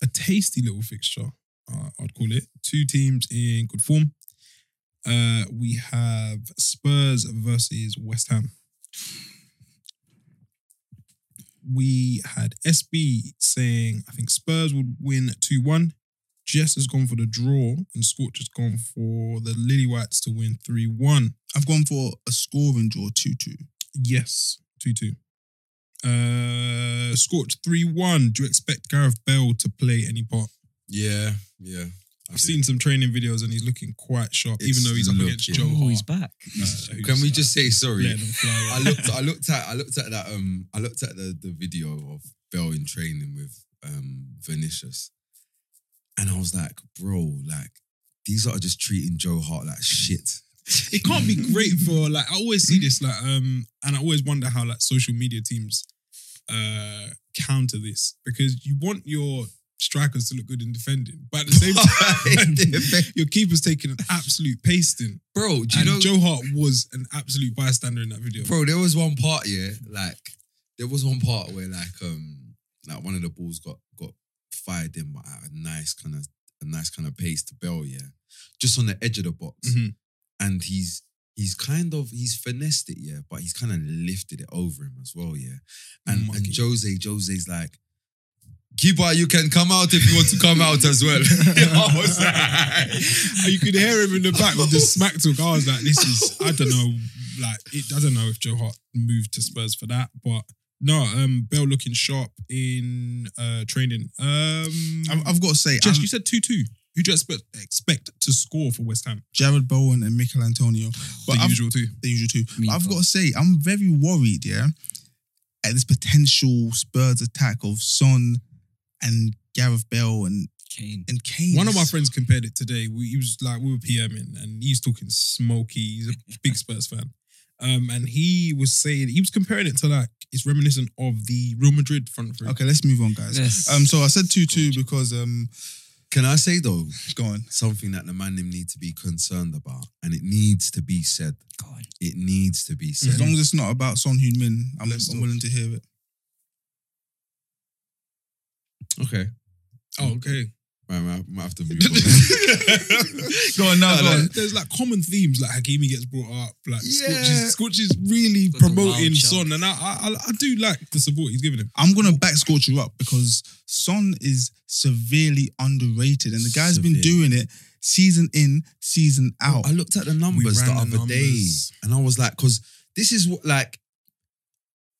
[SPEAKER 1] a tasty little fixture. Uh, I'd call it two teams in good form. Uh, we have Spurs versus West Ham. We had SB saying I think Spurs would win two one. Jess has gone for the draw and Scorch has gone for the Lily Whites to win three one.
[SPEAKER 4] I've gone for a scoring draw, two-two.
[SPEAKER 1] Yes, 2 2. Uh, Scorch 3 1. Do you expect Gareth Bell to play any part?
[SPEAKER 2] Yeah, yeah. I
[SPEAKER 1] I've
[SPEAKER 2] do.
[SPEAKER 1] seen some training videos and he's looking quite sharp,
[SPEAKER 2] It's
[SPEAKER 1] even though he's up
[SPEAKER 2] looking-
[SPEAKER 1] against Joe.
[SPEAKER 3] Oh, he's
[SPEAKER 1] Hart,
[SPEAKER 3] back.
[SPEAKER 1] uh, who's,
[SPEAKER 2] Can we
[SPEAKER 1] uh,
[SPEAKER 2] just say sorry?
[SPEAKER 1] letting him fly,
[SPEAKER 2] I looked. I looked at. I looked at that. Um, I looked at the, the video of Bell in training with um Vinicius, and I was like, bro, like these are just treating Joe Hart like shit.
[SPEAKER 1] it can't be great for like I always see this like um and I always wonder how like social media teams uh counter this because you want your strikers to look good in defending, but at the same time your keeper's taking an absolute pasting.
[SPEAKER 2] Bro, do you
[SPEAKER 1] and
[SPEAKER 2] know?
[SPEAKER 1] Joe Hart was an absolute bystander in that video.
[SPEAKER 2] bro, there was one part. Yeah, like there was one part where like um like one of the balls got got fired in, but at a nice kind of a nice kind of pace to Bell. Yeah, just on the edge of the box.
[SPEAKER 1] Mhm.
[SPEAKER 2] and he's he's kind of he's finessed it, yeah, but he's kind of lifted it over him as well, yeah. And
[SPEAKER 1] Monkey.
[SPEAKER 2] and Jose, Jose's like, Kiba, you can come out if you want to come out as well. I was like-
[SPEAKER 1] And you could hear him in the back with the smack talk. I was like, this is, I don't know like it, I don't know if Joe Hart moved to Spurs for that, but no, um, Bell looking sharp in uh training. Um,
[SPEAKER 4] I've, I've got to say,
[SPEAKER 1] Jess,
[SPEAKER 4] I'm-
[SPEAKER 1] you said two two. Who do you expect, expect to score for West Ham?
[SPEAKER 4] Jared Bowen and Mikel Antonio. But
[SPEAKER 1] the
[SPEAKER 4] I've-
[SPEAKER 1] usual two.
[SPEAKER 4] the usual two.
[SPEAKER 3] Me
[SPEAKER 4] But I've
[SPEAKER 3] too.
[SPEAKER 4] got to say, I'm very worried, yeah, at this potential Spurs attack of Son and Gareth Bell and,
[SPEAKER 3] Kane.
[SPEAKER 4] and Kane.
[SPEAKER 1] One of my friends compared it today. We, he was like, we were PMing and he was talking smoky. He's a big Spurs fan. Um, and he was saying, he was comparing it to like, it's reminiscent of the Real Madrid front three.
[SPEAKER 4] Okay, let's move on, guys.
[SPEAKER 3] Yes.
[SPEAKER 4] Um, so I said 2 2 because, um,
[SPEAKER 2] Can I say though
[SPEAKER 4] go on.
[SPEAKER 2] something that the man them need to be concerned about, and it needs to be said.
[SPEAKER 3] God.
[SPEAKER 2] It needs to be said.
[SPEAKER 4] As long as it's not about Son Heung Min, I'm,
[SPEAKER 1] Let's
[SPEAKER 4] I'm
[SPEAKER 1] talk.
[SPEAKER 4] willing to hear it.
[SPEAKER 2] okay,
[SPEAKER 1] Oh, okay.
[SPEAKER 2] right, might, might have to move on.
[SPEAKER 1] go
[SPEAKER 4] on now, go on.
[SPEAKER 1] There's, there's like common themes, like Hakimi gets brought up, like Scorch,
[SPEAKER 2] Yeah.
[SPEAKER 1] is, Scorch is really
[SPEAKER 3] Got the
[SPEAKER 1] promoting
[SPEAKER 3] wild child.
[SPEAKER 1] Son, and I, I I do like the support he's giving him.
[SPEAKER 4] I'm gonna back Scorcher up because Son is severely underrated, and the guy's been
[SPEAKER 2] Severely.
[SPEAKER 4] doing it season in, season out.
[SPEAKER 2] I looked at the numbers
[SPEAKER 1] ran
[SPEAKER 2] the
[SPEAKER 1] the
[SPEAKER 2] other day,
[SPEAKER 1] numbers.
[SPEAKER 2] and I was like, because this is what like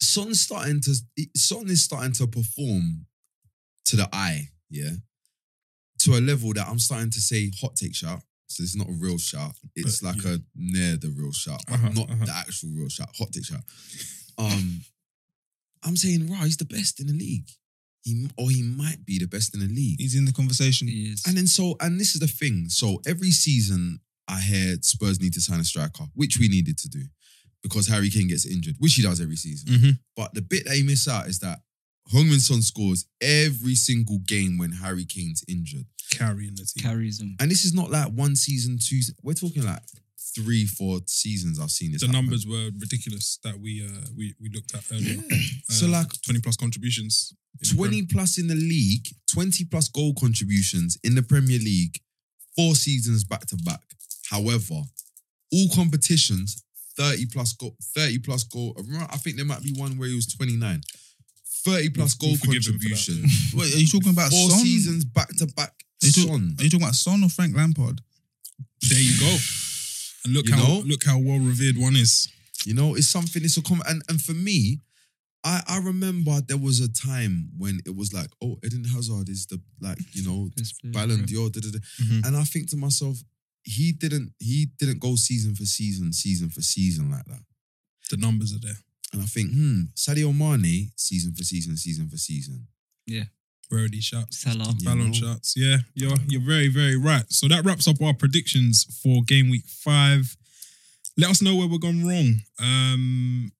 [SPEAKER 2] Son's starting to Son is starting to perform to the eye, yeah, to a level that I'm starting to say hot take shout. So it's not a real shout. It's
[SPEAKER 1] But,
[SPEAKER 2] like a near the real shout, but
[SPEAKER 1] Uh-huh,
[SPEAKER 2] not
[SPEAKER 1] uh-huh.
[SPEAKER 2] the actual real shout. Hot take shout. Um, I'm saying, right, he's the best in the league. He m- or he might be the best in the league.
[SPEAKER 4] He's in the conversation.
[SPEAKER 3] He is.
[SPEAKER 2] And then so, and this is the thing. So every season, I heard Spurs need to sign a striker, which we needed to do because Harry Kane gets injured, which he does every season.
[SPEAKER 1] Mhm.
[SPEAKER 2] But the bit that he miss out is that Hongmin Son scores every single game when Harry Kane's injured.
[SPEAKER 1] Carrying the team.
[SPEAKER 3] Carries him.
[SPEAKER 2] And this is not like one season, two. se- We're talking like three, four seasons. I've seen this.
[SPEAKER 1] the
[SPEAKER 2] happen.
[SPEAKER 1] numbers were ridiculous that we uh we, we looked at earlier. Uh,
[SPEAKER 2] So like
[SPEAKER 1] 20 plus contributions. in the
[SPEAKER 2] 20
[SPEAKER 1] Prem.
[SPEAKER 2] plus in the league, 20 plus goal contributions in the Premier League, four seasons back to back. However, all competitions, 30 plus goal, 30 plus goal. I think there might be one where he was 29. 30 plus
[SPEAKER 1] We'll-
[SPEAKER 2] goal
[SPEAKER 1] we'll forgive him for that,
[SPEAKER 2] contribution.
[SPEAKER 1] yeah.
[SPEAKER 4] Wait, are you talking about
[SPEAKER 2] Four
[SPEAKER 4] Son?
[SPEAKER 2] seasons back to back.
[SPEAKER 4] Are you, talk-
[SPEAKER 2] Son.
[SPEAKER 4] are you talking about Son or Frank Lampard?
[SPEAKER 1] There you go. And look
[SPEAKER 2] You
[SPEAKER 1] how
[SPEAKER 2] know?
[SPEAKER 1] look how well revered one is.
[SPEAKER 2] You know, it's something, it's a common. And, and for me, I, I remember there was a time when it was like, oh, Eden Hazard is the, like, you know,
[SPEAKER 3] Best player.
[SPEAKER 2] Ballon d'Or. Da, da, da.
[SPEAKER 1] Mhm.
[SPEAKER 2] And I think to myself, he didn't he didn't go season for season, season for season like that.
[SPEAKER 1] The numbers are there.
[SPEAKER 2] And I think, hmm, Sadio Mane, season for season, season for season.
[SPEAKER 1] Where are these shots?
[SPEAKER 3] Salah.
[SPEAKER 2] Yeah.
[SPEAKER 1] Ballon
[SPEAKER 2] know.
[SPEAKER 1] shots. Yeah, you're you're very, very right. So that wraps up our predictions for game week five. Let us know where we're gone wrong. Um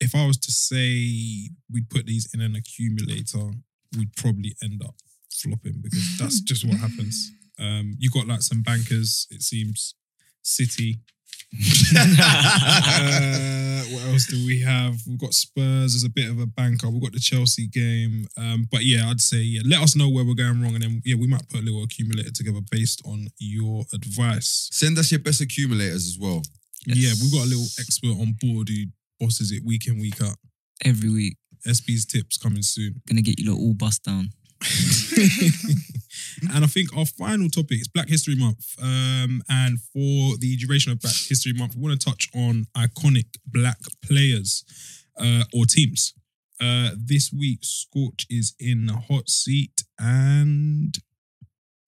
[SPEAKER 1] if I was to say we'd put these in an accumulator, we'd probably end up flopping because that's just what happens. Um you got like some bankers, it seems. City, uh, what else do we have? We've got Spurs as a bit of a banker. We've got the Chelsea game. Um, but yeah, I'd say yeah, let us know where we're going wrong. And then yeah, we might put a little accumulator together based on your advice.
[SPEAKER 2] Send us your best accumulators as well.
[SPEAKER 3] Yes.
[SPEAKER 1] Yeah, we've got a little expert on board who bosses it week in, week out.
[SPEAKER 3] Every week.
[SPEAKER 1] SB's tips coming soon.
[SPEAKER 3] Gonna get you lot all bust down.
[SPEAKER 1] and I think our final topic is Black History Month. Um, and for the duration of Black History Month, we want to touch on iconic black players uh, or teams. Uh, this week, Scorch is in the hot seat. And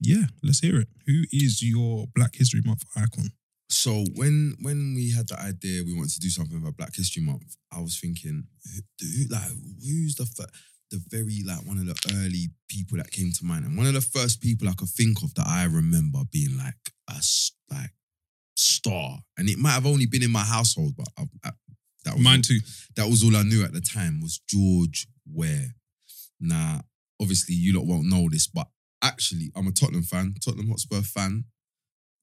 [SPEAKER 1] yeah, let's hear it. Who is your Black History Month icon?
[SPEAKER 2] So when when we had the idea we wanted to do something about Black History Month, I was thinking, who, who- like who's the fir- the very like one of the early people that came to mind, and one of the first people I could think of that I remember being like a s- like star, and it might have only been in my household, but I, I, that was
[SPEAKER 1] Mine
[SPEAKER 2] all-
[SPEAKER 1] too.
[SPEAKER 2] that was all I knew at the time was George Ware. Now, obviously, you lot won't know this, but actually, I'm a Tottenham fan, Tottenham Hotspur fan.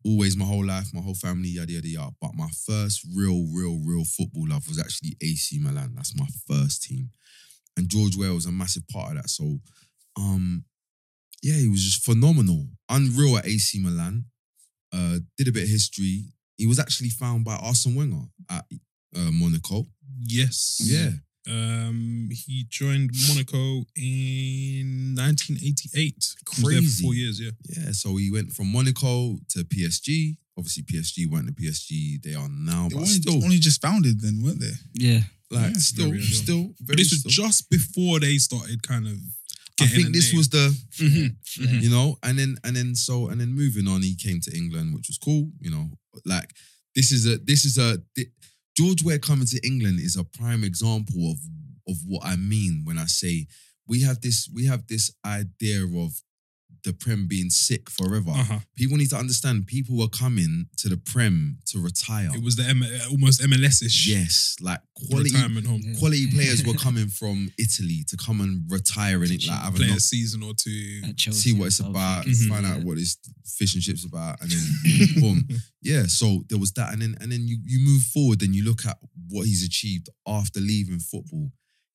[SPEAKER 2] Always, my whole life, my whole family, yada yada yada. But my first real, real, real football love was actually AC Milan. That's my first team, and George Ware was a massive part of that. So, um, yeah, he was just phenomenal, unreal at AC Milan. Uh, did a bit of history. He was actually found by Arsene Wenger at uh, Monaco.
[SPEAKER 1] Yes.
[SPEAKER 2] Yeah.
[SPEAKER 1] Um, he joined Monaco in 1988. He was there for
[SPEAKER 2] Crazy.
[SPEAKER 1] four years, yeah.
[SPEAKER 2] Yeah, so he went from Monaco to PSG, obviously PSG weren't the PSG they are now,
[SPEAKER 4] They
[SPEAKER 2] but
[SPEAKER 4] were
[SPEAKER 2] still,
[SPEAKER 4] only, only just founded then, weren't they?
[SPEAKER 3] Yeah.
[SPEAKER 2] like,
[SPEAKER 4] Yeah.
[SPEAKER 2] still,
[SPEAKER 1] Very early on.
[SPEAKER 2] still,
[SPEAKER 1] But
[SPEAKER 2] very
[SPEAKER 1] this was
[SPEAKER 2] still.
[SPEAKER 1] just before they started kind of.
[SPEAKER 2] I
[SPEAKER 1] Getting
[SPEAKER 2] think
[SPEAKER 1] a
[SPEAKER 2] this
[SPEAKER 1] name.
[SPEAKER 2] was the
[SPEAKER 1] Mhm.
[SPEAKER 3] Yeah.
[SPEAKER 2] you know and then and then so and then moving on he came to england which was cool you know like this is a this is a thi- george ware coming to england is a prime example of of what i mean when i say we have this we have this idea of the prem being sick forever
[SPEAKER 1] Uh-huh.
[SPEAKER 2] people need to understand people were coming to the prem to retire
[SPEAKER 1] It was the M- almost MLS ish
[SPEAKER 2] yes like quality
[SPEAKER 1] retirement home.
[SPEAKER 3] Yeah.
[SPEAKER 2] quality players were coming from italy to come and retire in it like have a
[SPEAKER 1] Play a
[SPEAKER 2] knock-
[SPEAKER 1] season or two.
[SPEAKER 3] At Chelsea
[SPEAKER 2] see what it's
[SPEAKER 3] and stuff.
[SPEAKER 2] about,
[SPEAKER 1] Mhm.
[SPEAKER 2] find out what this fish and chips about, and then boom, yeah. So there was that, and then and then you you move forward, then you look at what he's achieved after leaving football.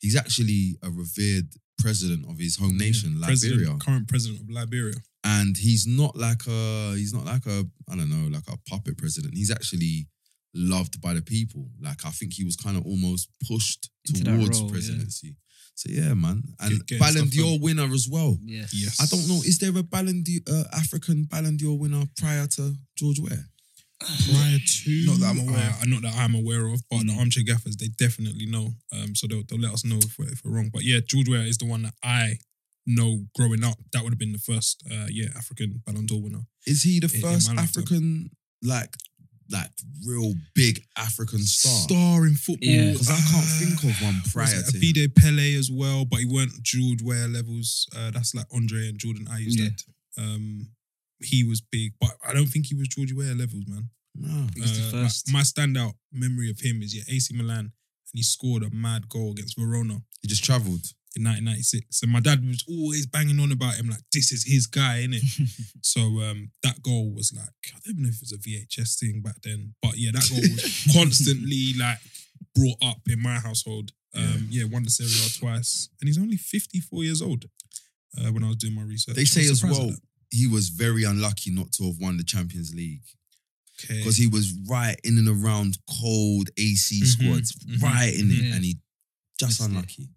[SPEAKER 2] He's actually a revered president of his home nation,
[SPEAKER 1] President-
[SPEAKER 2] Liberia,
[SPEAKER 1] current president of Liberia.
[SPEAKER 2] and he's not like a he's not like a I don't know like a puppet president. He's actually loved by the people. Like I think he was kind of almost pushed
[SPEAKER 3] Into that
[SPEAKER 2] towards
[SPEAKER 3] role, yeah.
[SPEAKER 2] presidency. So yeah, man, and
[SPEAKER 1] Get- getting
[SPEAKER 2] Ballon
[SPEAKER 1] stuff
[SPEAKER 2] d'Or winner as well.
[SPEAKER 3] Yeah.
[SPEAKER 1] Yes.
[SPEAKER 2] I don't know. Is there a Ballon d'Or, uh, African Ballon d'Or winner prior to George Ware?
[SPEAKER 1] prior to
[SPEAKER 4] Not that I'm aware
[SPEAKER 1] uh, not that I'm aware of, but the
[SPEAKER 3] Mm.
[SPEAKER 1] armchair gaffers they definitely know. Um, so they'll, they'll let us know if we're, if we're wrong. But yeah, George Weah is the one that I know growing up. That would have been the first, uh, yeah, African Ballon d'Or winner.
[SPEAKER 2] Is he the
[SPEAKER 1] In- in
[SPEAKER 2] first
[SPEAKER 1] my lifetime.
[SPEAKER 2] African, like, like real big African star?
[SPEAKER 1] in football
[SPEAKER 3] Yeah.
[SPEAKER 2] Because I can't think of one
[SPEAKER 1] Was
[SPEAKER 2] prior
[SPEAKER 1] it
[SPEAKER 2] to him.
[SPEAKER 1] Abide Pele as well, but he weren't George Ware levels. Uh, that's like Andre and Jordan I used
[SPEAKER 3] Yeah.
[SPEAKER 1] that. Um, he was big, but I don't think he was George Ware levels, man.
[SPEAKER 2] No.
[SPEAKER 3] He was the
[SPEAKER 1] Uh, like,
[SPEAKER 3] first.
[SPEAKER 1] my standout memory of him is yeah, AC Milan, and he scored a mad goal against Verona.
[SPEAKER 2] He just travelled.
[SPEAKER 1] in 1996. And my dad was always banging on about him, like, this is his guy, innit? so um, that goal was like, I don't even know if it was a VHS thing back then, but yeah, that goal was constantly like brought up in my household. Um, yeah. won the Serie A twice. And he's only 54 years old uh, when I was doing my research.
[SPEAKER 2] They
[SPEAKER 1] I
[SPEAKER 2] say
[SPEAKER 1] was
[SPEAKER 2] as
[SPEAKER 1] surprised at
[SPEAKER 2] well
[SPEAKER 1] that.
[SPEAKER 2] he was very unlucky not to have won the Champions League
[SPEAKER 1] Okay.
[SPEAKER 2] because he was right in and around cold AC
[SPEAKER 1] Mhm,
[SPEAKER 2] squads,
[SPEAKER 1] mhm.
[SPEAKER 2] right in it,
[SPEAKER 3] Yeah.
[SPEAKER 2] and he just
[SPEAKER 3] Missed it.
[SPEAKER 2] unlucky.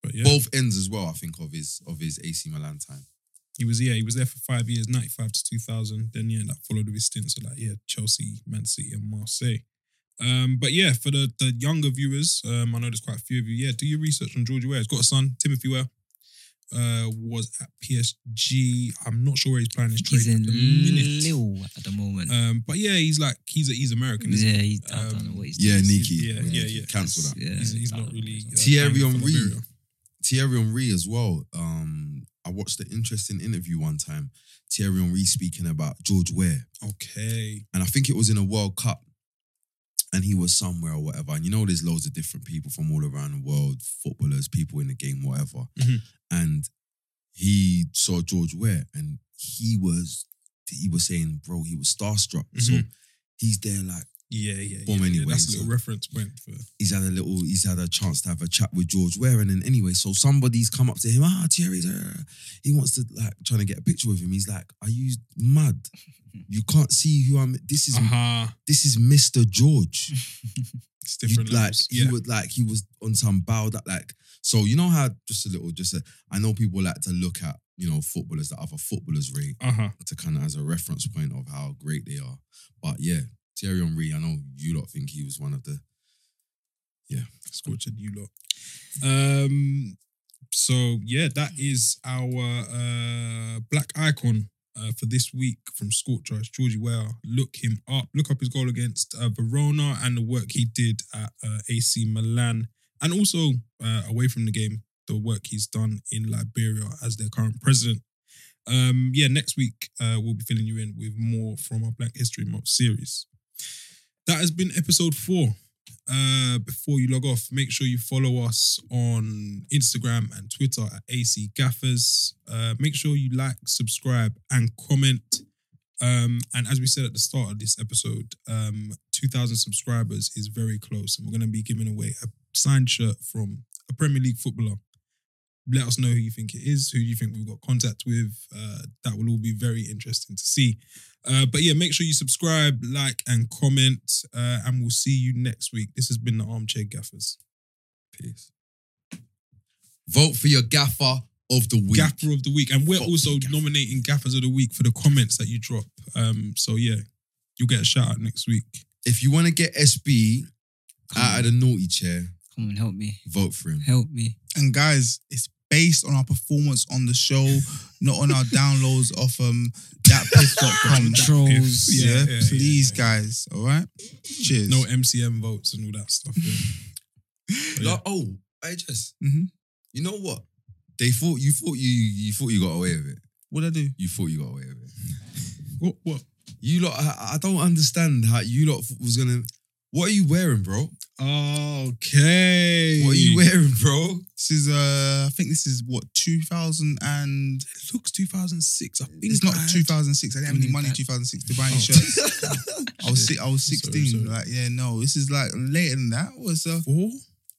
[SPEAKER 1] But yeah,
[SPEAKER 2] Both ends as well, I think, of his of his AC Milan time.
[SPEAKER 1] he was, yeah, he was there for five years, 95 to 2000. Then, yeah, that followed with his stint. So, like, yeah, Chelsea, Man City, and Marseille. Um, but yeah, for the, the younger viewers, um, I know there's quite a few of you. Yeah, do your research on George Ware. He's got a son, Timothy Ware. Uh, was at PSG. I'm not sure where he's playing his trade
[SPEAKER 3] He's in
[SPEAKER 1] at the minute.
[SPEAKER 3] Lille at the moment.
[SPEAKER 1] Um, but yeah, he's like he's he's American. Isn't
[SPEAKER 3] yeah,
[SPEAKER 1] he?
[SPEAKER 3] he's, I don't know
[SPEAKER 1] um,
[SPEAKER 3] what he's
[SPEAKER 2] Yeah,
[SPEAKER 3] doing.
[SPEAKER 2] Niki.
[SPEAKER 1] Yeah, yeah, yeah.
[SPEAKER 2] Cancel that.
[SPEAKER 3] Yeah,
[SPEAKER 1] He's, he's
[SPEAKER 3] I
[SPEAKER 1] not
[SPEAKER 3] don't know
[SPEAKER 1] really
[SPEAKER 3] what
[SPEAKER 1] uh,
[SPEAKER 3] he's
[SPEAKER 2] Thierry
[SPEAKER 1] playing for
[SPEAKER 2] Henry.
[SPEAKER 1] Liberia.
[SPEAKER 2] Thierry Henry as well. Um, I watched an interesting interview one time. Thierry Henry speaking about George Ware,
[SPEAKER 1] Okay.
[SPEAKER 2] and I think it was in a World Cup, and he was somewhere or whatever. And you know, there's loads of different people from all around the world, footballers, people in the game, whatever.
[SPEAKER 1] Mhm.
[SPEAKER 2] And he saw George Ware, and he was he was saying, bro, he was starstruck. So
[SPEAKER 1] Mhm.
[SPEAKER 2] he's there like.
[SPEAKER 1] Yeah, yeah.
[SPEAKER 2] Well,
[SPEAKER 1] yeah, yeah.
[SPEAKER 2] anyway,
[SPEAKER 1] That's a little
[SPEAKER 2] so-
[SPEAKER 1] reference point for
[SPEAKER 2] he's had a little, he's had a chance to have a chat with George Ware. And then anyway, so somebody's come up to him, ah, Thierry, uh," he wants to like trying to get a picture with him. He's like, Are you mad? You can't see who I'm this is
[SPEAKER 1] aha.
[SPEAKER 2] this is Mr. George.
[SPEAKER 1] It's
[SPEAKER 2] You-
[SPEAKER 1] different.
[SPEAKER 2] like
[SPEAKER 1] levels.
[SPEAKER 2] he would like he was on some bow that like so you know how just a little just a, I know people like to look at you know footballers that other footballers rate
[SPEAKER 1] Uh huh.
[SPEAKER 2] to kind of as a reference point of how great they are. But yeah, Thierry Henry, I know you lot think he was one of the
[SPEAKER 1] scorching you lot. Um, so yeah, that is our uh, black icon uh, for this week from Scorcher. It's Georgie Ware. Look him up. Look up his goal against uh, Verona and the work he did at uh, AC Milan, and also uh, away from the game, the work he's done in Liberia as their current president. Um, yeah, next week uh, we'll be filling you in with more from our Black History Month series. That has been episode four uh, before you log off, make sure you follow us on Instagram and Twitter at AC Gaffers. Uh, make sure you like, subscribe, and comment. Um, and as we said at the start of this episode, um, 2,000 subscribers is very close, and we're going to be giving away a signed shirt from a Premier League footballer. Let us know who you think it is, who you think we've got contact with. Uh, that will all be very interesting to see. Uh, but yeah, make sure you subscribe, like, and comment. Uh, and we'll see you next week. This has been the Armchair Gaffers.
[SPEAKER 2] Peace. Vote for your gaffer of the week.
[SPEAKER 1] Gaffer of the week. And we're
[SPEAKER 2] Fuck
[SPEAKER 1] also
[SPEAKER 2] you, gaffer.
[SPEAKER 1] nominating gaffers of the week for the comments that you drop. Um, so yeah, You'll get a shout out next week.
[SPEAKER 2] If you want to get SB
[SPEAKER 3] Come,
[SPEAKER 2] out
[SPEAKER 3] on,
[SPEAKER 2] of the naughty chair,
[SPEAKER 3] come on, help me.
[SPEAKER 2] vote for him.
[SPEAKER 3] Help me.
[SPEAKER 4] And guys, it's based on our performance on the show, not on our downloads off um thatpiff.com.
[SPEAKER 3] Trolls.
[SPEAKER 1] Yeah,
[SPEAKER 4] Yeah,
[SPEAKER 1] yeah, yeah,
[SPEAKER 4] please,
[SPEAKER 1] yeah.
[SPEAKER 4] guys. All right. Cheers.
[SPEAKER 1] No MCM votes and all that stuff. yeah. But yeah. Mm-hmm.
[SPEAKER 2] Like, oh, I just,
[SPEAKER 4] Mhm.
[SPEAKER 2] you know what? They thought you thought you you thought you got away with it.
[SPEAKER 4] what I do?
[SPEAKER 2] You thought you got away with it.
[SPEAKER 1] What? What?
[SPEAKER 2] You lot, I, I don't understand how you lot was gonna. What are you wearing, bro?
[SPEAKER 1] Okay.
[SPEAKER 2] What are you wearing, bro?
[SPEAKER 4] This is uh, I think this is what 2000 and
[SPEAKER 1] It looks 2006. I think
[SPEAKER 4] it's not
[SPEAKER 1] I had-
[SPEAKER 4] 2006. I didn't have any
[SPEAKER 3] Only
[SPEAKER 4] money in
[SPEAKER 3] that-
[SPEAKER 4] 2006 to buy any
[SPEAKER 1] Mm, Oh.
[SPEAKER 4] shirts. I was
[SPEAKER 1] Shit.
[SPEAKER 4] si- I was
[SPEAKER 1] Sorry,
[SPEAKER 4] 16.
[SPEAKER 1] sorry.
[SPEAKER 4] Like yeah, no, this is like later than that. What's uh?
[SPEAKER 1] Four?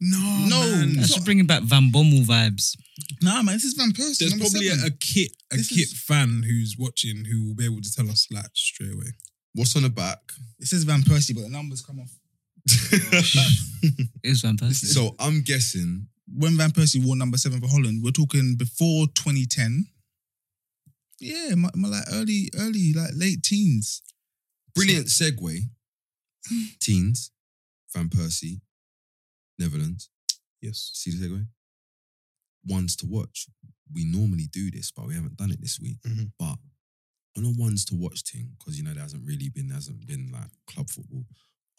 [SPEAKER 1] No.
[SPEAKER 4] No,
[SPEAKER 1] man.
[SPEAKER 4] that's
[SPEAKER 3] That's bringing back Van Bommel vibes.
[SPEAKER 4] Nah, man, this is Van Persie.
[SPEAKER 1] There's
[SPEAKER 4] number
[SPEAKER 1] probably
[SPEAKER 4] seven.
[SPEAKER 1] a, a kit a
[SPEAKER 4] This
[SPEAKER 1] kit
[SPEAKER 4] is-
[SPEAKER 1] fan who's watching who will be able to tell us like straight away.
[SPEAKER 2] What's on the back?
[SPEAKER 4] It says Van Persie, but the numbers come off.
[SPEAKER 3] It was Van Persie.
[SPEAKER 2] so I'm guessing
[SPEAKER 4] When Van Persie wore number seven for Holland, we're talking before 2010. Yeah, my, my like early, early, like late teens.
[SPEAKER 2] Brilliant segue. Teens, Van Persie, Netherlands.
[SPEAKER 1] Yes.
[SPEAKER 2] See the segue? Ones to watch. We normally do this, but we haven't done it this week.
[SPEAKER 1] Mhm.
[SPEAKER 2] But on a ones to watch thing, because you know there hasn't really been there hasn't been like club football.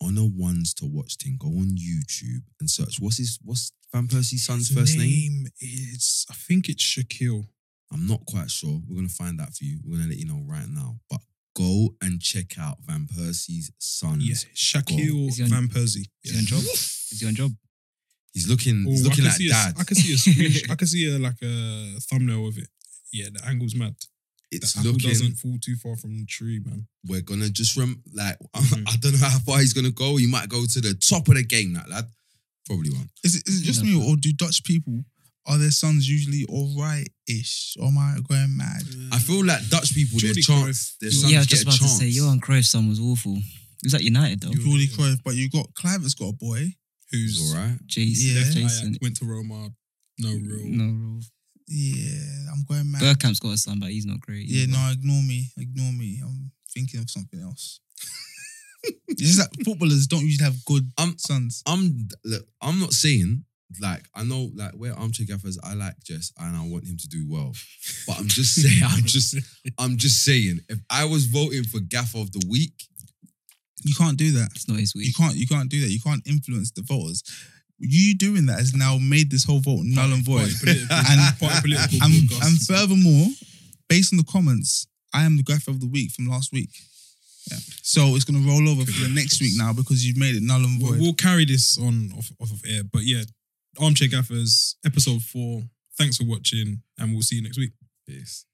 [SPEAKER 2] On a ones to watch thing, go on YouTube and search what's his what's Van Persie's son's first name?
[SPEAKER 1] is I think it's Shaquille.
[SPEAKER 2] I'm not quite sure. We're gonna find out for you. We're gonna let you know right now. But go and check out Van Persie's son's.
[SPEAKER 1] Yeah, Shaquille
[SPEAKER 3] Is he on-
[SPEAKER 1] Van Persie.
[SPEAKER 3] Is he on job? Is he on job?
[SPEAKER 2] He's looking. he's
[SPEAKER 1] Ooh,
[SPEAKER 2] looking
[SPEAKER 1] I can
[SPEAKER 2] like
[SPEAKER 1] see a-
[SPEAKER 2] dad.
[SPEAKER 1] I can see a screenshot. I can see a like a thumbnail of it. Yeah, the angle's mad.
[SPEAKER 2] it's
[SPEAKER 1] the apple
[SPEAKER 2] looking.
[SPEAKER 1] doesn't fall too far from the tree, man.
[SPEAKER 2] We're gonna just rem like
[SPEAKER 1] Mhm.
[SPEAKER 2] I don't know how far he's gonna go. He might go to the top of the game, that lad. Probably won't.
[SPEAKER 4] Is it, is it just me, or do Dutch people are their sons usually all right ish? Or am I going mad?
[SPEAKER 2] I feel like Dutch people, their
[SPEAKER 1] Jordi
[SPEAKER 2] chance, their sons
[SPEAKER 3] yeah, I was
[SPEAKER 2] get a
[SPEAKER 3] just about
[SPEAKER 2] chance.
[SPEAKER 3] to say, Johan Cruyff's son was awful. He was at United though.
[SPEAKER 1] You-
[SPEAKER 4] Jordy Cruyff, but you got Clivert's got a boy.
[SPEAKER 1] Who's
[SPEAKER 2] He's all right.
[SPEAKER 3] Jason.
[SPEAKER 4] Yeah.
[SPEAKER 1] left
[SPEAKER 3] Jason.
[SPEAKER 1] Ajax, went to Roma, no real.
[SPEAKER 3] Oh, No rule.
[SPEAKER 4] Yeah, I'm going mad.
[SPEAKER 3] Bergkamp's got a son, but he's not great.
[SPEAKER 4] Yeah,
[SPEAKER 3] either.
[SPEAKER 4] no, ignore me. Ignore me. I'm thinking of something else. it's just that footballers don't usually have good
[SPEAKER 2] Um,
[SPEAKER 4] sons.
[SPEAKER 2] I'm look, I'm not saying like I know like where armchair gaffers. I like Jess and I want him to do well, but I'm just saying. I'm just I'm just saying. If I was voting for gaffer of the week,
[SPEAKER 4] You can't do that.
[SPEAKER 3] It's not his
[SPEAKER 4] You
[SPEAKER 3] week.
[SPEAKER 4] can't. You can't do that. You can't influence the voters. You doing that has now made this whole vote null and void.
[SPEAKER 1] Party political-
[SPEAKER 4] And-
[SPEAKER 1] party political
[SPEAKER 4] And,
[SPEAKER 1] podcast.
[SPEAKER 4] and furthermore, based on the comments, I am the graph of the week from last week. Yeah. So it's gonna roll over for the next week now because you've made it null and
[SPEAKER 1] we'll,
[SPEAKER 4] void.
[SPEAKER 1] we'll carry this on off, off of air. But yeah, Armchair Gaffers, episode four. Thanks for watching, and we'll see you next week.
[SPEAKER 2] Peace.